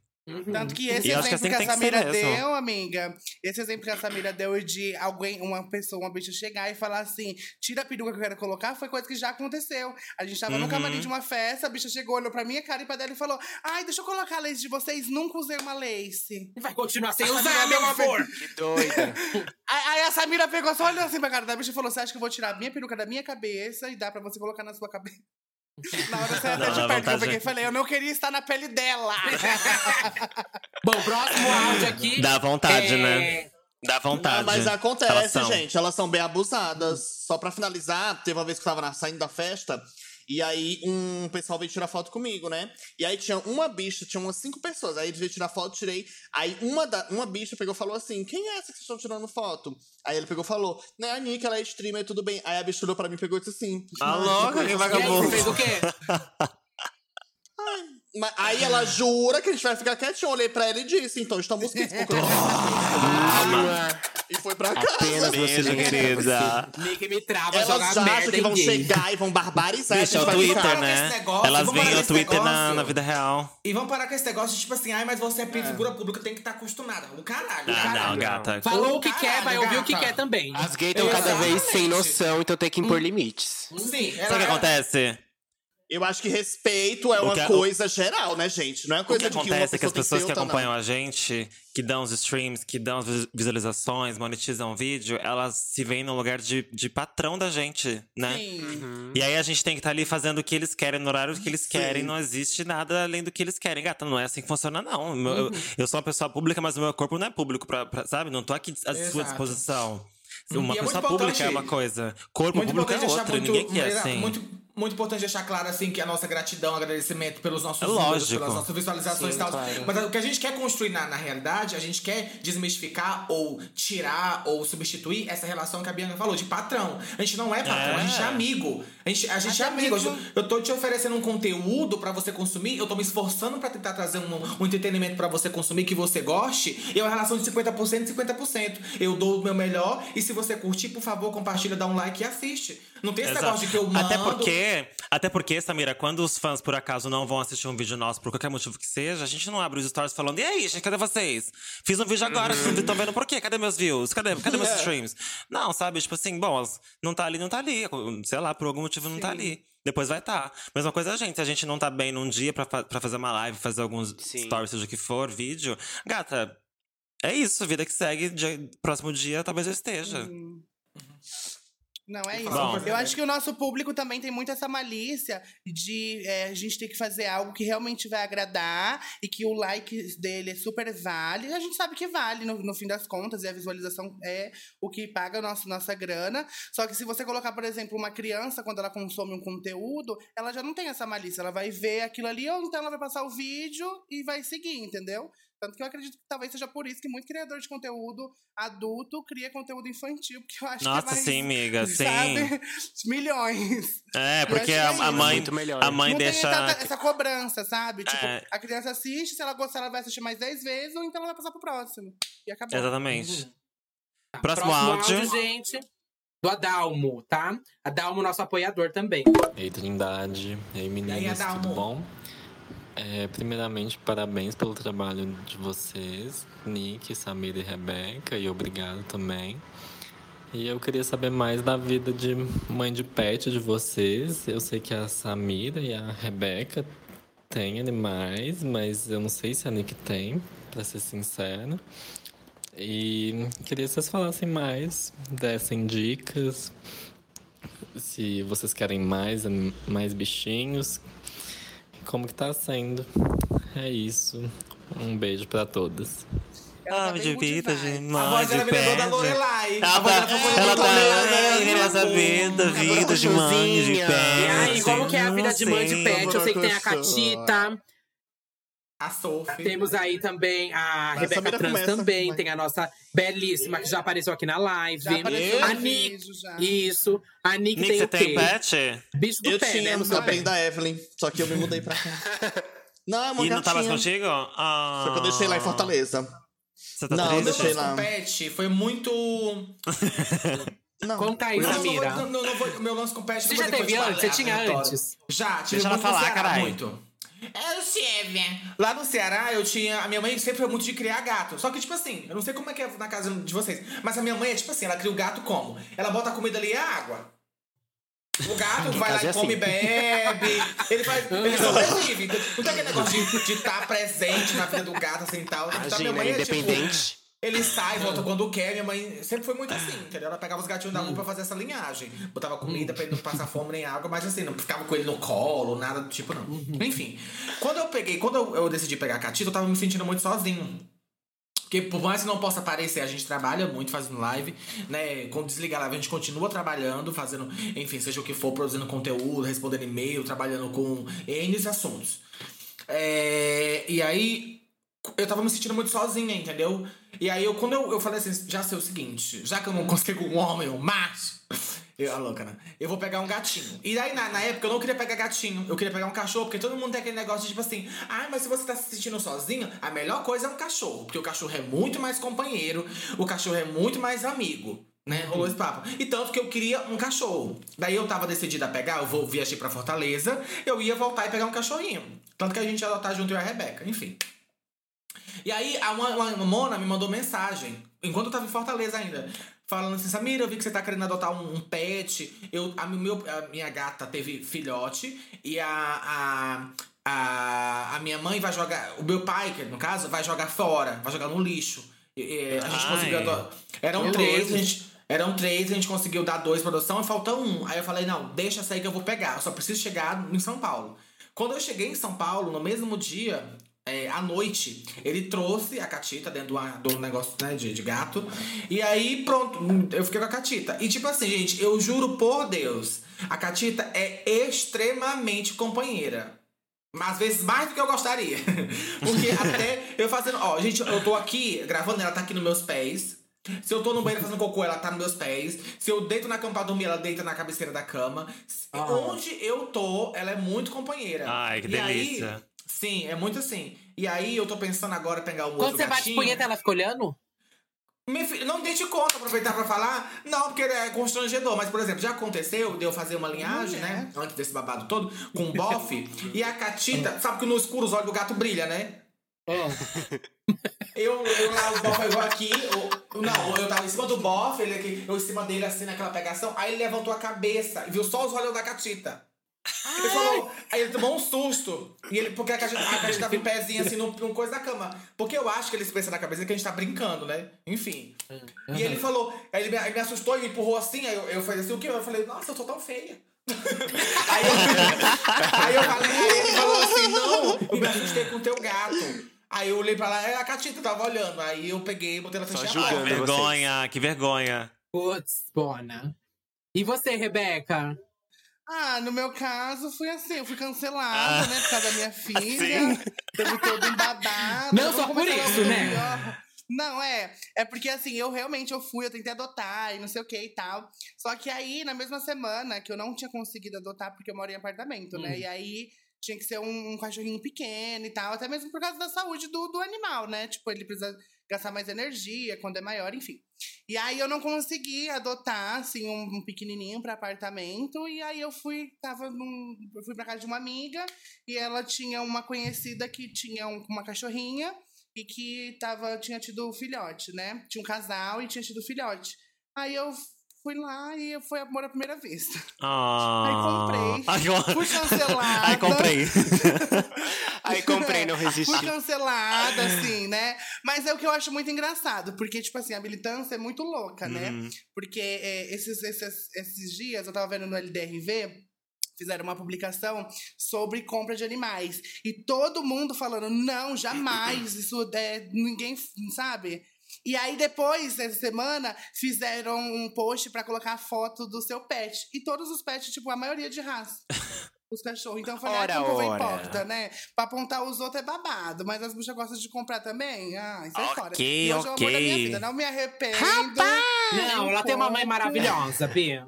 S6: Tanto que
S1: E
S6: esse
S1: eu
S6: exemplo
S1: acho que
S6: que,
S1: assim
S6: a
S1: tem que ser
S6: Samira
S1: mesmo.
S6: deu, amiga, esse exemplo que a Samira deu de alguém, uma pessoa, uma bicha chegar e falar assim, tira a peruca que eu quero colocar, foi coisa que já aconteceu. A gente tava
S1: Uhum.
S6: no camarim de uma festa, a bicha chegou, olhou pra minha cara e pra dela e falou, ai, deixa eu colocar a lace de vocês, nunca usei uma lace.
S4: Vai continuar sem
S6: Essa
S4: usar,
S6: mulher
S4: meu
S6: não
S4: amor!
S3: Que doida.
S6: Aí, aí a Samira pegou, só olhou assim pra cara da bicha e falou, você acha que eu vou tirar a minha peruca da minha cabeça e dá pra você colocar na sua cabeça? Na hora saiu até
S1: Não, dá
S6: de perto que eu
S1: vontade.
S6: peguei e falei, eu não queria estar na pele dela.
S4: Bom, próximo áudio aqui.
S1: Dá vontade,
S4: é-
S1: né? Dá vontade.
S2: Ah, mas acontece,
S1: Elas são.
S2: gente. Elas são bem abusadas. Só pra finalizar, teve uma vez que eu tava na- saindo da festa E aí um pessoal veio tirar foto comigo, né? E aí tinha uma bicha, tinha umas cinco pessoas. Aí eles veio tirar foto, tirei. Aí uma, da, uma bicha pegou e falou assim: Quem é essa que vocês estão tirando foto? Aí ele pegou e falou: Né, a Nick, ela é streamer, tudo bem. Aí a bicha olhou pra mim e pegou e disse assim:
S3: Tá
S2: "Ai,
S3: louca, que
S4: E aí, você
S3: vagabundo.
S4: fez o quê?
S2: Mas aí ela jura que a gente vai ficar quietinho. Eu olhei pra ela e disse, então estamos quietos. e foi pra casa.
S3: Apenas você,
S1: Beijo,
S3: minha
S1: querida.
S4: Nick me trava
S2: Elas
S4: jogar
S2: já acham
S4: merda
S2: que
S4: em
S2: vão
S4: gay.
S2: chegar e vão barbarizar.
S1: Bicho, é
S2: a
S1: o
S2: gente vai ficar...
S1: Twitter,
S5: com
S1: né?
S5: esse negócio,
S1: Elas
S5: vamos parar
S1: veem o
S5: com esse
S1: Twitter na,
S5: negócio.
S1: na vida real.
S5: E vamos parar com esse negócio de tipo assim, ai, mas você é pri- figura pública, tem que estar acostumada. O caralho, o
S1: Ah,
S5: caralho.
S1: não, gata.
S4: Falou
S5: Ô,
S4: o que
S5: caralho,
S4: quer, vai ouvir o que
S5: gata.
S4: quer também.
S3: As gays estão cada
S5: Exatamente.
S3: vez sem noção, então tem que impor limites.
S5: Sim, ela, é
S1: Sabe o que acontece?
S2: Eu acho que respeito é
S1: O
S2: uma
S1: que a-
S2: coisa geral, né, gente? Não é
S1: O que
S2: coisa de que tá uma
S1: acontece é que as
S2: pessoa tem
S1: pessoas
S2: ser
S1: que
S2: outra, não.
S1: acompanham a gente, que dão os streams, que dão as vis- visualizações, monetizam o vídeo, elas se veem no lugar de, de patrão da gente, né?
S6: Sim.
S1: E aí a gente tem que estar ali fazendo o que eles querem, no horário que eles querem. Não existe nada além do que eles querem. Gata, não é assim que funciona, não. Meu-
S5: Uhum.
S1: Eu, eu sou uma pessoa pública, mas o meu corpo não é público, pra, pra- sabe? Não tô aqui à sua
S5: Exato.
S1: disposição. Uma
S5: E é muito
S1: pessoa
S5: importante-
S1: pública é uma coisa, corpo
S5: muito
S1: público é
S5: importante
S1: outra.
S5: deixar muito,
S1: Ninguém quer assim.
S5: muito, muito importante deixar claro assim que a nossa gratidão, agradecimento pelos nossos
S1: É
S5: números,
S1: lógico.
S5: pelas nossas visualizações
S3: Sim,
S5: e tal.
S3: claro.
S5: Mas o que a gente quer construir na, na realidade, a gente quer desmistificar ou tirar ou substituir essa relação que a Bianca falou de patrão. A gente não é patrão, a gente é
S1: É.
S5: amigo. A gente, a gente é
S6: Até
S5: amigo.
S6: mesmo-
S5: Eu tô te oferecendo um conteúdo pra você consumir, eu tô me esforçando pra tentar trazer um, um entretenimento pra você consumir que você goste. E é uma relação de 50% e 50%. Eu dou o meu melhor e se você curtir, por favor, compartilha, dá um like e assiste. Não tem esse
S1: Exato.
S5: negócio de que eu mando.
S1: Até porque, até porque, Samira, quando os fãs por acaso não vão assistir um vídeo nosso por qualquer motivo que seja, a gente não abre os stories falando: e aí, gente, cadê vocês? Fiz um vídeo agora,
S6: Uhum.
S1: vocês estão vendo por quê? Cadê meus views? Cadê, cadê
S6: É.
S1: meus streams? Não, sabe? Tipo assim, bom, as- não tá ali, não tá ali. Sei lá, por algum motivo não tá ali. Depois vai estar. Tá. Mesma coisa a gente. Se a gente não tá bem num dia pra, fa- pra fazer uma live, fazer alguns
S3: Sim.
S1: stories, seja o que for, vídeo. Gata, é isso. Vida que segue. dia- próximo dia talvez eu esteja.
S6: Hum, Não, é isso.
S1: Bom.
S6: eu acho que o nosso público também tem muito essa malícia de é, a gente ter que fazer algo que realmente vai agradar e que o like dele é super vale. A gente sabe que vale, no, no fim das contas, e a visualização é o que paga a nossa, nossa grana. Só que se você colocar, por exemplo, uma criança, quando ela consome um conteúdo, ela já não tem essa malícia. Ela vai ver aquilo ali, ou então ela vai passar o vídeo e vai seguir, entendeu? Tanto que eu acredito que talvez seja por isso que muito criador de conteúdo adulto cria conteúdo infantil, porque eu acho que é
S1: Nossa,
S6: mais-
S1: sim, amiga, sim.
S6: sabe? Milhões.
S1: É, porque
S6: acho
S1: a,
S6: que é
S1: a
S6: isso.
S1: mãe.
S3: Muito melhor.
S1: A mãe
S6: não
S1: deixa.
S6: tem tanta- essa cobrança, sabe? Tipo,
S1: É.
S6: a criança assiste, se ela gostar, ela vai assistir mais 10 vezes, ou então ela vai passar pro próximo. E acabou.
S1: Exatamente. Próximo, áudio.
S4: Uhum. gente. Do Adalmo, tá? Adalmo, nosso apoiador também.
S9: Ei, Trindade.
S5: E
S9: Ei,
S5: aí,
S9: meninas,
S5: Adalmo?
S9: tudo bom? É, primeiramente, parabéns pelo trabalho de vocês, Nick, Samira e Rebeca, e obrigado também. E eu queria saber mais da vida de mãe de pet de vocês. Eu sei que a Samira e a Rebeca têm animais, mas eu não sei se a Nick tem, pra ser sincera. E queria que vocês falassem mais, dessem dicas, se vocês querem mais, anim- mais bichinhos, como que tá sendo. É isso. Um beijo pra todas.
S6: Ela
S1: Ah,
S6: tá
S1: me
S6: bem
S1: divida,
S6: motivada.
S1: gente.
S5: A
S1: Mãe
S5: voz
S1: né, de
S5: dela é me lembrou da
S1: pé.
S5: Lorelai.
S1: Ela tá, ela tá alegre nessa tá vida, vida de mãe de
S3: gostosinha.
S1: pé.
S4: E aí, como que é a
S1: Não
S4: vida de mãe de
S1: sei.
S4: pet? Eu sei que tem a
S2: Abraçou.
S4: Catita,
S5: A Sophie.
S4: temos aí também a
S2: Mas
S4: Rebeca
S2: Samira
S4: Trans
S2: começa,
S4: também,
S2: vai.
S4: tem a nossa belíssima, que já apareceu aqui na live.
S6: Já apareceu
S4: a
S6: no
S4: Nick,
S6: vídeo, já.
S4: isso. A Nick,
S1: Nick,
S4: tem
S1: você
S4: o quê?
S1: tem pet?
S4: Bicho do
S2: Eu
S4: pé,
S2: tinha
S4: né? No seu
S2: a
S4: pé.
S2: bem da Evelyn, só que eu me mudei pra cá. Não, é uma
S1: E não tá mais
S2: gatinha.
S1: contigo? Ah.
S2: Só que eu deixei lá em Fortaleza.
S1: Você tá
S2: Não,
S5: O
S1: triste?
S5: meu
S2: deixei
S5: lance
S2: lá.
S5: com pet foi muito.
S2: Não.
S4: Conta aí,
S5: Não, não vou-
S4: Samira.
S5: não, não, não vou- meu lance com pet
S4: Você
S5: não vou
S4: já
S5: dizer que
S4: teve
S5: foi, tipo,
S4: antes? Você tinha
S5: aleatório.
S4: antes?
S5: Já, tive
S1: Deixa ela
S5: muito no
S1: falar,
S5: Ceará,
S1: caralho.
S5: muito. Eu tive. Lá no Ceará, eu tinha. A minha mãe sempre foi muito de criar gato. Só que, tipo assim, eu não sei como é que é na casa de vocês. Mas a minha mãe é tipo assim, ela cria o gato como? Ela bota a comida ali e a água. O gato vai lá
S3: casa
S5: e
S3: é
S5: come, bebe. Ele vai. Ele sobrevive. Não tem aquele negócio de estar presente na vida do gato, assim e tal. Então, minha
S3: Imagina,
S5: mãe é, tipo,
S3: independente.
S5: ele sai, volta quando quer. Minha mãe sempre foi muito assim, entendeu? Ela pegava os gatinhos da rua pra fazer essa linhagem. Botava comida pra ele não passar fome nem água, mas assim, não ficava com ele no colo, nada do tipo, não. Enfim, quando eu peguei, quando eu, eu decidi pegar a Catita, eu tava me sentindo muito sozinho. Porque por mais que não possa aparecer, a gente trabalha muito fazendo live, né? Quando desligar a live, a gente continua trabalhando, fazendo, enfim, seja o que for, produzindo conteúdo, respondendo e-mail, trabalhando com N assuntos. É, e aí, eu tava me sentindo muito sozinha, entendeu? E aí, eu, quando eu, eu falei assim, já sei o seguinte, já que eu não consigo um homem, um macho, eu, a louca, né? Eu vou pegar um gatinho. E aí, na, na época, eu não queria pegar gatinho. Eu queria pegar um cachorro, porque todo mundo tem aquele negócio de tipo assim: ah, mas se você tá se sentindo sozinho, a melhor coisa é um cachorro. Porque o cachorro é muito mais companheiro, o cachorro é muito mais amigo. Né? Rolou esse papo. E tanto que eu queria um cachorro. Daí eu tava decidida a pegar, eu vou viajar pra Fortaleza, eu ia voltar e pegar um cachorrinho. Tanto que a gente ia adotar junto eu e a Rebeca, enfim. E aí, a uma, uma Mona me mandou mensagem, enquanto eu tava em Fortaleza ainda, falando assim: Samira, eu vi que você tá querendo adotar um, um pet. Eu, a, meu, a minha gata teve filhote e a. a a, a minha mãe vai jogar. O meu pai, que é, no caso, vai jogar fora, vai jogar no lixo. E, e a gente
S1: Ai.
S5: conseguiu adotar. Eram
S4: Que
S5: três,
S4: louco.
S5: a gente, eram três, a gente conseguiu dar dois pra adoção e falta um. Aí eu falei, não, deixa sair que eu vou pegar. Eu só preciso chegar em São Paulo. Quando eu cheguei em São Paulo, no mesmo dia, é, à noite, ele trouxe a Catita dentro de, uma, de um negócio né, de, de gato. E aí, pronto, eu fiquei com a Catita. E tipo assim, gente, eu juro por Deus, a Catita é extremamente companheira. Mas às vezes mais do que eu gostaria. Porque até eu fazendo. Ó, gente, eu tô aqui gravando, ela tá aqui nos meus pés. Se eu tô no banheiro fazendo cocô, ela tá nos meus pés. Se eu deito na cama pra dormir, ela deita na cabeceira da cama. Se- Onde eu tô, ela é muito companheira.
S1: Ah. Ai, que
S5: E aí-
S1: delícia.
S5: sim, é muito assim. E aí eu tô pensando agora em pegar o outro
S4: Quando você bate
S5: gatinho.
S4: punheta, ela fica olhando?
S5: Minha filha, não dei de conta, aproveitar pra falar. Não, porque é constrangedor. Mas, por exemplo, já aconteceu de eu fazer uma linhagem, né? Antes desse babado todo, com um bofe. e a Catita, sabe que no escuro os olhos do gato brilham, né? Eu, eu lá, o bofe eu aqui, eu- não, eu tava em cima do bofe, ele aqui, eu em cima dele assim naquela pegação, aí ele levantou a cabeça e viu só os olhos da catita. Ele falou, aí ele tomou um susto. E ele, porque a catita, a catita tava em pezinho assim no, no coisa da cama. Porque eu acho que eles pensam na cabeça que a gente tá brincando, né? Enfim. E ele falou, aí ele me, ele me assustou e me empurrou assim, aí eu, eu falei assim, o quê? Eu falei, nossa, eu sou tão feia. Aí eu, aí eu falei, aí ele falou assim, não, eu me assustei com o teu gato. Aí eu olhei pra lá, é, a Catita tava olhando. Aí eu peguei, botei na frente da
S1: Que
S3: julgando.
S5: porta.
S1: vergonha, que vergonha.
S4: Putz, bona. E você, Rebeca?
S6: Ah, no meu caso, fui assim, eu fui cancelada,
S1: Ah.
S6: né? Por causa da minha filha.
S1: Sim.
S6: Teve todo um babado.
S4: Não
S6: Vamos
S4: só por
S6: começar
S4: isso,
S6: logo
S4: né?
S6: melhor. Não, é. É porque assim, eu realmente eu fui, eu tentei adotar e não sei o que e tal. Só que aí, na mesma semana, que eu não tinha conseguido adotar, porque eu moro em apartamento,
S4: Hum.
S6: né? E aí tinha que ser um, um cachorrinho pequeno e tal, até mesmo por causa da saúde do, do animal, né? Tipo, ele precisa gastar mais energia quando é maior, enfim. E aí eu não consegui adotar, assim, um, um pequenininho para apartamento. E aí eu fui, tava num, eu fui pra casa de uma amiga e ela tinha uma conhecida que tinha um- uma cachorrinha e que tava, tinha tido filhote, né? Tinha um casal e tinha tido filhote. Aí eu fui lá e foi amor à primeira vista.
S1: Ah.
S6: Aí comprei.
S1: Ai, eu-
S6: Fui cancelada.
S1: Ai, comprei.
S3: Aí comprei, não
S6: Fui
S3: resisti.
S6: cancelada, assim, né? Mas é o que eu acho muito engraçado, porque, tipo assim, a militância é muito louca, né?
S1: Uhum.
S6: Porque é, esses, esses, esses dias eu tava vendo no LDRV. Fizeram uma publicação sobre compra de animais. E todo mundo falando, não, jamais, isso é. Ninguém sabe. E aí, depois, essa semana, fizeram um post pra colocar a foto do seu pet. E todos os pets, tipo, a maioria de raça. Os cachorros. Então eu falei,
S3: Ora,
S6: ah, que povo
S3: ora.
S6: importa, né? Pra apontar os outros é babado, mas as bichas gostam de comprar também. Ah, isso é
S1: Ok,
S6: fora. E hoje é o amor da minha
S1: ok.
S6: vida, não me arrependo.
S4: Não, ela tem uma mãe maravilhosa, Bia.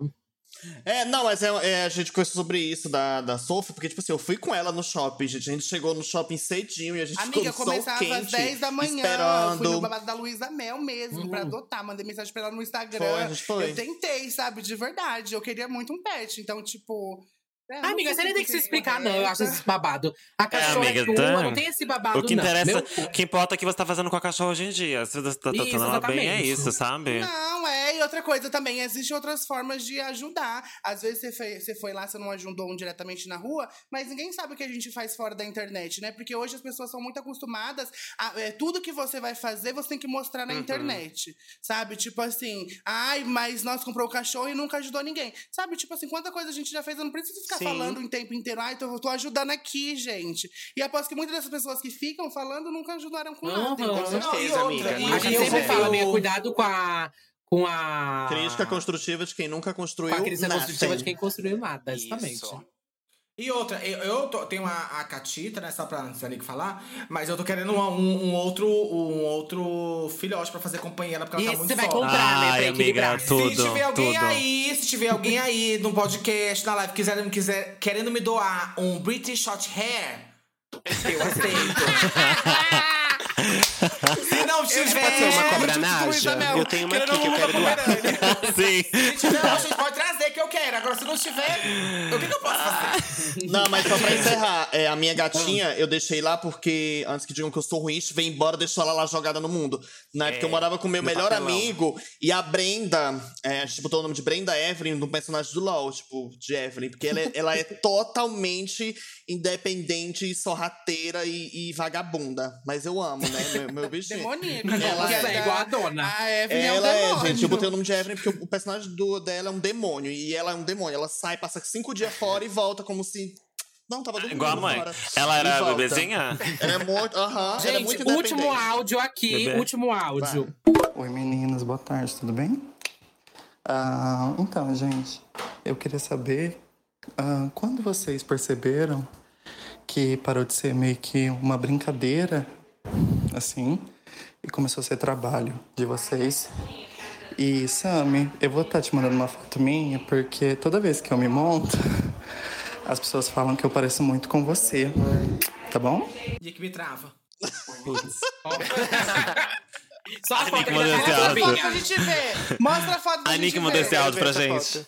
S2: É, não, mas é, é, a gente conversou sobre isso da, da Sophie, porque, tipo assim, eu fui com ela no shopping, gente. A gente chegou no shopping cedinho e a gente
S6: Amiga,
S2: ficou no sol
S6: começava
S2: quente,
S6: às 10 da manhã. Eu fui no
S2: esperando. Hum.
S6: babado da Luísa Mel mesmo pra adotar. Mandei mensagem pra ela no Instagram.
S2: Foi, a gente foi.
S6: Eu tentei, sabe? De verdade. Eu queria muito um pet. Então, tipo. é, não
S4: amiga,
S6: sei
S4: você nem
S6: por
S4: tem que se explicar, não.
S6: correta.
S4: Eu acho esse babado. A cachorra é,
S1: amiga,
S4: tua,
S1: tá.
S4: não tem esse babado,
S1: O que
S4: não.
S1: interessa, é
S4: Meu-
S1: o que importa é o que você tá fazendo com a cachorra hoje em dia. Se você tá tratando
S4: Isso,
S1: ela bem, é
S4: exatamente.
S1: isso, sabe?
S6: Não, é É, e outra coisa também, existem outras formas de ajudar. Às vezes você foi, você foi lá, você não ajudou um diretamente na rua, mas ninguém sabe o que a gente faz fora da internet, né? Porque hoje as pessoas são muito acostumadas a é, tudo que você vai fazer, você tem que mostrar
S3: Uhum.
S6: na internet. Sabe? Tipo assim, ai, mas nós comprou o cachorro e nunca ajudou ninguém. Sabe, tipo assim, quanta coisa a gente já fez, eu não preciso ficar
S3: Sim.
S6: falando o tempo inteiro, ai, tô, tô ajudando aqui, gente. E aposto que muitas dessas pessoas que ficam falando nunca ajudaram com nada.
S4: Uhum.
S6: entendeu?
S4: Com
S3: certeza,
S6: Não, e outra,
S3: amiga,
S6: e
S4: A gente
S5: eu
S4: sempre
S5: vou-
S4: fala, né? Cuidado com a. Com a.
S2: Crítica construtiva de quem nunca
S4: com
S2: construiu
S4: a crítica
S2: nada.
S4: construtiva de quem construiu nada, exatamente.
S3: Isso.
S5: E outra, eu, eu tô- tenho a, a Catita, né? Só pra antes da Nick falar, mas eu tô querendo um, um- um outro, um outro filhote pra fazer companhia nela, porque ela
S4: Isso,
S5: tá muito
S4: você vai
S5: só.
S4: comprar, né? Pra
S1: Ai,
S4: equilibrar.
S1: amiga, Ah, tudo,
S5: se tiver alguém
S1: tudo.
S5: aí, se tiver alguém aí no podcast, na live, quiser, quiser, querendo me doar um British Short Hair, eu aceito. se não tiver,
S3: É, Pode ser uma
S5: se
S3: cobranaja? Eu tenho uma aqui que eu quero doar.
S1: Sim.
S5: tiver, a gente pode trazer que eu quero. Agora, se não tiver, o que, que eu posso fazer?
S2: Não, mas só pra encerrar, é, a minha gatinha eu deixei lá porque, antes que digam que eu sou ruim, vem embora, deixou ela lá jogada no mundo. Na época eu morava com meu melhor
S3: papelão.
S2: amigo e a Brenda, é, a gente botou o nome de Brenda Evelyn no personagem do LOL, tipo, de Evelyn, porque ela é, ela é totalmente independente, e sorrateira e, e vagabunda. Mas eu amo, né? Meu, meu bichinho.
S6: Demoníaca.
S2: Ela
S6: porque
S2: é
S6: da-
S4: igual a dona.
S6: A Evelyn é um
S2: Ela é,
S6: demônio.
S2: gente, eu botei o nome de Evelyn porque o personagem do- dela é um demônio. E ela é um demônio. Ela sai, passa cinco dias
S6: Ah.
S2: fora e volta como se. Não, tava dormindo
S1: Igual a mãe.
S2: fora.
S1: Ela
S2: E
S1: era
S2: volta.
S1: bebezinha?
S2: Ela é muito. Aham, ela é muito
S4: Gente,
S2: independente.
S4: último áudio aqui,
S1: Bebê.
S4: último áudio.
S10: Oi meninas, boa tarde, tudo bem? Ah, então, gente, eu queria saber ah, quando vocês perceberam que parou de ser meio que uma brincadeira, assim, e começou a ser trabalho de vocês. E Sammy, eu vou estar te mandando uma foto minha, porque toda vez que eu me monto, as pessoas falam que eu pareço muito com você, tá bom?
S5: E que me trava.
S4: Só a foto que
S1: mandou esse
S4: tá
S6: Mostra a
S1: áudio.
S6: foto pra gente ver. Mostra a foto pra
S1: A
S6: gente
S1: Nick
S6: ver.
S1: mandou esse áudio pra gente.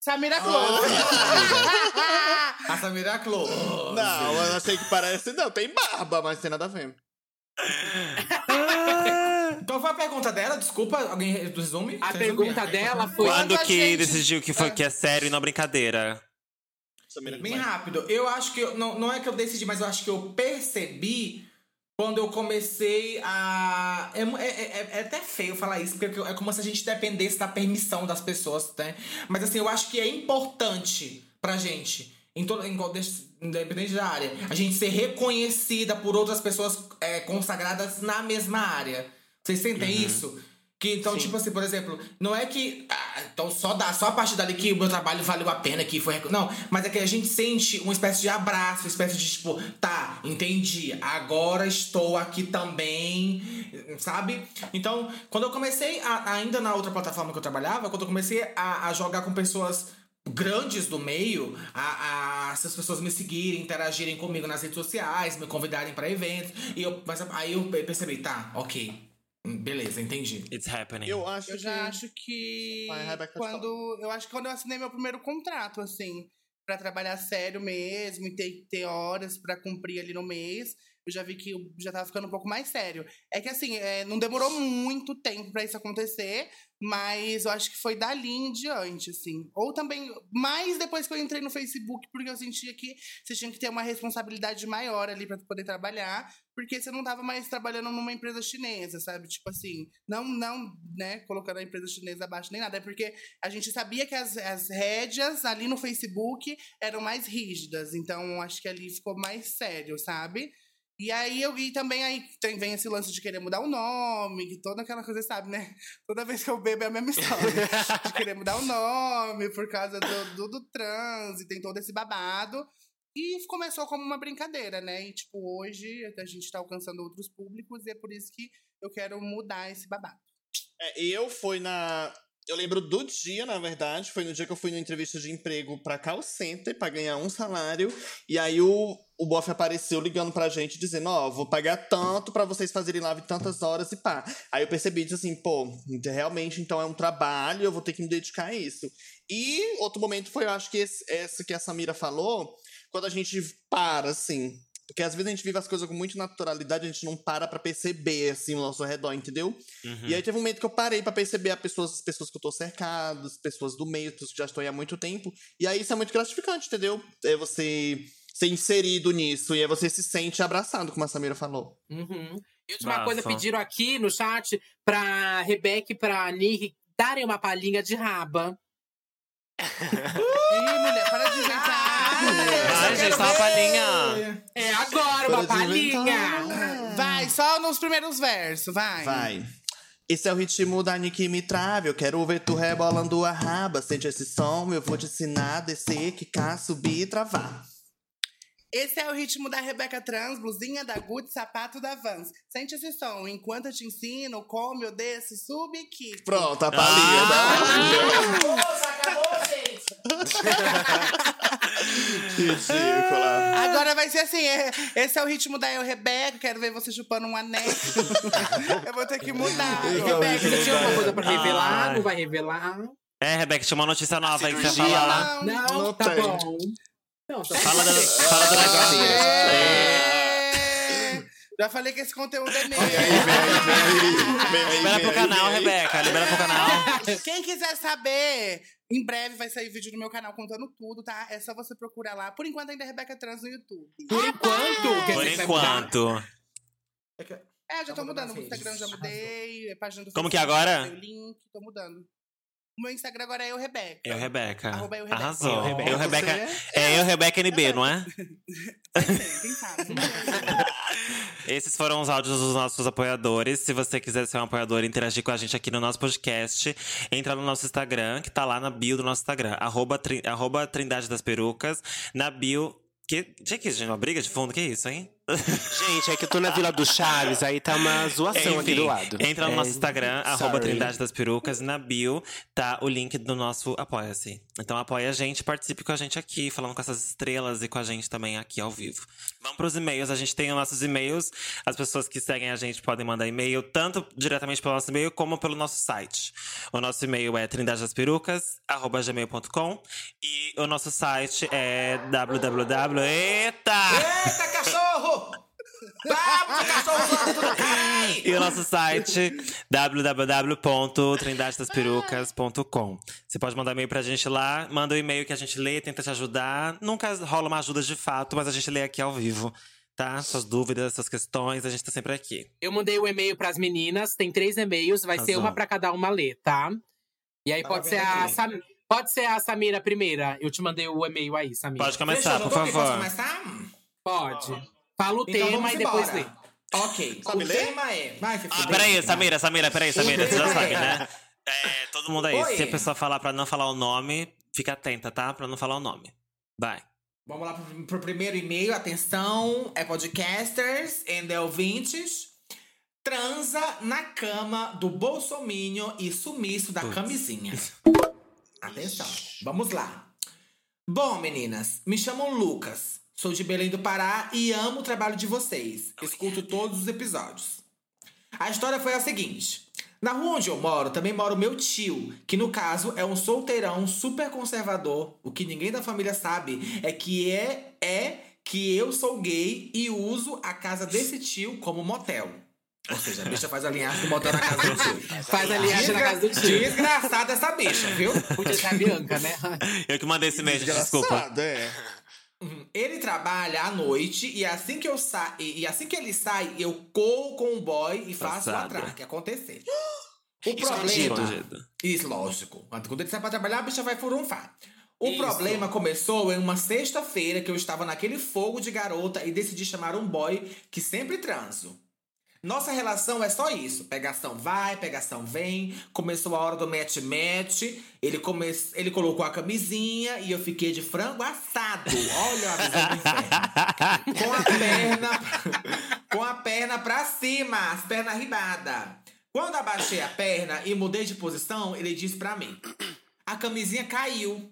S6: Samira Close.
S5: A Samira Close.
S2: Não, eu achei que parece. Não, tem barba, mas tem nada a ver.
S5: Então foi a pergunta dela, desculpa, alguém resume?
S4: A
S5: Você
S4: pergunta
S5: resume?
S4: dela foi.
S1: Quando
S6: Quando a
S1: que
S6: gente-
S1: decidiu que, foi, que é sério e não brincadeira?
S2: é
S5: Bem rápido. Eu acho que. eu- não, não é que eu decidi, mas eu acho que eu percebi quando eu comecei a. É, mu- é- é- é até feio falar isso, porque é como se a gente dependesse da permissão das pessoas, né? Mas assim, eu acho que é importante pra gente. Em todo, em, qual- independente da área, a gente ser reconhecida por outras pessoas é, consagradas na mesma área. Vocês sentem isso? Que então, tipo assim, por exemplo, não é que. ah, então só dá, só a partir dali que o meu trabalho valeu a pena, que foi. recon- Não, mas é que a gente sente uma espécie de abraço, uma espécie de tipo, tá, entendi, agora estou aqui também, sabe? Então, quando eu comecei, a- ainda na outra plataforma que eu trabalhava, quando eu comecei a, a jogar com pessoas grandes do meio a, a essas pessoas me seguirem, interagirem comigo nas redes sociais, me convidarem pra eventos. E eu, mas aí eu percebi, tá, ok. Hum, Beleza, entendi.
S1: It's happening.
S2: Eu acho
S6: Eu
S2: que.
S6: já acho que
S2: Vai, Rebeca,
S6: quando eu acho que quando eu assinei meu primeiro contrato assim pra trabalhar sério mesmo e ter, ter horas pra cumprir ali no mês, eu já vi que eu já tava ficando um pouco mais sério. É que assim, é, não demorou muito tempo pra isso acontecer, mas eu acho que foi dali em diante, assim. Ou também, mais depois que eu entrei no Facebook, porque eu sentia que você tinha que ter uma responsabilidade maior ali pra poder trabalhar porque você não tava mais trabalhando numa empresa chinesa, sabe? Tipo assim, não, não, né, colocando a empresa chinesa abaixo nem nada, é porque a gente sabia que as, as rédeas ali no Facebook eram mais rígidas, então acho que ali ficou mais sério, sabe? E aí eu e também aí tem, vem esse lance de querer mudar o nome, que toda aquela coisa, sabe, né? Toda vez que eu bebo é a mesma história. de querer mudar o nome por causa do, do, do trans e tem todo esse babado. E começou como uma brincadeira, né? E, tipo, hoje a gente tá alcançando outros públicos e é por isso que eu quero mudar esse babado.
S2: É, eu fui na. Eu lembro do dia, na verdade. Foi no dia que eu fui numa entrevista de emprego pra call center pra ganhar um salário. E aí o, o bofe apareceu ligando pra gente dizendo: Ó, vou pagar tanto pra vocês fazerem live tantas horas e pá. Aí eu percebi, disse assim, pô, realmente então é um trabalho, eu vou ter que me dedicar a isso. E outro momento foi, eu acho que esse, esse que a Samira falou, quando a gente para, assim. Porque às vezes a gente vive as coisas com muita naturalidade, a gente não para pra perceber, assim, o nosso redor, entendeu?
S1: Uhum.
S2: E aí teve um momento que eu parei pra perceber as pessoas, as pessoas que eu tô cercado, as pessoas do meio, pessoas que já estão aí há muito tempo. E aí isso é muito gratificante, entendeu? É você ser inserido nisso e aí você se sente abraçado, como a Samira falou.
S4: Uhum. E última
S9: Bafa.
S4: coisa, pediram aqui no chat pra Rebeca e pra Nick darem uma palhinha de raba.
S6: Ih, mulher, para de inventar. mulher.
S1: Ai, gente, tá uma palhinha.
S4: É agora, uma
S2: Para de inventar.
S4: palhinha!
S6: Vai, só nos primeiros versos, vai.
S2: Vai. Esse é o ritmo da Nicki me trave. Eu quero ver tu rebolando a raba. Sente esse som, eu vou te ensinar a descer, quicar, subir e travar.
S6: Esse é o ritmo da Rebeca Trans, blusinha da Gucci, sapato da Vans. Sente esse som, enquanto eu te ensino, come, eu desço, sube aqui.
S2: Pronto, a palhinha. Ridícula.
S6: Agora vai ser assim, é- esse é o ritmo da eu, Rebeca, quero ver você chupando um anel. eu vou ter que mudar.
S4: Rebeca, você tinha alguma coisa pra revelar?
S1: Ai.
S4: Não vai revelar?
S1: É, Rebeca, tinha uma notícia nova aí que você ia
S2: cirurgia
S1: falar.
S6: Não,
S4: Não,
S2: Não
S4: tá
S2: tem.
S4: bom. Não, tá
S1: Fala do,
S4: bom.
S1: fala
S5: Ah,
S1: do negócio.
S6: É. Já falei que esse conteúdo é meu.
S1: Libera pro canal, Rebeca. Libera pro canal.
S6: Quem quiser saber, em breve vai sair vídeo no meu canal contando tudo, tá? É só você procurar lá. Por enquanto ainda é Rebeca Trans no YouTube.
S4: Por enquanto, quer
S1: Por
S4: dizer que vai mudar?
S1: enquanto.
S6: É, eu já tô
S5: Tá mudando
S6: mudando.
S5: as
S6: O Instagram
S5: redes.
S6: já mudei, a página do
S1: Como que é
S6: Facebook,
S1: agora?
S6: mudei O link, tô mudando. O meu Instagram agora é eu, Rebeca.
S1: Eu, Rebeca.
S6: Arroba eu, Rebeca.
S1: Arrasou.
S9: Eu, Rebeca.
S1: Eu, Rebeca. É eu, Rebeca NB, não é?
S6: Quem sabe? Não sei.
S1: Esses foram os áudios dos nossos apoiadores. Se você quiser ser um apoiador e interagir com a gente aqui no nosso podcast, entra no nosso Instagram, que tá lá na bio do nosso Instagram, arroba, tri- arroba Trindade das Perucas, na bio. Que, que, que gente, uma briga de fundo? Que isso, hein?
S3: Gente, é que eu tô na Vila do Chaves, aí tá uma zoação aqui do lado.
S1: Entra no
S3: É,
S1: nosso Instagram, arroba
S3: sorry.
S1: Trindade das Perucas. Na bio tá o link do nosso Apoia-se. Então apoia a gente, participe com a gente aqui, falando com essas estrelas e com a gente também aqui ao vivo. Vamos pros e-mails. A gente tem os nossos e-mails. As pessoas que seguem a gente podem mandar e-mail, tanto diretamente pelo nosso e-mail como pelo nosso site. O nosso e-mail é trindadesperucas, arroba gmail.com. E o nosso site é www. Eita!
S5: Eita, cachorro! Bravo, cachorro! zoando tudo, caralho!
S1: E o nosso site www.trindadesperucas.com. Você pode mandar e-mail pra gente lá, manda o e-mail que a gente lê, tenta te ajudar. Nunca rola uma ajuda de fato, mas a gente lê aqui ao vivo, tá? Suas dúvidas, suas questões, a gente tá sempre aqui.
S4: Eu mandei o e-mail pras meninas, tem três e-mails, vai ser
S1: Arrasou.
S4: uma pra cada uma ler, tá? E aí
S5: Tá
S4: pode
S5: na
S4: ser,
S5: verdade,
S4: a
S5: né?
S4: Sam... pode ser a Samira primeira. Eu te mandei o e-mail aí, Samira.
S1: Pode começar,
S5: Fechou,
S1: por
S5: voltou aqui, Posso
S1: favor.
S5: começar?
S4: Pode. Fala o
S5: Então
S4: tema
S5: vamos
S4: e depois
S5: embora.
S4: lê.
S5: Ok,
S2: Sabe
S5: o
S2: ler?
S5: tema é... Vai, se
S1: Ah,
S5: fuder.
S1: peraí, Samira, Samira, peraí, Samira, você já
S5: Oi.
S1: sabe, né? É, todo mundo aí.
S5: Oi.
S1: Se a pessoa falar pra não falar o nome, fica atenta, tá? Pra não falar o nome. Vai.
S5: Vamos lá pro, pro primeiro e-mail. Atenção, é podcasters and é ouvintes. Transa na cama do bolsominho e sumiço da camisinha. Atenção, vamos lá. Bom, meninas, me chamo Lucas. Sou de Belém do Pará e amo o trabalho de vocês. Escuto todos os episódios. A história foi a seguinte. Na rua onde eu moro, também mora o meu tio, que no caso é um solteirão super conservador. O que ninguém da família sabe é que é, é que eu sou gay e uso a casa desse tio como motel. Ou seja, a bicha faz a linhagem do motel na casa do tio.
S4: Faz a linhagem na casa do tio.
S5: Desgraçada essa bicha, viu?
S4: Podia ser a Bianca, né?
S1: Eu que mandei esse e-mail, gente, desculpa.
S2: Engraçado, é.
S5: Ele trabalha à noite e assim que eu sa e, e assim que ele sai, eu corro com o boy e faço o
S1: Passado.
S5: atraque acontecer. O problema. Isso, lógico. Quando ele sai pra trabalhar, a bicha vai furunfar. O
S4: Isso.
S5: problema começou em uma sexta-feira que eu estava naquele fogo de garota e decidi chamar um boy que sempre transo. Nossa relação é só isso. Pegação vai, pegação vem. Começou a hora do match-match. Ele, come... ele colocou a camisinha e eu fiquei de frango assado. Olha a visão do inferno com a perna com a perna pra cima, as pernas ribadas. Quando abaixei a perna e mudei de posição, ele disse pra mim: "A camisinha caiu".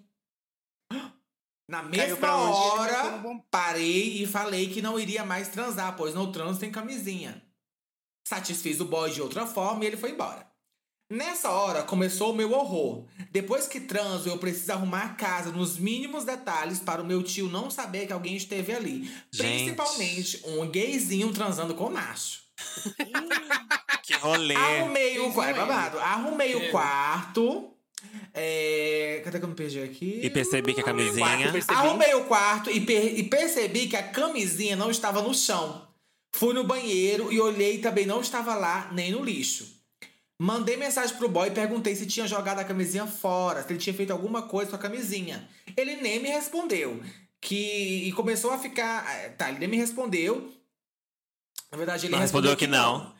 S5: Na mesma
S2: pra onde?
S5: hora, parei e falei que não iria mais transar, pois não transo sem camisinha. Satisfiz o boy de outra forma e ele foi embora. Nessa hora começou o meu horror. Depois que transo, eu preciso arrumar a casa nos mínimos detalhes para o meu tio não saber que alguém esteve ali.
S3: Gente.
S5: Principalmente um gayzinho transando com macho.
S1: Que rolê.
S5: Arrumei o quarto.
S6: Isso é.
S5: babado. Arrumei
S6: É.
S5: o quarto. É... Cadê que eu me perdi aqui?
S1: E percebi que a
S4: Quarto,
S1: camisinha.
S4: percebi.
S5: Arrumei o quarto e, per- e percebi que a camisinha não estava no chão. Fui no banheiro e olhei também não estava lá nem no lixo. Mandei mensagem pro boy e perguntei se tinha jogado a camisinha fora, se ele tinha feito alguma coisa com a camisinha. Ele nem me respondeu. Que e começou a ficar, ah, tá, ele nem me respondeu. Na verdade, ele
S1: Não respondeu que não.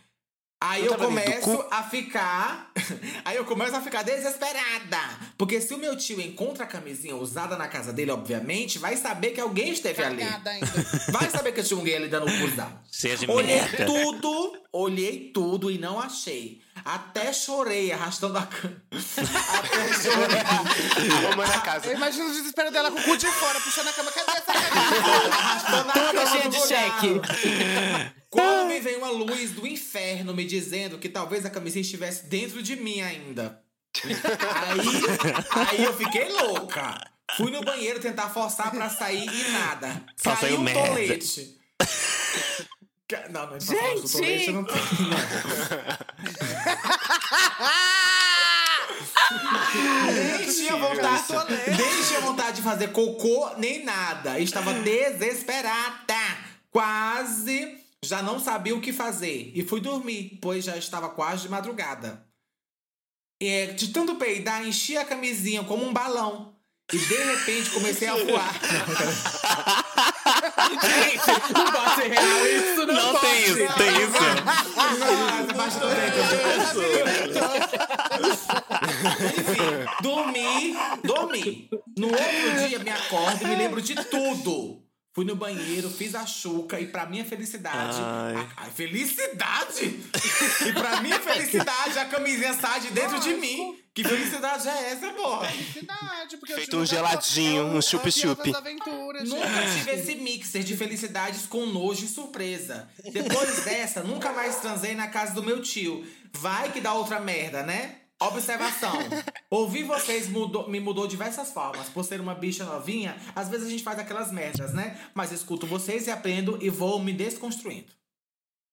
S5: Aí
S3: Não
S5: eu
S3: tava dentro do
S5: começo a ficar. Aí eu começo a ficar desesperada. Porque se o meu tio encontra a camisinha usada na casa dele, obviamente, vai saber que alguém esteve ali.
S6: Cagada ainda.
S5: Vai saber que eu tinha um gay ali dando um usado.
S1: Cheia de
S5: Olhei
S1: merda.
S5: tudo, olhei tudo e não achei. Até chorei arrastando a cama. Até chorei.
S3: Arrumando a casa.
S6: Eu imagino o desespero dela com o cu de fora, puxando a cama. Cadê essa camisinha?
S5: arrastando a
S7: Toda
S5: cama
S7: cheia
S5: do
S7: de
S5: buraco.
S7: cheque.
S5: Quando me veio uma luz do inferno me dizendo que talvez a camisinha estivesse dentro de mim ainda. Aí, aí eu fiquei louca. Fui no banheiro tentar forçar pra sair e nada.
S1: Só
S5: Caiu
S1: saiu
S5: o
S1: merda.
S5: tolete. Ca- Não, não, Gente! Do tolete, eu não tenho, não. nem tinha vontade, nem tinha vontade de fazer cocô, nem nada. Estava desesperada. Quase já não sabia o que fazer. E fui dormir, pois já estava quase de madrugada. É, de tanto peidar, enchi a camisinha como um balão. E de repente comecei a voar. Gente, não pode ser real isso, não,
S1: Não
S5: pode.
S1: tem isso, tem isso.
S5: Nossa, pastor, né? Enfim, dormi, dormi. No outro dia me acordo e me lembro de tudo. Fui no banheiro, fiz a chuca e pra minha felicidade.
S1: Ai.
S5: A, a felicidade? E pra minha felicidade, a camisinha sai de dentro de mim. Que felicidade é essa, porra?
S6: Verdade, porque eu
S3: Feito
S6: tive
S3: um
S6: uma-
S3: geladinho,
S6: eu-
S3: um
S6: eu
S3: chup-chup.
S6: vi essas aventuras, gente.
S5: Nunca tive esse mixer de felicidades com nojo e surpresa. Depois dessa, nunca mais transei na casa do meu tio. Vai que dá outra merda, né? Observação. Ouvir vocês mudou- me mudou diversas formas. Por ser uma bicha novinha, às vezes a gente faz aquelas merdas, né? Mas escuto vocês e aprendo e vou me desconstruindo.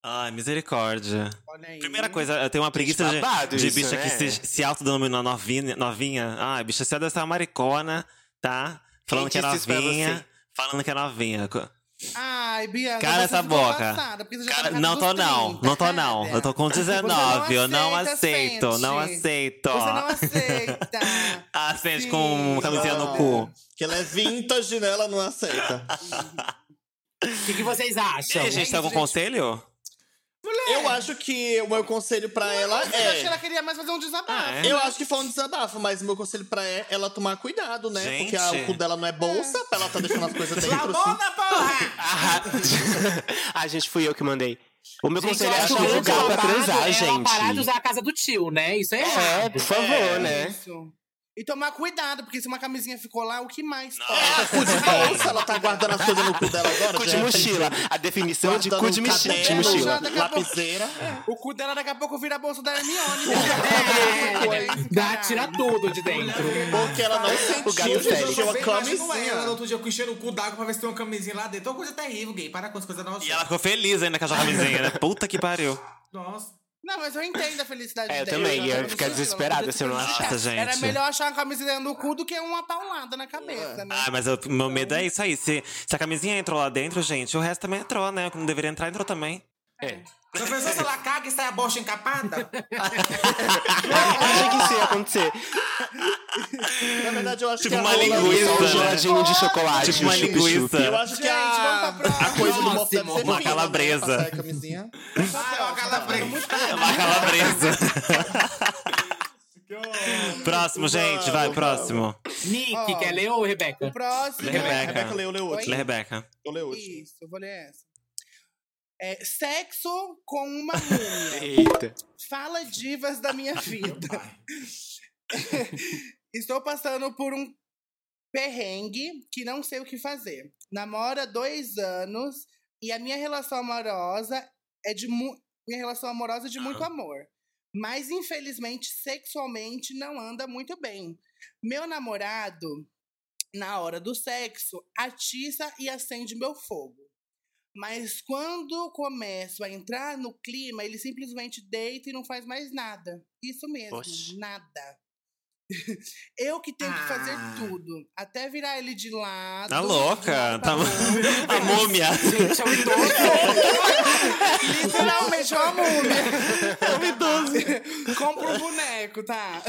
S1: Ai, misericórdia.
S6: Olha aí.
S1: Primeira coisa, eu tenho uma preguiça de,
S3: babado
S1: de
S3: isso,
S1: bicha que
S3: né?
S1: se, se autodenomina novinha, novinha. Ai, bicha, você deve ser uma maricona, tá? Falando que é
S3: disse isso pra
S1: novinha.
S3: você?
S1: Falando que é novinha.
S6: tá
S1: Co-
S6: Ai, Bianca.
S1: Cala
S6: você
S1: essa
S6: ficou
S1: boca.
S6: passada, porque você já tá
S1: Cara,
S6: na casa
S1: não tô
S6: dos
S1: não,
S6: 30,
S1: não tô não.
S6: cara.
S1: Eu tô com 19, eu não
S6: aceita,
S1: aceito, não
S6: sente.
S1: aceito.
S6: Você não aceita.
S1: Acende
S6: Sim.
S1: com camisinha no cu.
S2: Que ela é vintage, né? Ela não aceita.
S4: O que, que vocês
S1: E
S4: acham?
S1: aí, gente, tem algum conselho?
S2: Eu acho que o meu conselho pra ela
S6: Eu achei que
S2: é.
S6: ela queria mais fazer um desabafo.
S1: Ah, é?
S2: Eu acho que foi um desabafo, mas o meu conselho pra é- ela tomar cuidado, né?
S1: Gente.
S2: Porque a- o cu dela não é bolsa, pra ela tá deixando as coisas dentro. assim.
S5: Labona, porra!
S3: Ah, ah, gente, fui eu que mandei. O meu
S4: Gente,
S3: conselho
S4: eu
S3: é
S4: acho
S3: achar
S4: que o
S3: um lugar pra
S4: babado
S3: transar,
S4: é Ela parar de
S3: gente.
S4: usar a casa do tio, né? Isso é
S3: É,
S4: errado.
S3: por favor, né?
S6: Isso. E tomar cuidado, porque se uma camisinha ficou lá, o que mais?
S2: É, a cu de bolsa, ela tá guardando as coisas no cu dela agora.
S3: Cu
S2: já
S3: de
S2: é
S3: mochila. A definição de cu de,
S2: um
S3: mochi- de
S2: caderno,
S3: mochila.
S6: daqui a pouco- É.
S2: Lapiseira.
S6: O cu dela daqui a pouco vira a bolsa da Hermione. né?
S4: É.
S5: É.
S4: Dá, tira tudo de dentro.
S2: Porque ela não
S3: O gato
S2: sentiu,
S3: fede.
S2: gente, uma
S5: com
S2: camisinha.
S5: ela no outro dia, eu enchendo o cu d'água pra ver se tem uma camisinha lá dentro. Uma coisa terrível, gay. Para com as coisas
S1: E
S5: nossa.
S1: ela ficou feliz ainda com a camisinha, né? Puta que pariu.
S5: Nossa.
S6: Não, mas eu entendo a felicidade
S3: É, eu
S6: dela.
S3: também. Eu
S6: Ela
S3: ia
S6: tá
S3: ficar
S6: feliz,
S3: desesperada
S6: ela
S3: se eu não
S6: tá feliz.
S1: achasse, gente.
S6: Era melhor achar uma camisinha no cu do que uma paulada na cabeça, né?
S1: Ah, mas o meu medo é isso aí. Se, se a camisinha entrou lá dentro, gente, o resto também entrou, né? O que não deveria entrar, entrou também.
S5: Professor, se ela caga e sai a bosta encapada?
S3: Achei que isso ia acontecer.
S2: Na verdade, eu acho
S1: Tipo
S2: que a
S1: uma
S2: rola-
S1: linguiça,
S3: Só um
S1: né?
S3: geladinho de chocolate.
S1: Tipo uma
S3: um chup-chup.
S1: linguiça.
S2: Eu acho que
S6: Gente,
S2: a,
S6: vamos pra próxima.
S2: a coisa do mofo deve ser
S4: Próximo.
S1: Uma
S2: fina,
S1: calabresa.
S2: Né? Passar a camisinha.
S5: Ai, ó, calafrio.
S1: É uma calabresa. próximo, gente. Vai, próximo.
S4: Nick,
S6: Ó.
S4: quer ler ou Rebeca?
S6: Próximo.
S1: Rebeca.
S2: Rebeca leu, leu
S6: Oi?
S2: outro.
S1: Lê, Rebeca.
S2: Eu leu outro.
S6: Isso, eu vou ler essa. É, sexo com uma múmia.
S3: Eita.
S6: Fala divas da minha vida. Estou passando por um perrengue que não sei o que fazer. Namoro há dois anos e a minha relação amorosa é de mu- minha relação amorosa é de muito amor. Mas, infelizmente, sexualmente não anda muito bem. Meu namorado, na hora do sexo, atiça e acende meu fogo. Mas quando começo a entrar no clima, ele simplesmente deita e não faz mais nada. Isso mesmo,
S3: Oxe.
S6: nada. Eu que tenho que fazer
S5: Ah.
S6: tudo. Até virar ele de lado.
S1: Tá louca? Tá... A múmia.
S4: Gente, é um idoso.
S6: Literalmente uma múmia.
S1: É um idoso.
S6: Compra um boneco, tá?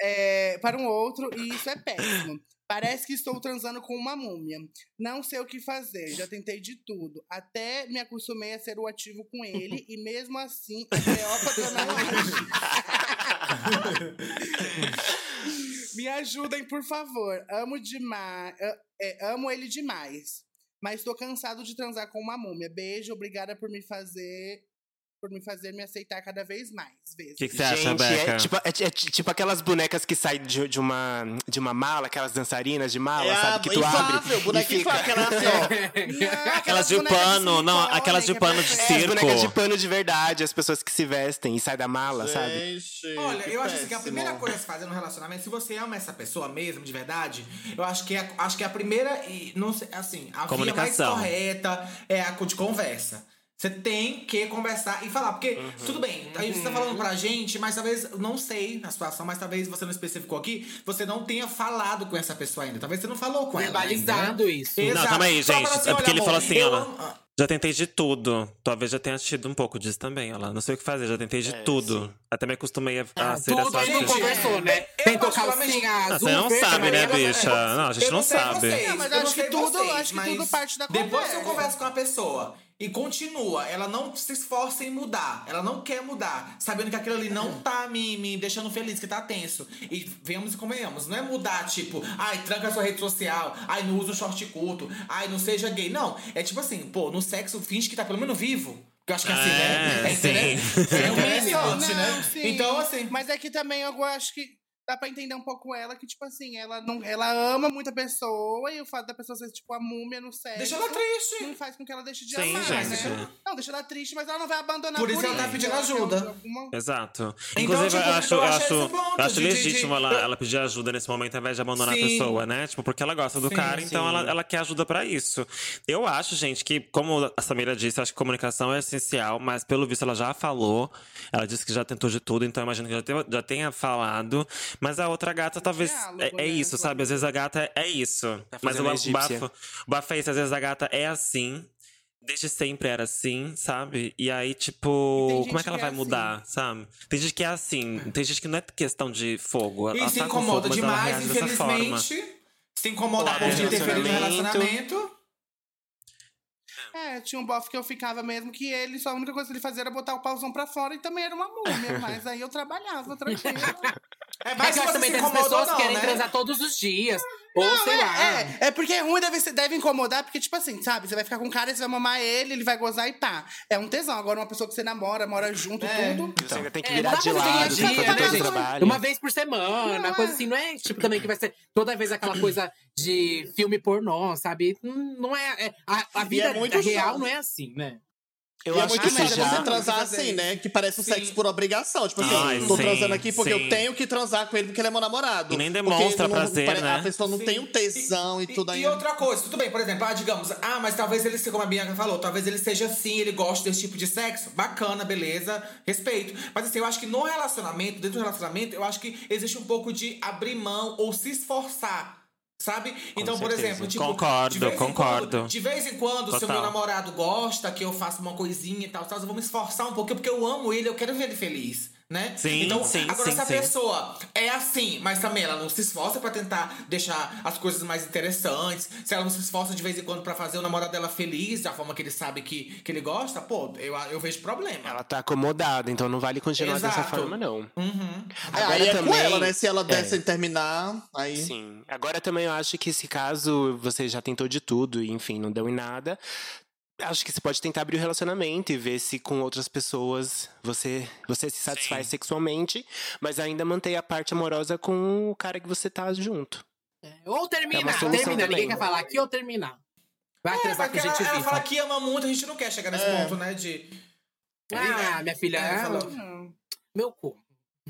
S6: É, para um outro, e isso é péssimo. Parece que estou transando com uma múmia. Não sei o que fazer, já tentei de tudo. Até me acostumei a ser o ativo com ele, e mesmo assim, a Cleópatra não age. Me ajudem, por favor. Amo demais. é, amo ele demais. Mas tô cansado de transar com uma múmia. Beijo, obrigada por me fazer. Por me fazer me aceitar cada vez mais. Vezes.
S1: O que, que você acha,
S3: Gente,
S1: Beca?
S3: é tipo, é- é tipo aquelas bonecas que saem de, de uma, de uma mala, aquelas dançarinas de mala,
S1: É a
S3: sabe? Que tu
S1: inflável,
S3: abre.
S2: boneca
S3: e fica...
S2: inflável, aquela assim, ó.
S6: Não,
S1: Aquelas de
S6: bonecas
S1: pano, não,
S6: silicone,
S1: aquelas de
S6: que é
S1: pano de
S6: perfeito.
S3: É, as
S1: Circo.
S3: bonecas de pano de verdade, as pessoas que se vestem e saem da mala, sabe?
S2: Gente,
S5: Olha, eu acho assim que a
S2: péssimo.
S5: primeira coisa a se fazer no relacionamento, se você ama essa pessoa mesmo, de verdade, eu acho que é, acho que é a primeira e não sei, assim, a via mais
S1: Comunicação.
S5: correta é a co- de conversa. Você tem que conversar e falar, porque
S1: Uhum.
S5: tudo bem, aí você tá falando pra gente, mas talvez, não sei a situação, mas talvez você não especificou aqui, você não tenha falado com essa pessoa ainda. Talvez você não falou com ela.
S4: Verbalizado isso.
S5: Ainda.
S1: Não, calma aí,
S5: Só
S1: gente,
S5: fala
S1: é porque ele
S5: "Olha,
S1: fala assim,
S5: eu
S1: ó,
S5: amo- ah,
S1: Já tentei de tudo. Talvez já tenha tido um pouco disso também, olha lá. Não sei o que fazer, já tentei de
S3: É,
S1: tudo. Até me acostumei a, a ser a
S4: Ah, Tudo
S1: sua
S4: a gente
S5: artista.
S4: conversou, né?
S5: Eu
S4: Tentou
S5: particularmente-
S4: calcinha
S1: Ah,
S4: azul.
S1: Você não
S4: verde,
S1: sabe, né,
S4: amarela,
S1: bicha? Não, a gente
S5: Eu
S1: não
S5: sei
S1: sabe.
S5: vocês,
S6: Não, mas
S5: eu
S6: acho
S5: não sei
S6: que tudo-
S5: vocês,
S6: acho que
S5: mas
S6: tudo parte da
S5: Depois que eu
S6: conversa.
S5: converso com a pessoa e continua, ela não se esforça em mudar, ela não quer mudar, sabendo que aquilo ali
S6: É.
S5: não tá me, me deixando feliz, que tá tenso. E vemos e convenhamos, não é mudar, tipo, ai, tranca a sua rede social, ai, não usa um short curto, ai, não seja gay. Não, é tipo assim, pô, no sexo finge que tá pelo menos vivo. Que eu acho que é assim, né?
S1: É,
S5: É, assim, né?
S1: sim.
S6: um
S5: É o
S6: Não,
S5: mínimo, né?
S6: sim.
S5: Então, assim,
S6: Mas é que também eu acho que dá pra entender um pouco ela, que, tipo assim, ela, não, ela ama muito a pessoa e o fato da pessoa ser, tipo, a múmia no sexo.
S5: deixa ela triste.
S6: Não faz com que ela deixe de
S1: Sim,
S6: amar,
S1: gente.
S6: né? Não, deixa ela triste, mas ela não vai abandonar
S5: Por
S6: por
S5: isso ela tá pedindo
S6: Eu acho que é
S5: ajuda.
S6: alguma-
S1: Exato.
S5: Então,
S1: Inclusive,
S5: tipo,
S1: eu acho,
S5: eu
S1: eu
S5: acho
S1: acho,
S5: esse ponto
S1: eu acho
S5: de- de- de-
S1: legítimo ela, ela pedir ajuda nesse momento ao invés de abandonar
S5: Sim.
S1: a pessoa, né? Tipo, porque ela gosta do
S5: Sim,
S1: cara, então
S5: sim.
S1: ela, ela quer ajuda pra isso. Eu acho, gente, que, como a Samira disse, acho que comunicação é essencial, mas pelo visto ela já falou. Ela disse que já tentou de tudo, então eu imagino que já tenha, já tenha falado. Mas a outra gata, talvez.
S6: diálogo,
S1: é- é
S6: né?
S1: isso, sabe? Às vezes a gata é isso. mas o
S3: fazendo a
S1: bafo,
S3: egípcia.
S1: bafo, o bafo é isso. Às vezes a gata é assim. Desde sempre era assim, sabe? E aí,
S6: E tem
S1: tipo,
S6: gente
S1: como é que ela
S6: que é
S1: vai
S6: assim.
S1: mudar, sabe? Tem gente que é assim, tem gente que não é questão de fogo. Ela
S5: E se
S1: tá com
S5: incomoda
S1: fogo, mas ela
S5: demais,
S1: reage dessa forma.
S5: infelizmente. Se incomoda a ponto de
S3: É,
S5: interferir no
S3: relacionamento.
S5: relacionamento.
S6: É, tinha um bofe que eu ficava mesmo, que ele, só a única coisa que ele fazia era botar o pauzão pra fora e também era uma múmia, mas aí eu trabalhava tranquilo.
S5: É
S4: Mas
S5: mais se
S4: eu acho
S5: você
S4: também
S5: se
S4: que as
S5: incomoda ou
S4: pessoas
S5: não,
S4: querem
S5: né?
S4: transar todos os dias. Ou sei
S6: é,
S4: lá.
S6: É, é porque é ruim deve, ser- deve incomodar, porque, tipo assim, sabe? Você vai ficar com um cara, você vai mamar ele, ele vai gozar e pá. É um tesão. Agora, uma pessoa que você namora, mora junto,
S5: É.
S6: tudo.
S3: Então, Você ainda tem que
S4: É,
S3: virar
S4: não dá
S3: de
S4: pra fazer
S3: lado,
S4: dia a
S3: tem que
S4: dia,
S3: fazer
S4: né,
S3: todo o
S4: gente?
S3: trabalho.
S4: Uma vez por semana,
S6: Não,
S4: coisa
S6: é.
S4: assim, não é tipo também que vai ser toda vez aquela coisa de filme pornô, sabe? Hum, Não é. é- a, a vida
S2: é muito
S4: real
S2: chato.
S4: não é assim, né?
S2: Eu
S3: Eu
S2: e
S3: acho
S2: é
S3: que
S2: muito
S3: você
S2: difícil você
S3: já.
S2: transar
S5: Fazer
S2: assim,
S5: isso.
S2: né? Que parece um
S5: Sim.
S2: sexo por obrigação. Tipo assim,
S1: Ai,
S2: tô
S1: sim,
S2: transando aqui porque
S1: sim.
S2: eu tenho que transar com ele porque ele é meu namorado.
S1: E nem
S2: Porque
S1: demonstra
S2: não-
S1: prazer,
S2: pare-
S1: né?
S2: A pessoa não
S5: Sim.
S2: tem um tesão e,
S5: E-
S2: tudo
S5: e
S2: aí.
S5: outra coisa, tudo bem, por exemplo, ah, digamos, ah, mas talvez ele, se- como a Bianca falou, talvez ele seja assim, ele gosta desse tipo de sexo, bacana, beleza, respeito. Mas assim, eu acho que no relacionamento, dentro do relacionamento, eu acho que existe um pouco de abrir mão ou se esforçar. Sabe? Então, por
S1: certeza.
S5: exemplo, tipo,
S1: Concordo,
S5: de vez em
S1: concordo.
S5: quando- de vez em quando, se o meu
S1: Total.
S5: namorado gosta que eu faça uma coisinha e tal, tal, eu vou me esforçar um pouquinho, porque eu amo ele, eu quero ver ele feliz, né?
S1: Sim,
S5: então,
S1: sim,
S5: agora
S1: sim,
S5: se a
S1: sim.
S5: pessoa é assim, mas também ela não se esforça pra tentar deixar as coisas mais interessantes, se ela não se esforça de vez em quando pra fazer o namorado dela feliz, da forma que ele sabe que, que ele gosta, pô, eu, eu vejo problema.
S3: Ela tá acomodada, então não vale continuar dessa
S5: Exato.
S3: forma, não.
S5: Uhum.
S2: É,
S3: Agora
S2: aí é com
S3: também-
S2: ela, né? Se ela der sem terminar, aí.
S3: Sim. Agora também eu acho que se caso você já tentou de tudo e, enfim, não deu em nada, acho que você pode tentar abrir o relacionamento e ver se com outras pessoas você, você se satisfaz sexualmente, mas ainda manter a parte amorosa com o cara que você tá junto.
S4: Ou terminar,
S3: solução
S4: terminar. Ninguém
S3: também.
S4: quer falar aqui ou terminar. Vai
S5: É,
S4: transar com
S5: porque ela,
S4: gente
S5: ela fala
S4: viva.
S5: que ama muito, a gente não quer chegar nesse ponto, né? De.
S4: Ah, minha filha.
S5: É,
S4: ah,
S5: falou.
S6: Não.
S4: Meu cu.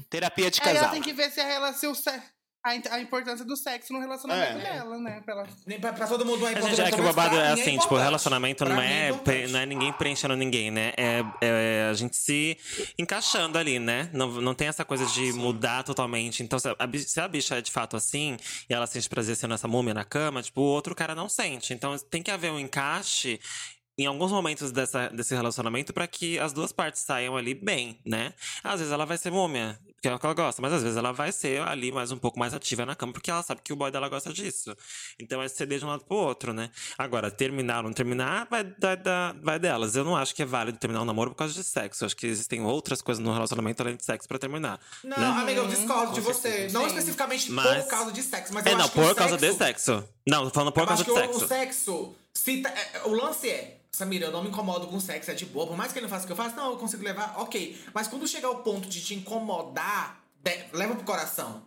S3: Terapia de
S6: Aí ela
S3: casal.
S6: tem É, que ver se, ela, se o se- a, in- a importância do sexo no relacionamento
S1: É.
S6: dela, né? Pra ela...
S5: Nem pra, pra todo mundo é
S1: Mas, gente,
S5: importante.
S1: é que o
S5: mas pra
S1: babado
S5: mim
S1: é assim, tipo,
S5: importante.
S1: relacionamento
S5: Pra
S1: não
S5: mim
S1: é,
S5: importante.
S1: pre- não é ninguém preenchendo ninguém, né? É, é a gente se encaixando ali, né? Não, não tem essa coisa de mudar totalmente. Então, se a, bi- se a bicha é de fato assim, e ela sente prazer sendo essa múmia na cama, tipo, o outro cara não sente. Então, tem que haver um encaixe em alguns momentos dessa, desse relacionamento pra que as duas partes saiam ali bem, né? Às vezes ela vai ser múmia, porque é o que ela gosta, mas às vezes ela vai ser ali mais um pouco mais ativa na cama, porque ela sabe que o boy dela gosta disso. Então é ceder de um lado pro outro, né? Agora, terminar ou não terminar, vai, da- da- vai delas. Eu não acho que é válido terminar um namoro por causa de sexo. Eu acho que existem outras coisas no relacionamento além de sexo pra terminar.
S5: Não,
S1: né?
S5: amiga, eu discordo de você. Não
S6: Sim.
S5: especificamente
S1: Mas-
S5: por causa de sexo, mas eu
S1: é, não,
S5: acho que
S1: por
S5: o
S1: causa de
S5: sexo,
S1: sexo. Não, tô falando por
S5: Eu
S1: causa
S5: acho
S1: de
S5: que o-
S1: sexo.
S5: o sexo. se tá- é, o lance é. Samira, eu não me incomodo com sexo, é de boa. Por mais que ele não faça o que eu faço, não, eu consigo levar, ok. Mas quando chegar ao ponto de te incomodar, de- leva pro coração.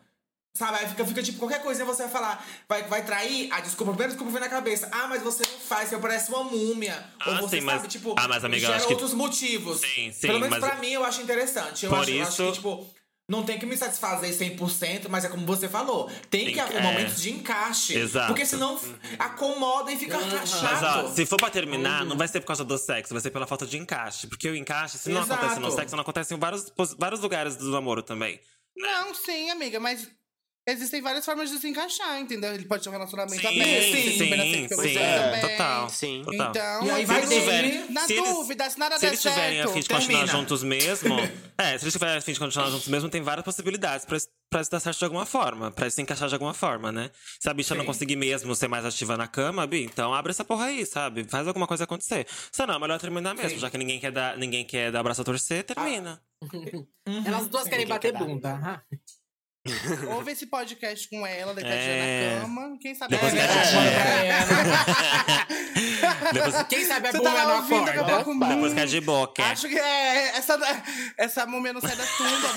S5: Sabe? Aí fica, fica tipo, qualquer coisinha você vai falar, vai, vai trair, a desculpa, a primeira desculpa vem na cabeça. Ah, mas você não faz, você parece uma múmia.
S1: Ah,
S5: Ou você
S1: sim,
S5: sabe,
S1: mas-
S5: tipo,
S1: ah, mas, amiga, eu
S5: gera
S1: acho que-
S5: outros motivos.
S1: Sim, sim,
S5: Pelo menos
S1: mas-
S5: pra mim eu acho interessante. Eu,
S1: Por
S5: acho, eu acho
S1: isso-
S5: que, tipo, não tem que me satisfazer 100%, mas é como você falou, tem
S1: Tem
S5: que
S1: que-
S5: haver
S1: é.
S5: momentos de encaixe.
S1: Exato.
S5: Porque senão f- Uhum. acomoda e fica
S1: Mas
S5: chato. Uhum.
S1: ó, se for pra terminar, não vai ser por causa do sexo, vai ser pela falta de encaixe. Porque o encaixe, se não
S5: Exato.
S1: acontece no sexo, não acontece em vários, pos- vários lugares do namoro também.
S6: Não, sim, amiga, mas existem várias formas de se encaixar, entendeu? Ele pode ter um relacionamento
S1: Sim,
S6: aberto,
S1: sim,
S6: super
S1: sim,
S6: aceitável
S1: sim. É,
S6: também.
S1: Total.
S3: Sim.
S1: Total.
S6: Então,
S5: E aí
S6: assim,
S5: vai
S1: se eles tiverem-
S6: na
S1: se eles-
S6: dúvida, se nada
S1: Se
S6: der
S1: eles tiverem assim, a
S6: certo.
S1: fim de continuar
S5: termina.
S1: juntos mesmo. é, se eles tiverem a fim de continuar juntos mesmo, tem várias possibilidades pra, isso- pra isso dar certo de alguma forma, pra isso se encaixar de alguma forma, né? Se a bicha não
S5: Sim.
S1: conseguir mesmo ser mais ativa na cama, Bi, então abre essa porra aí, sabe? Faz alguma coisa acontecer. Se não, é melhor terminar mesmo,
S5: Sim.
S1: já que ninguém quer dar, ninguém quer dar abraço a torcer, termina.
S4: Elas duas querem
S3: Ninguém
S4: bater
S3: quer dar.
S4: bunda. aham.
S6: Ouve esse podcast com ela, deitadinha
S1: É.
S6: na cama. Quem sabe
S1: Depois
S6: ela
S1: que a
S6: não
S1: gente
S6: acorda.
S1: Depois,
S4: Quem sabe a
S6: Você
S4: bunda
S6: tá lá
S4: não
S6: ouvindo, daqui a
S4: acorda.
S6: pouco.
S5: Ah,
S1: depois
S6: hum,
S1: que é de boca.
S6: Acho que é, essa, essa múmia não sai da tumba,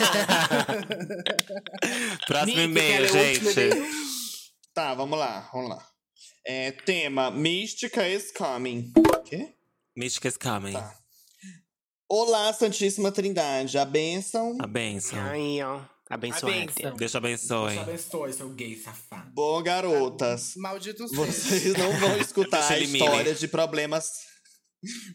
S6: mano.
S1: Próximo
S4: Nick, que
S1: e-mail,
S4: ela é o último
S1: gente.
S2: Tá, vamos lá, vamos lá. É, tema Mística is coming. Quê?
S1: Mystic is coming.
S2: Tá. Olá, Santíssima Trindade. A bênção.
S1: A benção.
S3: Aí, ó. Abençoe.
S4: benção.
S1: Deus te abençoe.
S5: Te abençoe, seu gay safado.
S2: Bom, garotas.
S6: Maldito seja.
S2: Vocês não vão escutar
S1: Deixa
S2: a
S1: ele mime.
S2: história de problemas.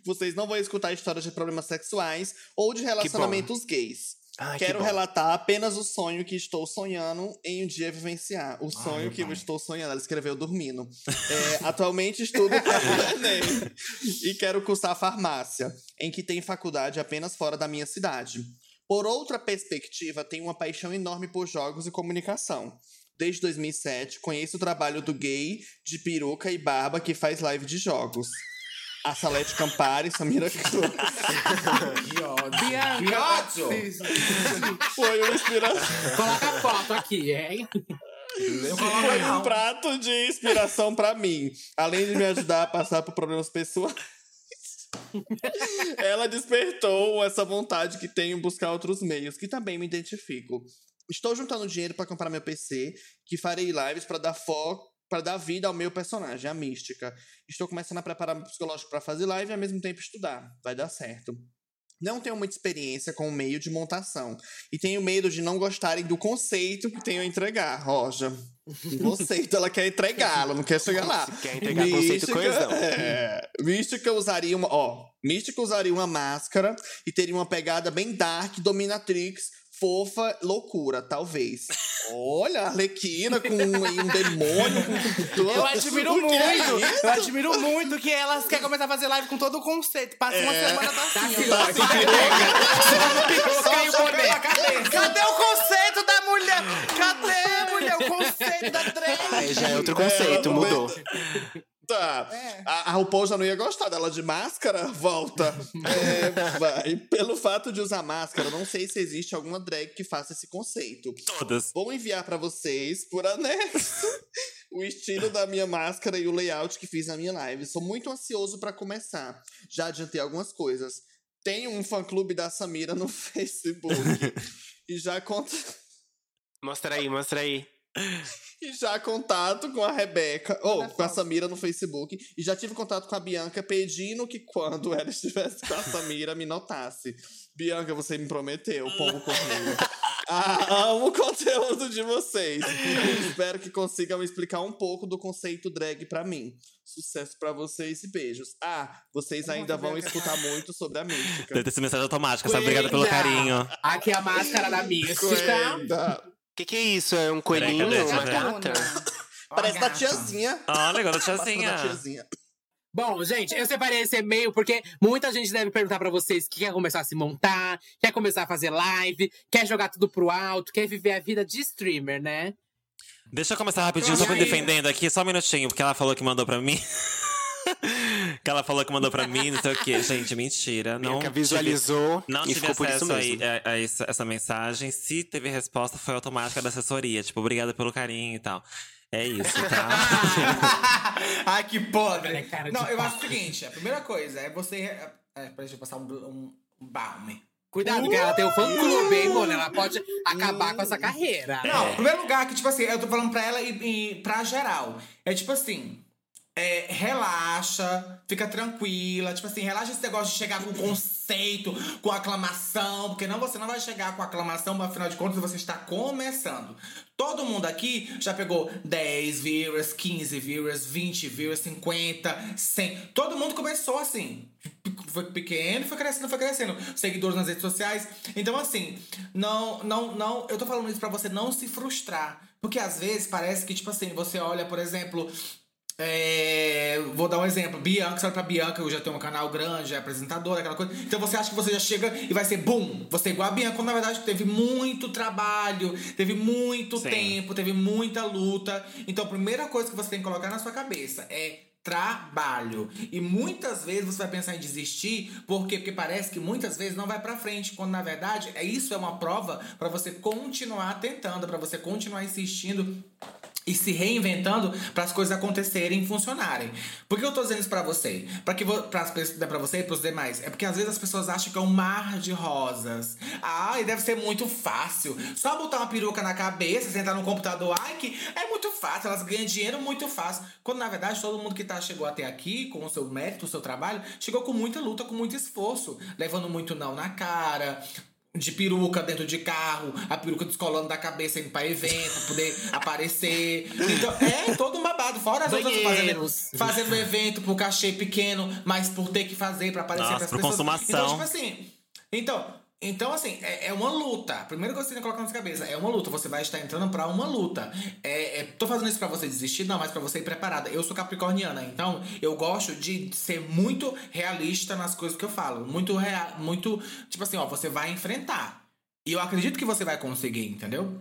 S2: Vocês não vão escutar histórias de problemas sexuais ou de relacionamentos gays.
S3: Ai, que
S2: Quero
S3: bom.
S2: relatar apenas o sonho que estou sonhando em um dia vivenciar. O sonho
S5: meu
S2: que eu
S5: pai.
S2: estou sonhando. Ela escreveu dormindo. É, atualmente estudo para o Enem e quero cursar farmácia, em que tem faculdade apenas fora da minha cidade. Por outra perspectiva, tenho uma paixão enorme por jogos e comunicação. Desde 2007, conheço o trabalho do gay de peruca e barba que faz live de jogos. A Salete Campari, Samira Cruz.
S5: Que ódio. que
S6: Bianca,
S5: ódio.
S6: Narciso.
S2: Foi uma inspiração.
S4: Coloca a foto aqui, hein?
S5: Eu coloco
S2: Foi
S5: aí,
S2: um
S5: não.
S2: prato de inspiração pra mim. Além de me ajudar a passar por problemas pessoais. Ela despertou essa vontade que tenho em buscar outros meios, que também me identifico. Estou juntando dinheiro pra comprar meu PC, que farei lives pra dar foco, para dar vida ao meu personagem, a mística. Estou começando a preparar meu psicológico pra fazer live e ao mesmo tempo estudar. Vai dar certo. Não tenho muita experiência com o meio de montação e tenho medo de não gostarem do conceito que tenho a entregar, Roja. Um conceito, ela quer entregar, ela não quer chegar lá.
S3: Se quer entregar conceito coesão.
S2: É, mística usaria uma. Ó, mística usaria uma máscara e teria uma pegada bem dark, dominatrix, fofa, loucura, talvez. Olha, a Arlequina com um, um demônio. Com,
S6: Eu admiro
S2: O que é
S6: muito.
S2: isso?
S6: Eu admiro muito que elas querem começar a fazer live com todo o conceito. Passa uma semana tá assim. ó.
S2: Tá se virando.
S4: Cai o boné.
S6: Cadê o conceito da mulher? Cadê, mulher, o conceito da drag?
S3: Aí já é outro conceito,
S2: É,
S3: mudou.
S2: Tá.
S6: É.
S2: A, a RuPaul já não ia gostar dela de máscara? Volta. É, vai. Pelo fato de usar máscara, eu não sei se existe alguma drag que faça esse conceito.
S1: Todas.
S2: Vou enviar pra vocês por anexo o estilo da minha máscara e o layout que fiz na minha live. Sou muito ansioso pra começar. Já adiantei algumas coisas. Tenho um fã-clube da Samira no Facebook. e já conto.
S3: Mostra aí, mostra aí.
S2: E já contato com a Rebeca, ou com a Samira no Facebook. E já tive contato com a Bianca pedindo que quando ela estivesse com a Samira, me notasse. Bianca, você me prometeu, povo correio. Ah, amo o conteúdo de vocês. Espero que consigam explicar um pouco do conceito drag pra mim. Sucesso pra vocês e beijos. Ah, vocês ainda vão escutar muito sobre a mística.
S1: Deve ter sido mensagem automática, sabe? Obrigada pelo
S4: Coelha!
S1: carinho.
S4: Aqui é a máscara da mística.
S2: Coelha.
S3: que, que é isso? É um coelhinho?
S1: Peraí, cadê?
S3: uma
S1: Deixa eu
S3: gata?
S2: Parece da tiazinha.
S1: Olha, agora
S2: Passa
S1: tiazinha.
S2: da tiazinha.
S4: Bom, gente, eu separei esse e-mail porque muita gente deve perguntar pra vocês que quer começar a se montar, quer começar a fazer live, quer jogar tudo pro alto, quer viver a vida de streamer, né?
S1: Deixa eu começar rapidinho, só me defendendo aqui, só um minutinho, porque ela falou que mandou pra mim. que ela falou que mandou pra mim, não sei o quê. Gente, mentira. Não
S3: Bianca
S1: tive-
S3: visualizou
S1: Não
S3: e
S1: tive
S3: ficou por isso
S1: acesso aí é,
S3: mesmo.
S1: a, a essa, essa mensagem. Se teve resposta, foi automática da assessoria. Tipo, obrigada pelo carinho e tal. É isso, tá?
S5: Ai, que podre.
S4: Olha a cara de
S5: Não, eu acho o seguinte: a primeira coisa é você. É, é, peraí, deixa eu passar um, bl- um, um balme.
S4: Cuidado, que ela tem um fã-clube, hein, mano? Ela pode acabar com essa carreira.
S5: Não, em primeiro lugar, que, tipo assim, eu tô falando pra ela e, e pra geral. É tipo assim. é, relaxa, fica tranquila. Tipo assim, relaxa esse negócio de chegar com conceito, com aclamação. Porque não, você não vai chegar com aclamação, mas afinal de contas você está começando. Todo mundo aqui já pegou 10 viewers, 15 viewers, 20 viewers, 50, 100. Todo mundo começou assim. Foi pequeno, foi crescendo, foi crescendo. Seguidores nas redes sociais. Então, assim, não, não, não. Eu tô falando isso pra você não se frustrar. Porque às vezes parece que, tipo assim, você olha, por exemplo, é, vou dar um exemplo. Bianca, você olha pra Bianca, eu já tenho um canal grande, já é apresentadora, aquela coisa. Então você acha que você já chega e vai ser bum, você é igual a Bianca, quando na verdade teve muito trabalho, teve muito
S1: Sim.
S5: tempo, teve muita luta. Então a primeira coisa que você tem que colocar na sua cabeça é trabalho. E muitas vezes você vai pensar em desistir, por quê? Porque parece que muitas vezes não vai pra frente, quando na verdade é isso é uma prova pra você continuar tentando, pra você continuar insistindo e se reinventando para as coisas acontecerem e funcionarem. Por que eu tô dizendo isso para você? Para que para para né, você e para os demais? É porque às vezes as pessoas acham que é um mar de rosas. Ai, deve ser muito fácil. Só botar uma peruca na cabeça, sentar no computador, ai que é muito fácil, elas ganham dinheiro muito fácil. Quando na verdade todo mundo que tá chegou até aqui com o seu mérito, o seu trabalho, chegou com muita luta, com muito esforço, levando muito não na cara, de peruca dentro de carro, a peruca descolando da cabeça indo pra evento, poder aparecer. Então, é todo um babado. Fora as outras fazendo,
S4: Banheiros.
S5: fazendo evento por cachê pequeno, mas por ter que fazer pra aparecer
S1: Nossa,
S5: pras
S1: por
S5: pessoas.
S1: consumação.
S5: Então, tipo assim. Então. Então, assim, é, é uma luta. Primeiro que você tem que colocar na sua cabeça, é uma luta. Você vai estar entrando pra uma luta. É, é, tô fazendo isso pra você desistir, não, mas pra você ir preparada. Eu sou capricorniana, então eu gosto de ser muito realista nas coisas que eu falo. Muito real, muito. Tipo assim, ó, você vai enfrentar. E eu acredito que você vai conseguir, entendeu?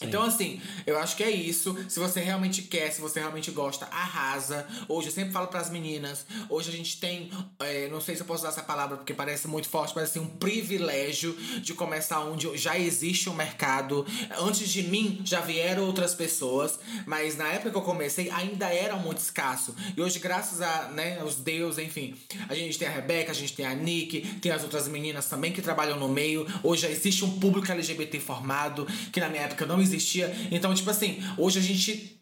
S5: Então, assim, eu acho que é isso. Se você realmente quer, se você realmente gosta, arrasa. Hoje eu sempre falo pras meninas. Hoje a gente tem, é, não sei se eu posso usar essa palavra porque parece muito forte, mas assim, um privilégio de começar onde já existe um mercado. Antes de mim já vieram outras pessoas, mas na época que eu comecei ainda era muito escasso. E hoje, graças a, né, aos deuses, enfim, a gente tem a Rebeca, a gente tem a Nick, tem as outras meninas também que trabalham no meio. Hoje já existe um público LGBT formado, que na minha época não existia. Então, tipo assim, hoje a gente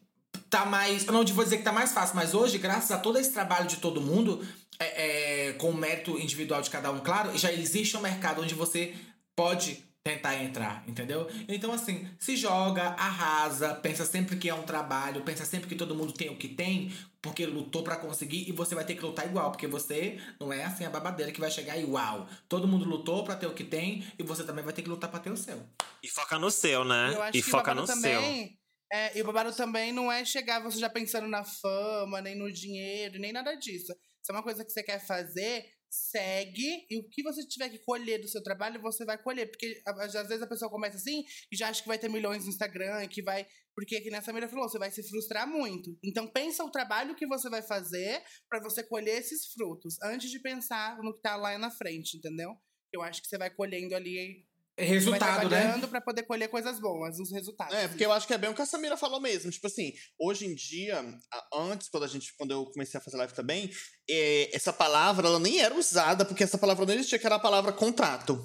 S5: tá mais. Eu não vou dizer que tá mais fácil, mas hoje, graças a todo esse trabalho de todo mundo, é, é, com o mérito individual de cada um, claro, já existe um mercado onde você pode tentar entrar, entendeu? Então, assim, se joga, arrasa, pensa sempre que é um trabalho, pensa sempre que todo mundo tem o que tem, porque lutou pra conseguir e você vai ter que lutar igual, porque você não é assim a babadeira que vai chegar e uau. Todo mundo lutou pra ter o que tem e você também vai ter que lutar pra ter o seu.
S1: E foca no seu, né?
S6: Eu acho
S1: E
S6: que
S1: foca
S6: o babado
S1: no seu.
S6: também. É, e o babado também não é chegar você já pensando na fama, nem no dinheiro, nem nada disso. Se é uma coisa que você quer fazer, segue. E o que você tiver que colher do seu trabalho, você vai colher. Porque a- às vezes a pessoa começa assim e já acha que vai ter milhões no Instagram, e que vai. Porque que nessa mira falou, você vai se frustrar muito. Então pensa o trabalho que você vai fazer pra você colher esses frutos. Antes de pensar no que tá lá na frente, entendeu? Eu acho que você vai colhendo ali
S1: É
S5: Resultado,
S6: vai
S5: né?
S6: trabalhando pra poder colher coisas boas, os resultados.
S2: É, porque eu acho que é bem o que a Samira falou mesmo. Tipo assim, hoje em dia, a- antes, quando a gente, quando eu comecei a fazer live também, é, essa palavra ela nem era usada, porque essa palavra não existia, que era a palavra contrato.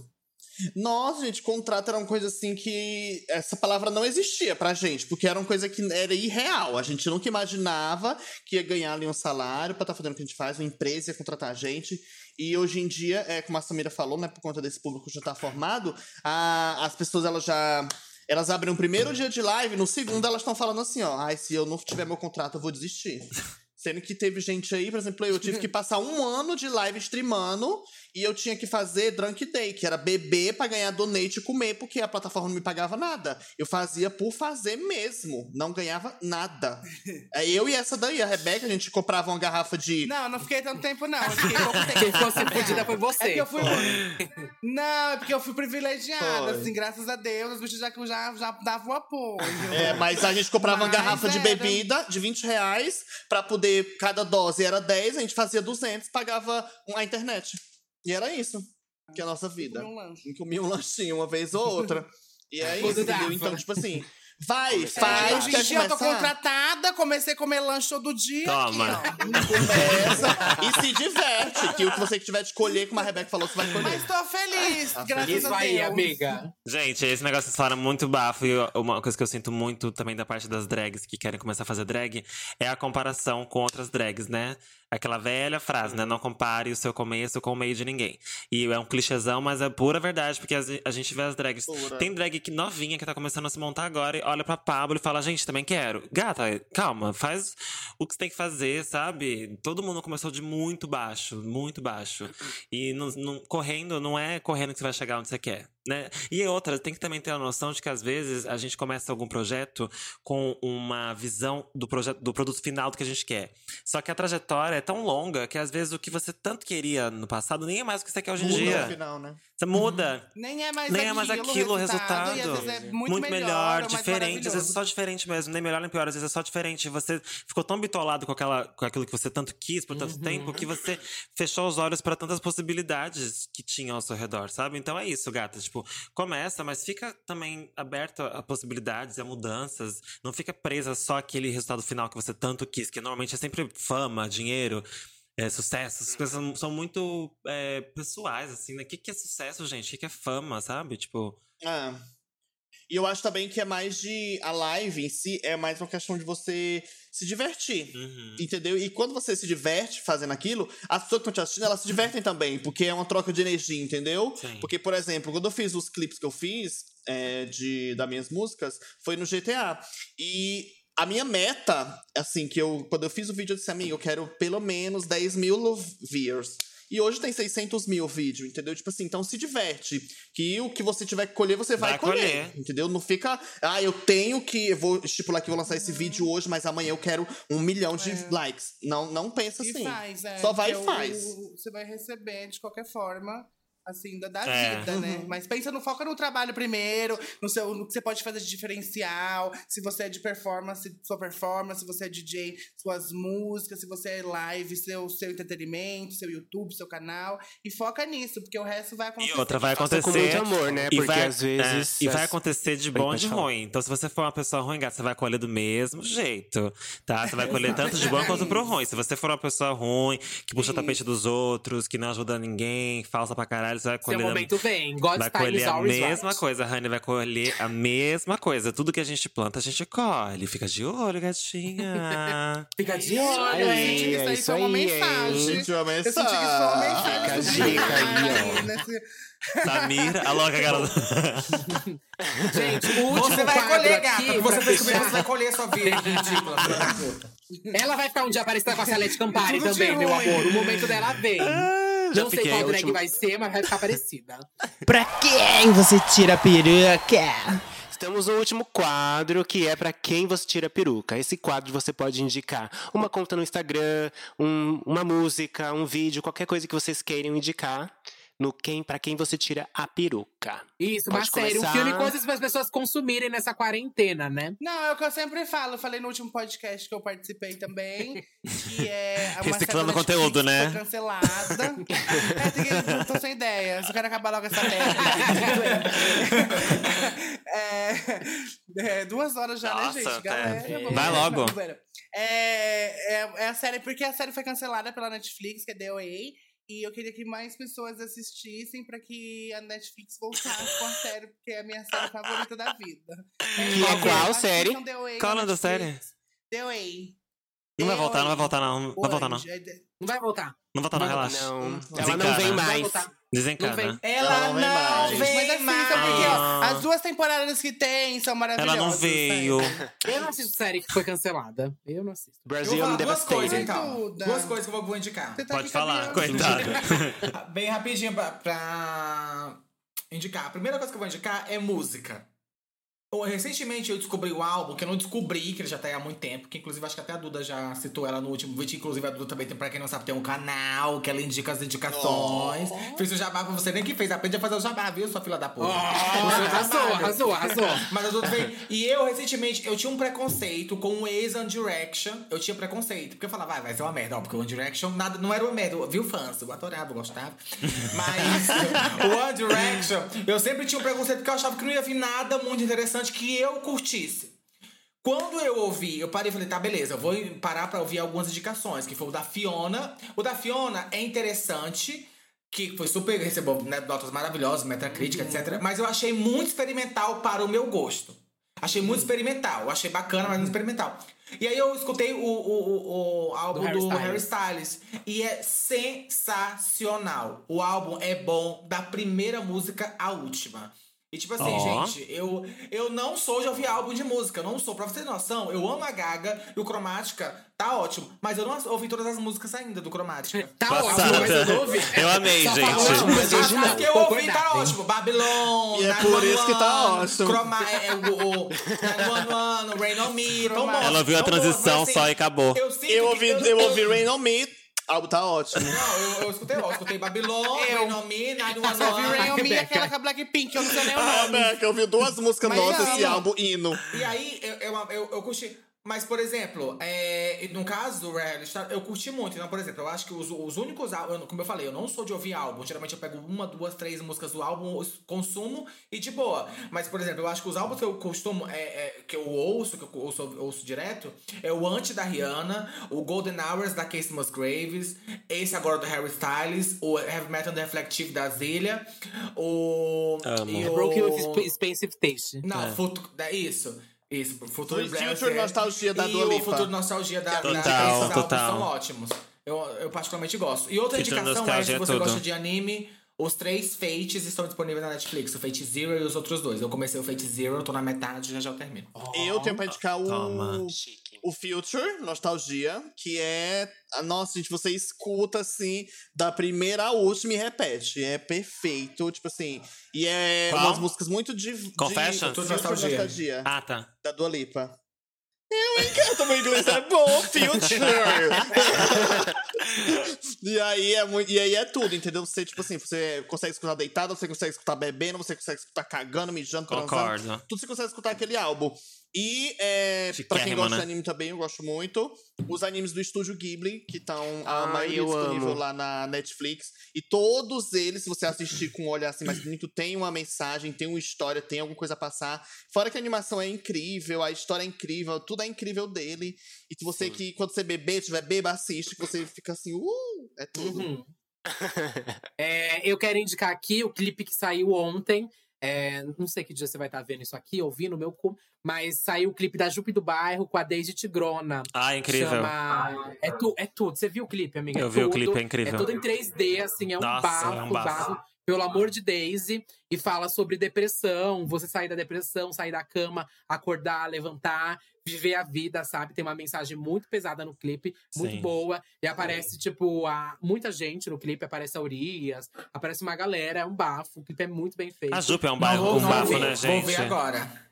S2: Nossa, gente, contrato era uma coisa assim que essa palavra não existia pra gente, porque era uma coisa que era irreal. A gente nunca imaginava que ia ganhar ali um salário pra estar fazendo o que a gente faz, uma empresa ia contratar a gente. E hoje em dia, é, como a Samira falou, né, por conta desse público que já tá formado, a- as pessoas elas já elas abrem o primeiro dia de live, no segundo elas estão falando assim, ó, ai, se eu não tiver meu contrato, eu vou desistir. Sendo que teve gente aí, por exemplo, eu tive que passar um ano de live streamando e eu tinha que fazer drunk day, que era beber pra ganhar donate e comer, porque a plataforma não me pagava nada. Eu fazia por fazer mesmo, não ganhava nada. Aí Eu e essa daí, a Rebeca, a gente comprava uma garrafa de.
S6: Não, não fiquei tanto tempo, não. Eu fiquei pouco tempo.
S4: Quem fosse fudida foi você.
S6: É porque eu fui muito- Não, é porque eu fui privilegiada,
S2: Foi.
S6: assim, graças a Deus. As bichas já, já, já davam apoio.
S2: É, mas a gente comprava uma
S6: Mas
S2: garrafa de
S6: era.
S2: bebida de 20 reais pra poder. Cada dose era 10, a gente fazia 200, pagava um, a internet. E era isso. Que é a nossa vida.
S6: Comi um lanche.
S2: Comia um lanchinho uma vez ou outra. E é isso,
S4: Quando
S2: entendeu?
S4: dava.
S2: Então, tipo assim, vai,
S6: Aí,
S2: faz,
S6: hoje em
S2: quer
S6: dia eu tô
S2: começar?
S6: contratada, comecei a comer lanche todo dia.
S1: Toma.
S6: Aqui, ó.
S2: Começa e se diverte. Que o que você tiver de colher, como a Rebeca falou, você vai colher.
S6: Mas tô feliz, graças
S4: Isso
S6: a
S4: aí,
S6: Deus.
S4: amiga.
S1: Gente, esse negócio vocês falaram muito bafo. E uma coisa que eu sinto muito também da parte das drags que querem começar a fazer drag é a comparação com outras drags, né? Aquela velha frase, né? Não compare o seu começo com o meio de ninguém. E é um clichêzão, mas é pura verdade, porque as- a gente vê as drags.
S2: Pura.
S1: Tem drag que novinha que tá começando a se montar agora e olha pra Pablo e fala: gente, também quero. Gata, calma, faz o que você tem que fazer, sabe? Todo mundo começou de muito baixo, muito baixo. E não- não- correndo, não é correndo que você vai chegar onde você quer, né? E outra, tem que também ter a noção de que às vezes a gente começa algum projeto com uma visão do, projeto, do produto final do que a gente quer. Só que a trajetória é tão longa que às vezes o que você tanto queria no passado nem é mais o que você quer hoje em
S2: Muda
S1: dia.
S2: no final, né?
S1: Você muda.
S6: Nem é mais
S1: Nem é
S6: aquilo,
S1: mais aquilo o
S6: E às vezes é
S1: resultado.
S6: muito,
S1: melhor,
S6: ou
S1: diferente. Às
S6: mais
S1: vezes é
S6: maravilhoso.
S1: só diferente mesmo. Nem melhor nem pior, às vezes é só diferente. Você ficou tão bitolado com, aquela, com aquilo que você tanto quis por
S6: Uhum.
S1: tanto tempo que você fechou os olhos pra tantas possibilidades que tinham ao seu redor, sabe? Então é isso, gata. Tipo, começa, mas fica também aberto a possibilidades, a mudanças. Não fica presa só àquele resultado final que você tanto quis, que normalmente é sempre fama, dinheiro. É, sucesso, essas coisas são- são muito é, pessoais, assim, né? O que, que é sucesso, gente? O que, que é fama, sabe? Tipo,
S2: Ah. E eu acho também que é mais de. A live em si é mais uma questão de você se divertir.
S1: Uhum.
S6: Uhum.
S2: Entendeu? E quando você se diverte fazendo aquilo, as pessoas que estão te assistindo, elas se divertem também, porque é uma troca de energia, entendeu?
S1: Sim.
S2: Porque, por exemplo, quando eu fiz os clipes que eu fiz é, de, das minhas músicas, foi no GTA. E a minha meta, assim, que eu. Quando eu fiz o vídeo, eu disse, amigo, eu quero pelo menos 10 mil lo- views. E hoje tem 600 mil o vídeo, entendeu? Tipo assim, então se diverte. Que o que você tiver que colher, você vai,
S1: Vai
S2: colher.
S1: colher.
S2: Entendeu? Não fica. Ah, eu tenho que. Eu vou estipular que eu vou lançar esse vídeo hoje, mas amanhã eu quero um milhão de likes. Não, não pensa
S6: É. E
S2: assim.
S6: faz, é,
S2: Só vai e
S6: porque o-
S2: faz.
S6: o- Você vai receber de qualquer forma. Assim, da, da
S1: É.
S6: vida, né? Mas pensa, no, foca no trabalho primeiro, no, seu, no que você pode fazer de diferencial, se você é de performance, sua performance, se você é DJ, suas músicas, se você é live, seu, seu entretenimento, seu YouTube, seu canal. E foca nisso, porque o resto
S1: E
S6: vai acontecer.
S1: outra, vai
S3: Faça
S1: acontecer.
S3: com muito amor, né?
S1: E
S3: Porque
S1: vai,
S3: às vezes.
S1: é, e vai
S3: as-
S1: acontecer de
S3: Aí,
S1: bom e
S3: pode
S1: de
S3: falar.
S1: ruim. Então, se você for uma pessoa ruim, gata, você vai colher do mesmo jeito, tá? Você vai colher tanto de bom quanto pro ruim. Se você for uma pessoa ruim, que puxa o tapete dos outros, que não ajuda ninguém, que falsa pra caralho, você vai
S4: Seu
S1: colher. a-
S4: momento vem. God's
S1: Vai
S4: time is
S1: colher a
S4: always right.
S1: mesma coisa, Rani. Vai colher a mesma coisa. Tudo que a gente planta, a gente colhe. Fica de olho, gatinha.
S4: Fica de
S6: Olha,
S4: olho,
S6: eu
S4: hein?
S6: senti que isso
S3: é
S6: aí
S3: isso
S6: foi uma
S3: aí, hein?
S6: mensagem.
S2: Gente, eu amei
S6: Eu senti que isso foi uma
S2: essa.
S6: mensagem.
S3: Fica a dica aí, ó.
S6: Nesse-
S1: Samira, a louca garota.
S4: Gente, o último
S5: Você vai
S4: quadro
S5: colher,
S4: aqui
S5: gata.
S4: pra
S5: porque Você fez comigo,
S4: fechar.
S5: você vai colher a sua vida, ridícula. filha da puta.
S4: Ela vai ficar um dia parecida com a Salete Campari
S6: Tudo de
S4: também, meu
S6: ruim.
S4: amor. O momento dela vem.
S1: já
S4: Não sei
S1: fiquei,
S4: qual drag
S1: último.
S4: vai ser, mas vai ficar parecida.
S7: Pra quem você tira a peruca?
S3: Estamos no último quadro, que é pra quem você tira a peruca. Esse quadro você pode indicar uma conta no Instagram, um- uma música, um vídeo, qualquer coisa que vocês queiram indicar no quem para quem você tira a peruca.
S4: Isso,
S3: Pode
S4: uma série, um
S3: começar.
S4: filme, coisas para as pessoas consumirem nessa quarentena, né?
S6: Não, é o que eu sempre falo. Eu falei no último podcast que eu participei também. Que é. uma
S1: Reciclando
S6: série da
S1: conteúdo,
S6: Netflix que
S1: né?
S6: Foi cancelada. é, tem que, tô sem ideias. Eu quero acabar logo essa merda. é, é, duas horas já,
S1: Nossa,
S6: né, gente?
S1: tá.
S6: Galera,
S1: É.
S6: vamos-
S1: Vai logo.
S6: É, é, é a série, porque a série foi cancelada pela Netflix, que é DOA. E eu queria que mais pessoas assistissem pra que a Netflix voltasse com a série, porque é a minha série favorita da vida. É,
S3: Qual- qual série?
S6: Qual
S1: o nome da é série?
S6: The Way.
S1: Não vai voltar, não vai voltar, não. Não vai voltar, não.
S6: Hoje, é de-
S4: Não vai voltar.
S1: Não vai voltar, não,
S3: Não,
S1: relaxa.
S3: não. Ela
S1: Desencana.
S3: Hum, não vem
S4: Vai
S3: mais.
S4: voltar. Não
S1: Desencana.
S4: vem.
S5: Ela
S2: não
S5: não
S2: vem
S5: vem
S6: Mas assim,
S5: mais.
S6: então, porque, ó,
S1: Ah.
S6: as duas temporadas que tem são
S1: Ela
S6: maravilhosas.
S1: não veio.
S4: Eu não assisto série que foi cancelada. Eu não assisto.
S5: Eu vou
S3: Brazilian
S5: falar duas coisas,
S3: Devastating.
S5: então.
S6: Duda.
S5: Duas coisas que eu vou indicar.
S6: Você tá
S1: Pode
S6: aqui
S1: falar,
S6: caminhando.
S1: coitado.
S5: Bem rapidinho pra, pra indicar. A primeira coisa que eu vou indicar é música. Bom, Recentemente eu descobri o álbum, que eu não descobri, que ele já tá aí há muito tempo, que inclusive acho que até a Duda já citou ela no último vídeo. Inclusive a Duda também tem, pra quem não sabe, tem um canal que ela indica as indicações. Fiz o jabá pra você, nem que fez, aprende a fazer o jabá, viu, sua filha da puta? Você é
S4: arrasou,
S5: trabalho.
S4: arrasou, arrasou.
S5: Mas as outras vêm. E eu, recentemente, eu tinha um preconceito com o One Direction. Eu tinha preconceito. Porque eu falava, "Ah, vai, vai ser uma merda. Ó, porque o One Direction nada, não era uma merda. Viu, fãs? Eu adorava, eu gostava. Mas o One Direction, eu sempre tinha um preconceito porque eu achava que não ia vir nada muito interessante que eu curtisse. Quando eu ouvi, eu parei e falei, tá, beleza, eu vou parar pra ouvir algumas indicações, que foi o da Fiona. O da Fiona é interessante, que foi super, recebeu né, notas maravilhosas, metacrítica, etc. Mas eu achei muito experimental para o meu gosto. Achei muito experimental, eu achei bacana, mas muito experimental. E aí eu escutei o, o, o, o álbum
S4: Do Harry
S5: do
S4: Styles.
S5: Harry Styles. E é sensacional. O álbum é bom da primeira música à última. E tipo assim,
S1: Ó.
S5: gente, eu, eu não sou de ouvir álbum de música, eu não sou. Pra você ter noção, eu amo a Gaga e o Cromática tá ótimo. Mas eu não as- ouvi todas as músicas ainda do Cromática.
S4: Tá
S1: Passada.
S4: ótimo, mas eu não ouvi.
S1: Eu amei,
S4: Só
S1: gente.
S4: falou,
S5: Não,
S4: mas hoje
S5: as
S4: não.
S5: que eu ouvi
S4: Concordar,
S5: tá
S4: hein?
S5: ótimo. Babylon,
S2: E é
S5: 911,
S2: por isso que tá ótimo.
S5: Chroma, é, o, o 911, Rain on Me, tão bom.
S1: Ela viu a
S5: tão bom,
S1: transição
S5: mas, assim,
S1: só e acabou.
S5: Eu, sinto
S2: Eu
S5: que-
S2: ouvi, eu ouvi Rain on Me. Álbum tá ótimo.
S5: Não, eu, eu escutei, ó, eu escutei Babylon, Rain on Me, 911.
S6: Só vi Rain on Me,
S5: Rebeca.
S6: aquela com a Blackpink, eu não sei nem o
S2: Ah,
S6: nome.
S2: Rebeca, eu ouvi duas músicas
S6: Mas
S2: nossas
S6: não.
S2: esse álbum, hino.
S5: E aí, eu, eu, eu, eu curti. Mas, por exemplo, é, no caso do Rare Star, eu curti muito. Então, por exemplo, eu acho que os, os únicos álbuns. Como eu falei, eu não sou de ouvir álbum. Geralmente eu pego uma, duas, três músicas do álbum, os- consumo e de boa. Mas, por exemplo, eu acho que os álbuns que eu costumo. é, é, que eu ouço, que eu ouço, ouço direto, é o Anti da Rihanna, o Golden Hours da Casey Musgraves, esse agora do Harry Styles, o Heavy Metal and Reflective da Zilha, o.
S1: Amo.
S5: e
S1: É
S5: o-
S4: Broken with expensive taste.
S5: não, futu- é isso. Isso, Futuro
S2: Foi
S5: Brass,
S2: Future
S5: é.
S2: Nostalgia da
S5: e
S2: Dua
S5: o
S2: Lipa.
S5: Futuro Nostalgia da da-
S1: Total,
S5: esses álbuns
S1: total.
S5: São ótimos. Eu, eu particularmente gosto. E outra
S1: Future
S5: indicação é,
S1: Nostalgia
S5: se
S1: é
S5: você
S1: tudo.
S5: gosta de anime, os três Fates estão disponíveis na Netflix. O Fate Zero e os outros dois. Eu comecei o Fate Zero, tô na metade, já já eu termino.
S1: Um
S2: Eu tenho pra indicar
S1: Oh, Toma.
S2: o, o Future, Nostalgia, que é. ah, Nossa, gente, você escuta assim, da primeira à última e repete. É perfeito, tipo assim. E é
S1: Qual?
S2: umas músicas muito de.
S1: Confessions?
S2: De, Future
S5: Nostalgia.
S2: nostalgia.
S1: Ah, tá.
S2: Da Dua Lipa. Eu encanto, meu inglês é bom, Future! e, aí é muito, e aí é tudo, entendeu? Você, tipo assim, você consegue escutar deitado, você consegue escutar bebendo, você consegue escutar cagando, mijando, transando.
S1: Concordo.
S2: Tudo você consegue escutar aquele álbum. E é, pra quem
S1: Chiquérrimo,
S2: gosta
S1: né?
S2: de anime também, eu gosto muito. Os animes do estúdio Ghibli, que estão a
S3: Ah,
S2: maioria
S3: eu
S2: disponível
S3: amo.
S2: lá na Netflix. E todos eles, se você assistir com um olhar assim mais bonito, tem uma mensagem, tem uma história, tem alguma coisa a passar. Fora que a animação é incrível, a história é incrível, tudo é incrível dele. E que você que, quando você beber, tiver beba, assiste, que você fica assim, uh, é tudo.
S4: Uhum. É, eu quero indicar aqui o clipe que saiu ontem. É, não sei que dia você vai estar vendo isso aqui, ouvindo o meu cu, mas saiu o clipe da Jupe do Bairro com a Daisy Tigrona.
S1: Ah, incrível.
S4: Chama... É, tu, é tudo. Você viu o clipe, amiga?
S1: Eu
S4: É
S1: vi o
S4: tudo.
S1: clipe, é incrível.
S4: É tudo em 3D, assim, é um
S1: Nossa,
S4: bafo,
S1: é um bafo.
S4: bafo. Pelo amor de Daisy. E fala sobre depressão, você sair da depressão, sair da cama, acordar, levantar, viver a vida, sabe? Tem uma mensagem muito pesada no clipe, muito
S1: Sim.
S4: boa. E aparece, tipo, a, muita gente no clipe. Aparece a Urias, aparece uma galera, é um bafo. O clipe é muito bem feito.
S1: A Jupe é um
S5: Não,
S1: bafo, um
S5: não
S1: bafo,
S5: ver,
S1: né,
S5: Vou
S1: gente?
S5: ver agora.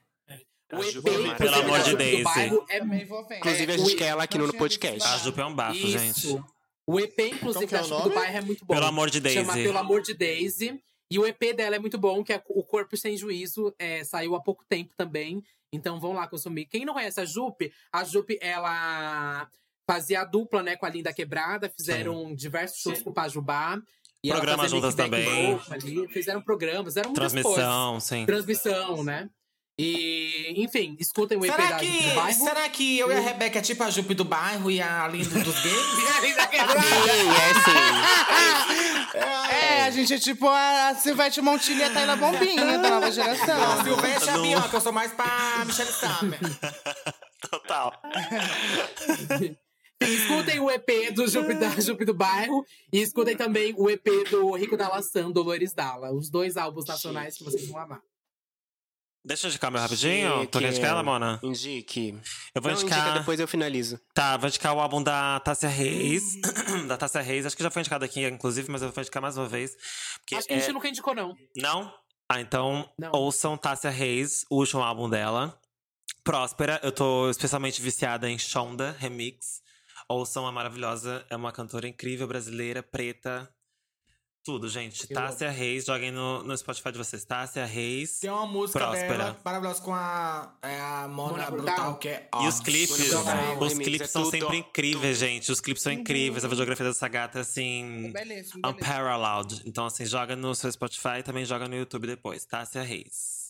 S4: O EP,
S3: Ju- pelo
S4: inclusive,
S1: amor
S4: da
S1: de
S4: Ju do
S1: Daisy.
S4: Bairro É
S6: Também vou ver.
S3: Inclusive, a
S4: É,
S3: gente
S4: o-
S3: quer ela aqui no
S6: Não tinha visto
S3: podcast.
S1: A
S6: falar.
S1: Jupe é um bafo, gente.
S4: O EP, inclusive,
S2: Então, que é
S4: da
S2: o
S4: Chico do
S2: nome?
S4: Bairro é muito bom.
S1: Pelo amor de Daisy.
S4: Chama Pelo Amor de Daisy. E o EP dela é muito bom, que é O Corpo Sem Juízo. é, saiu há pouco tempo também. Então vão lá consumir. Quem não conhece a Jupe, a Jupe, ela fazia a dupla, né, com a Linda Quebrada. Fizeram diversos shows com o Pajubá. E ela
S1: Programas
S4: fazia
S1: juntas
S4: Nick Deck
S1: também.
S4: Roupa ali. Fizeram programas, fizeram muitas coisas.
S1: Transmissão, sim.
S4: Transmissão, né? E, enfim, escutem o EP
S5: Será
S4: da
S5: que,
S4: Jupe do Bairro.
S5: será que eu e a Rebeca é tipo a Jupe do bairro e a Linda dos gays?
S4: é Linda Quebrada!
S3: Sim, é sim.
S6: gente é tipo a, a Silvete Montilha e a Tayla Bombinha da nova geração.
S5: Não, Silvestre é a
S1: Não.
S5: Bianca, eu sou mais pra Michelle Summer.
S1: Total.
S4: Escutem o EP do Jupe da Jupe do Bairro e escutem também o EP do Rico da Laçã, Dolores Dalla. Os dois álbuns nacionais que vocês vão amar.
S1: Deixa eu indicar meu rapidinho.
S3: Chique.
S1: Tu quer indicar ela, Mona?
S3: Indique.
S1: Eu vou
S3: Não,
S1: indicar.
S3: indica, depois eu finalizo.
S1: Tá, vou indicar o álbum da Tássia Reis. da Tássia Reis. Acho que já foi indicado aqui, inclusive, mas eu vou indicar mais uma vez. Porque
S4: Acho que a
S1: é-
S4: gente nunca indicou, não.
S1: Não? Ah, então
S4: Não.
S1: ouçam Tássia Reis, o último álbum dela. Próspera, eu tô especialmente viciada em Shonda Remix. Ouçam a maravilhosa, é uma cantora incrível, brasileira, preta. Tudo, gente.
S5: Eu
S1: Tássia Reis, joguem no, no Spotify de vocês. Tássia Reis.
S5: Tem uma música
S1: Próspera.
S5: dela maravilhosa com a, é a Mona,
S4: Mona
S5: Brutal,
S4: Brutal.
S5: que é
S1: E os
S5: ótima.
S1: clipes,
S3: Brutal,
S1: os
S3: remix,
S1: clipes
S3: é
S1: são
S3: tudo,
S1: sempre incríveis, gente. Os clipes são incríveis, a videografia dessa gata é assim.
S6: Belíssimo, belíssimo.
S1: Unparalleled. Então, assim, joga no seu Spotify e também joga no YouTube depois. Tássia Reis.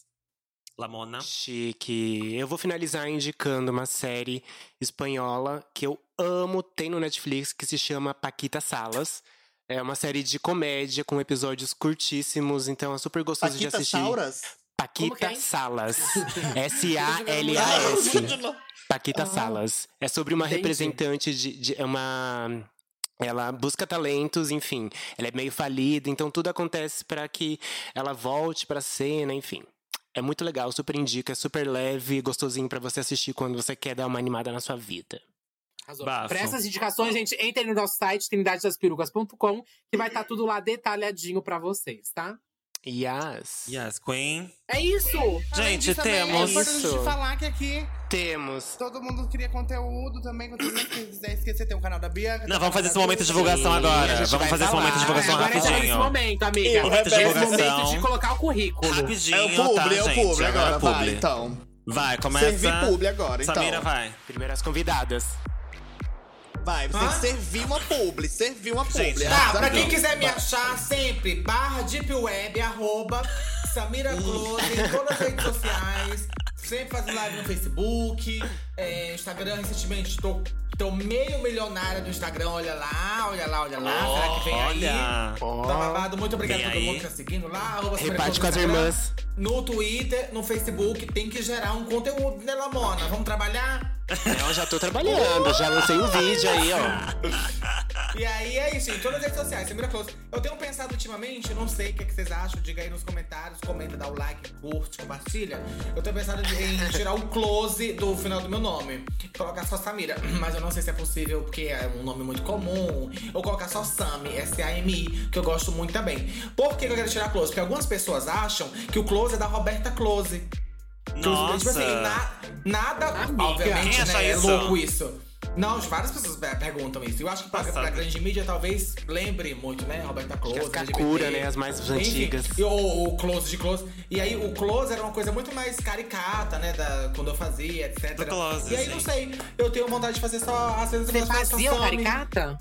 S1: Lamona.
S3: Chique. Eu vou finalizar indicando uma série espanhola que eu amo, tem no Netflix, que se chama Paquita Salas. É uma série de comédia com episódios curtíssimos, então é super gostoso de
S2: Paquita
S3: assistir.
S2: Sauras?
S4: Como que
S3: Paquita
S4: é?
S3: Salas.
S2: Ah,
S3: S-A-L-A-S. Paquita Salas. É sobre uma
S4: Entendi.
S3: representante de, de- é uma. Ela busca talentos, enfim. Ela é meio falida, então tudo acontece pra que ela volte pra cena, enfim. É muito legal, super indica, é super leve, gostosinho pra você assistir quando você quer dar uma animada na sua vida.
S4: Arrasou.
S1: Bafo.
S4: Pra essas indicações, gente, entrem no nosso site, trindadesdaspirucas.com, que vai estar tudo lá detalhadinho pra vocês, tá?
S3: Yes.
S1: Yes, Queen.
S4: É isso!
S6: Além
S1: Gente,
S6: disso, também, É
S1: temos.
S6: importante
S3: Isso.
S6: de falar que aqui
S3: Temos.
S6: todo mundo cria conteúdo também. Quando você quiser esquecer, tem o canal da Bianca. tem
S1: Não,
S6: o
S1: vamos
S6: canal
S1: fazer
S6: da
S1: esse momento de
S6: Duda.
S1: divulgação
S3: a
S1: agora.
S3: gente
S1: Vamos
S3: vai
S2: tá
S1: fazer esse
S3: falar.
S1: momento de divulgação
S4: agora é esse
S1: rapidinho.
S4: momento, amiga.
S1: Momento de
S4: é esse
S1: divulgação.
S4: momento de colocar o currículo.
S1: Rapidinho,
S2: É o publi,
S1: tá,
S2: é o
S1: gente?
S2: publi agora.
S1: é
S2: Vai,
S1: publi.
S2: então.
S1: Vai, começa.
S2: Servir publi agora, então.
S1: Samira, vai.
S3: Primeiras convidadas.
S2: Vai, você tem que servir uma publi, servir uma publi. Ah,
S1: Gente,
S5: Tá, pra
S1: Exatamente.
S5: quem quiser me achar sempre, barra Deep Web, arroba Samira Close, em todas as redes sociais, sempre fazendo live no Facebook, é, Instagram, recentemente tô, tô meio milionária do Instagram, olha lá, olha lá, olha lá, Ah, será que vem aí?
S1: Olha.
S5: Tá babado, muito obrigado
S1: Vem
S5: a todo
S1: aí.
S5: mundo que tá seguindo lá. arroba Samira
S3: Reparte
S5: Close
S3: com as
S5: no Instagram,
S3: irmãs.
S5: No Twitter, no Facebook, tem que gerar um conteúdo, né, Lamona? Vamos trabalhar?
S3: Eu É, já tô trabalhando, já lancei um vídeo aí, ó.
S5: E aí é isso, em todas as redes sociais, Samira Close. Eu tenho pensado ultimamente, eu não sei o que, é que vocês acham, diga aí nos comentários, comenta, dá o like, curte, compartilha. Eu tenho pensado em tirar o close do final do meu nome. Colocar só Samira, mas eu não sei se é possível, porque é um nome muito comum. Ou colocar só Sami, S-A-M-I, que eu gosto muito também. Por que que eu quero tirar close? Porque algumas pessoas acham que o close é da Roberta Close. Tipo
S1: Nossa.
S5: assim, na- nada.
S4: Amiga.
S5: obviamente,
S1: Quem acha
S5: né? É
S1: isso?
S5: louco isso. Não, várias pessoas pe- perguntam isso. Eu acho que pra,
S1: Passada.
S5: pra grande mídia talvez lembre muito, né? Roberta Close.
S3: As
S5: LGBT.
S3: Kakura, né? As mais antigas.
S5: Enfim, e o, o Close de Close. E aí, o Close era uma coisa muito mais caricata, né? Da, quando eu fazia, etc.
S1: Do Close,
S5: e aí, não
S1: gente.
S5: sei. Eu tenho vontade de fazer só as coisas
S4: Você fazia o caricata?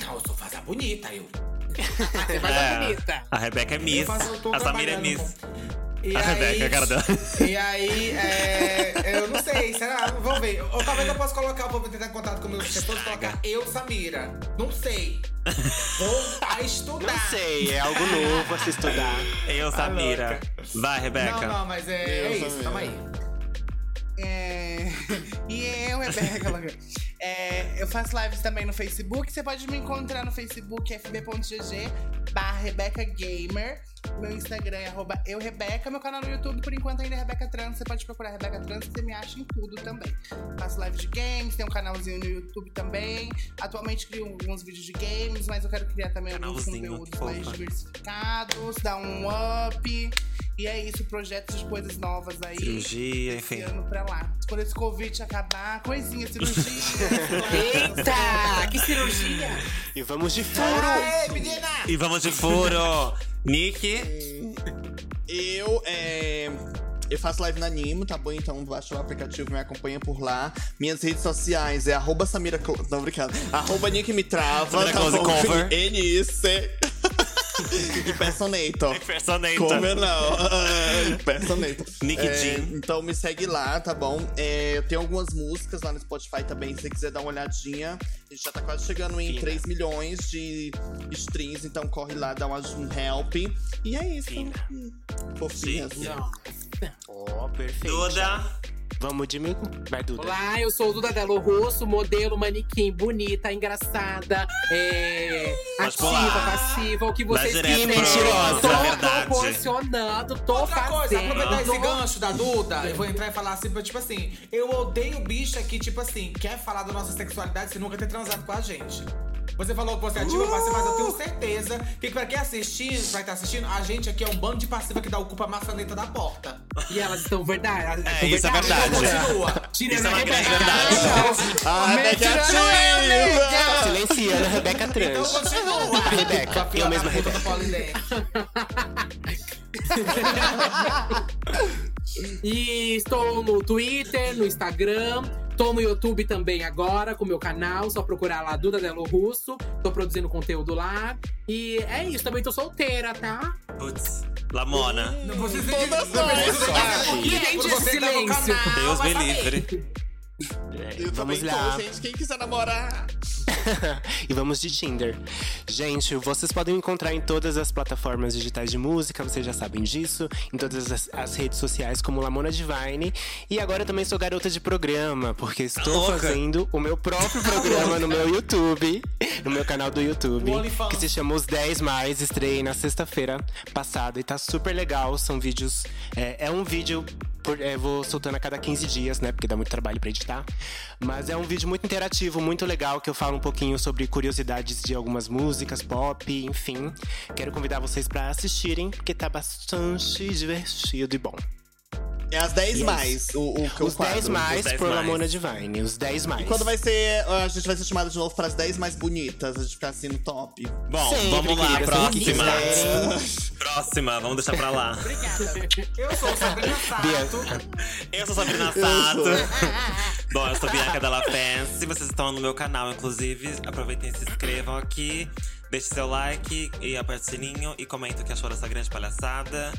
S5: Não, eu sou fazer bonita, eu.
S4: Ah, Você faz
S1: É.
S4: a bonita.
S1: A Rebeca é
S5: Eu
S1: Miss.
S5: faço- eu tô
S1: A Samira é
S5: trabalhando
S1: Miss.
S5: com- E
S1: A Rebeca, é a cara dela.
S5: E aí, é, eu não sei, será? Vou ver. Ou talvez eu possa colocar, vou tentar em contato com meus gestores e colocar eu, Samira. Não sei. Vou a estudar.
S3: Não sei, é algo novo a se estudar.
S1: Eu, Samira. Vai,
S5: Não,
S1: Rebeca.
S5: Tá não, mas é, é
S2: Eu,
S5: isso,
S2: Samira.
S5: calma aí.
S6: É... E eu, Rebeca. Logan. é, eu faço lives também no Facebook. Você pode me encontrar no Facebook fb.gg barra Rebeca Gamer. Meu Instagram é arroba eu Rebeca. Meu canal no YouTube, por enquanto, ainda é Rebeca Trans. Você pode procurar Rebeca Trans, que você me acha em tudo também. Faço live de games, tem um canalzinho no YouTube também. Atualmente crio alguns vídeos de games, mas eu quero criar também alguns
S1: Canalzinho,
S6: conteúdos
S1: que
S6: mais
S1: fofa.
S6: diversificados, dar um up. E é isso, projetos de coisas novas aí
S1: Cirurgia,
S6: esse
S1: enfim.
S6: ano pra lá. Quando esse convite acabar, coisinha, cirurgia.
S4: Eita! Que cirurgia!
S3: E vamos de furo!
S5: Aê, menina!
S1: E vamos de furo. Nick.
S2: Eu, é, eu faço live na Nimo, tá bom? Então baixa o aplicativo, me acompanha por lá. Minhas redes sociais é arroba Samira Close. Não, obrigado. Arroba Nick Me Trava.
S1: Samira
S2: tá
S1: Close
S2: bom?
S1: Cover.
S2: tá NIC. Impersonator.
S1: Impersonator.
S2: Como não? Ah, Impersonator.
S1: então. Nick
S2: É,
S1: Jean.
S2: Então me segue lá, tá bom? É, eu tenho algumas músicas lá no Spotify também, se você quiser dar uma olhadinha. A gente já tá quase chegando em
S1: Fina.
S2: 3 milhões de streams, então corre lá, dá uma, um help. E é isso.
S1: Fina.
S2: Fofinhas.
S1: Fina.
S3: Ó, perfeito.
S1: Duda.
S3: Vamos de mim? Vai, Duda.
S4: Olá, eu sou o Duda Delo Rosso, modelo, manequim, bonita, engraçada, é,
S1: Pode
S4: ativa,
S1: pular.
S4: passiva, o que
S1: Vai
S4: vocês
S1: direto
S4: quiserem.
S1: pro-
S4: Tô
S1: pra verdade.
S4: proporcionando, tô
S5: Outra
S4: fazendo.
S5: coisa, aproveitar esse gancho da Duda, eu vou entrar e falar assim, tipo assim, eu odeio bicha que, tipo assim, quer falar da nossa sexualidade sem nunca ter transado com a gente. Você falou que você é ativa passiva, mas eu tenho certeza que pra quem assistir, vai estar assistindo, a gente aqui é um bando de passiva que dá o cu pra maçaneta da porta.
S4: E elas estão verdade.
S1: É, isso é verdade.
S5: Continua.
S4: Tira
S1: Isso é
S4: a
S1: uma grande
S4: Rebeca.
S1: verdade.
S2: Ah, Beck
S3: é
S1: é,
S3: Ah, Silencia, né? Rebeca
S5: Então
S3: Trans.
S5: continua.
S3: Rebeca, eu mesma Rebeca.
S4: E estou no Twitter, no Instagram. Tô no YouTube também agora, com o meu canal. Só procurar lá Duda Delo Russo. Tô produzindo conteúdo lá. E é isso, também tô solteira, tá?
S1: Putz. Lamona.
S5: Não precisa Todas
S4: Ninguém disse é
S5: tá
S4: silêncio.
S1: Deus me livre.
S3: É,
S2: Eu
S3: vamos
S2: também
S3: lá.
S2: tô, gente. Quem quiser namorar.
S3: e vamos de Tinder. Gente, vocês podem me encontrar em todas as plataformas digitais de música, vocês já sabem disso, em todas as, as redes sociais como Lamona Divine. E agora eu também sou garota de programa, porque estou
S1: louca?
S3: fazendo o meu próprio programa no meu YouTube, no meu canal do YouTube,
S5: O OnlyFans.
S3: que se chama Os 10 Mais. Estreiei na sexta-feira passada e tá super legal. São vídeos. É, é um vídeo. Por, é, vou soltando a cada 15 dias, né? Porque dá muito trabalho pra editar. Mas é um vídeo muito interativo, muito legal, que eu falo um pouquinho sobre curiosidades de algumas músicas, pop, enfim. Quero convidar vocês pra assistirem, porque tá bastante divertido e bom.
S2: É as 10
S3: Yes.
S2: mais. O, o, o
S3: os 10
S2: quadro.
S3: mais
S1: Os 10
S3: por
S1: mais.
S3: Lamona Divine. Os 10 mais.
S2: E quando vai ser. A gente vai ser chamado de novo para as 10 mais bonitas. A gente ficar assim no top. É.
S1: Bom,
S3: Sempre,
S1: vamos lá,
S3: querida, sempre que
S1: próxima.
S3: quiserem.
S1: Próxima, vamos deixar pra lá.
S5: Eu sou Sabrina Sato.
S1: Eu sou Sabrina Sato. Bom, eu sou Bianca Della Fancy. Vocês estão no meu canal, inclusive. Aproveitem e se inscrevam aqui. Deixe seu like e aperte o sininho e comenta o que achou dessa grande palhaçada.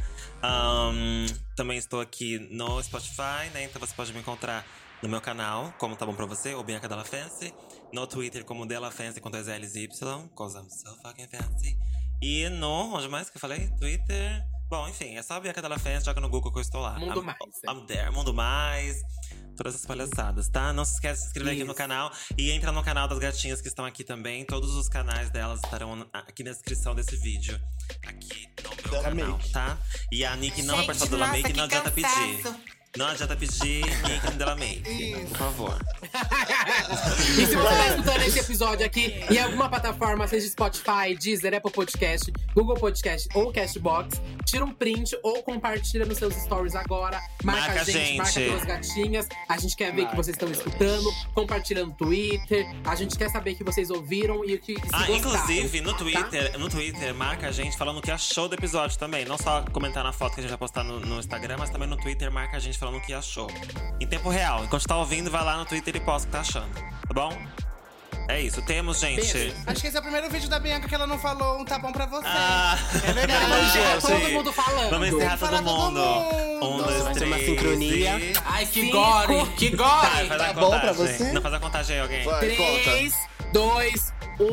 S1: Ahn, também estou aqui no Spotify, né? Então você pode me encontrar no meu canal, como tá bom pra você, ou Bianca Della Fancy. No Twitter, como Della Fancy com dois L's e Y, cause I'm so fucking fancy. E no, onde mais que eu falei? Twitter. Bom, enfim, é só Bianca Della Fancy, joga no Google que eu estou lá.
S4: Mundo
S1: I'm-
S4: Mais, é.
S1: I'm there, Mundo Mais. Todas essas palhaçadas, tá? Não se esquece de se inscrever aqui no canal. E entra no canal das gatinhas que estão aqui também. Todos os canais delas estarão na- aqui na descrição desse vídeo. Aqui no meu
S2: Dela
S1: canal,
S2: Make.
S1: tá? E a Nick não é participar do Make, não adianta pedir. Não adianta pedir Nick Dela Make, por favor.
S4: E se você tá escutando esse episódio aqui em alguma plataforma, seja Spotify, Deezer, Apple Podcast, Google Podcast ou Cashbox, tira um print ou compartilha nos seus stories agora. Marca,
S1: Marca
S4: a gente,
S1: gente.
S4: marca duas gatinhas. A gente quer ver que vocês estão escutando, compartilhando no Twitter. A gente quer saber que vocês ouviram e o que se
S1: Ah,
S4: gostaram,
S1: inclusive, no
S4: tá?
S1: Twitter, no Twitter, marca a gente falando o que achou do episódio também. Não só comentar na foto que a gente vai postar no, no Instagram, mas também no Twitter, marca a gente falando o que achou. Em tempo real. Enquanto tá ouvindo, vai lá no Twitter e posta o que tá achando. Tá bom? É isso. Temos, gente.
S6: Acho que esse é o primeiro vídeo da Bianca que ela não falou um tá bom pra você.
S1: Ah, é
S6: verdade,
S4: tá todo mundo falando.
S1: Vamos encerrar
S6: Tem que
S1: todo
S6: falar todo
S1: mundo.
S6: mundo.
S1: Um, dois,
S3: Vai ser
S1: três.
S3: uma sincronia.
S1: e-
S5: Ai, que
S4: Cinco.
S5: gore, que gore.
S1: Vai, faz a
S2: bom pra
S1: contagem.
S2: você?
S1: Não, faz a contagem aí, alguém.
S2: Vai, conta.
S4: 3, 2, 1.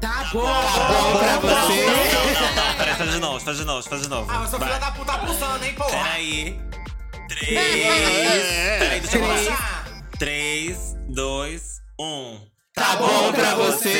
S4: Tá bom!
S3: Bom pra você.
S1: Não, não, peraí, faz de novo, faz de novo, faz de novo.
S5: Ah, mas sua
S1: Vai.
S5: filha da puta tá pulsando, hein, porra.
S1: Peraí. Três. Peraí, deixa eu
S5: Três.
S1: falar. Três, dois, um.
S3: Tá bom pra você?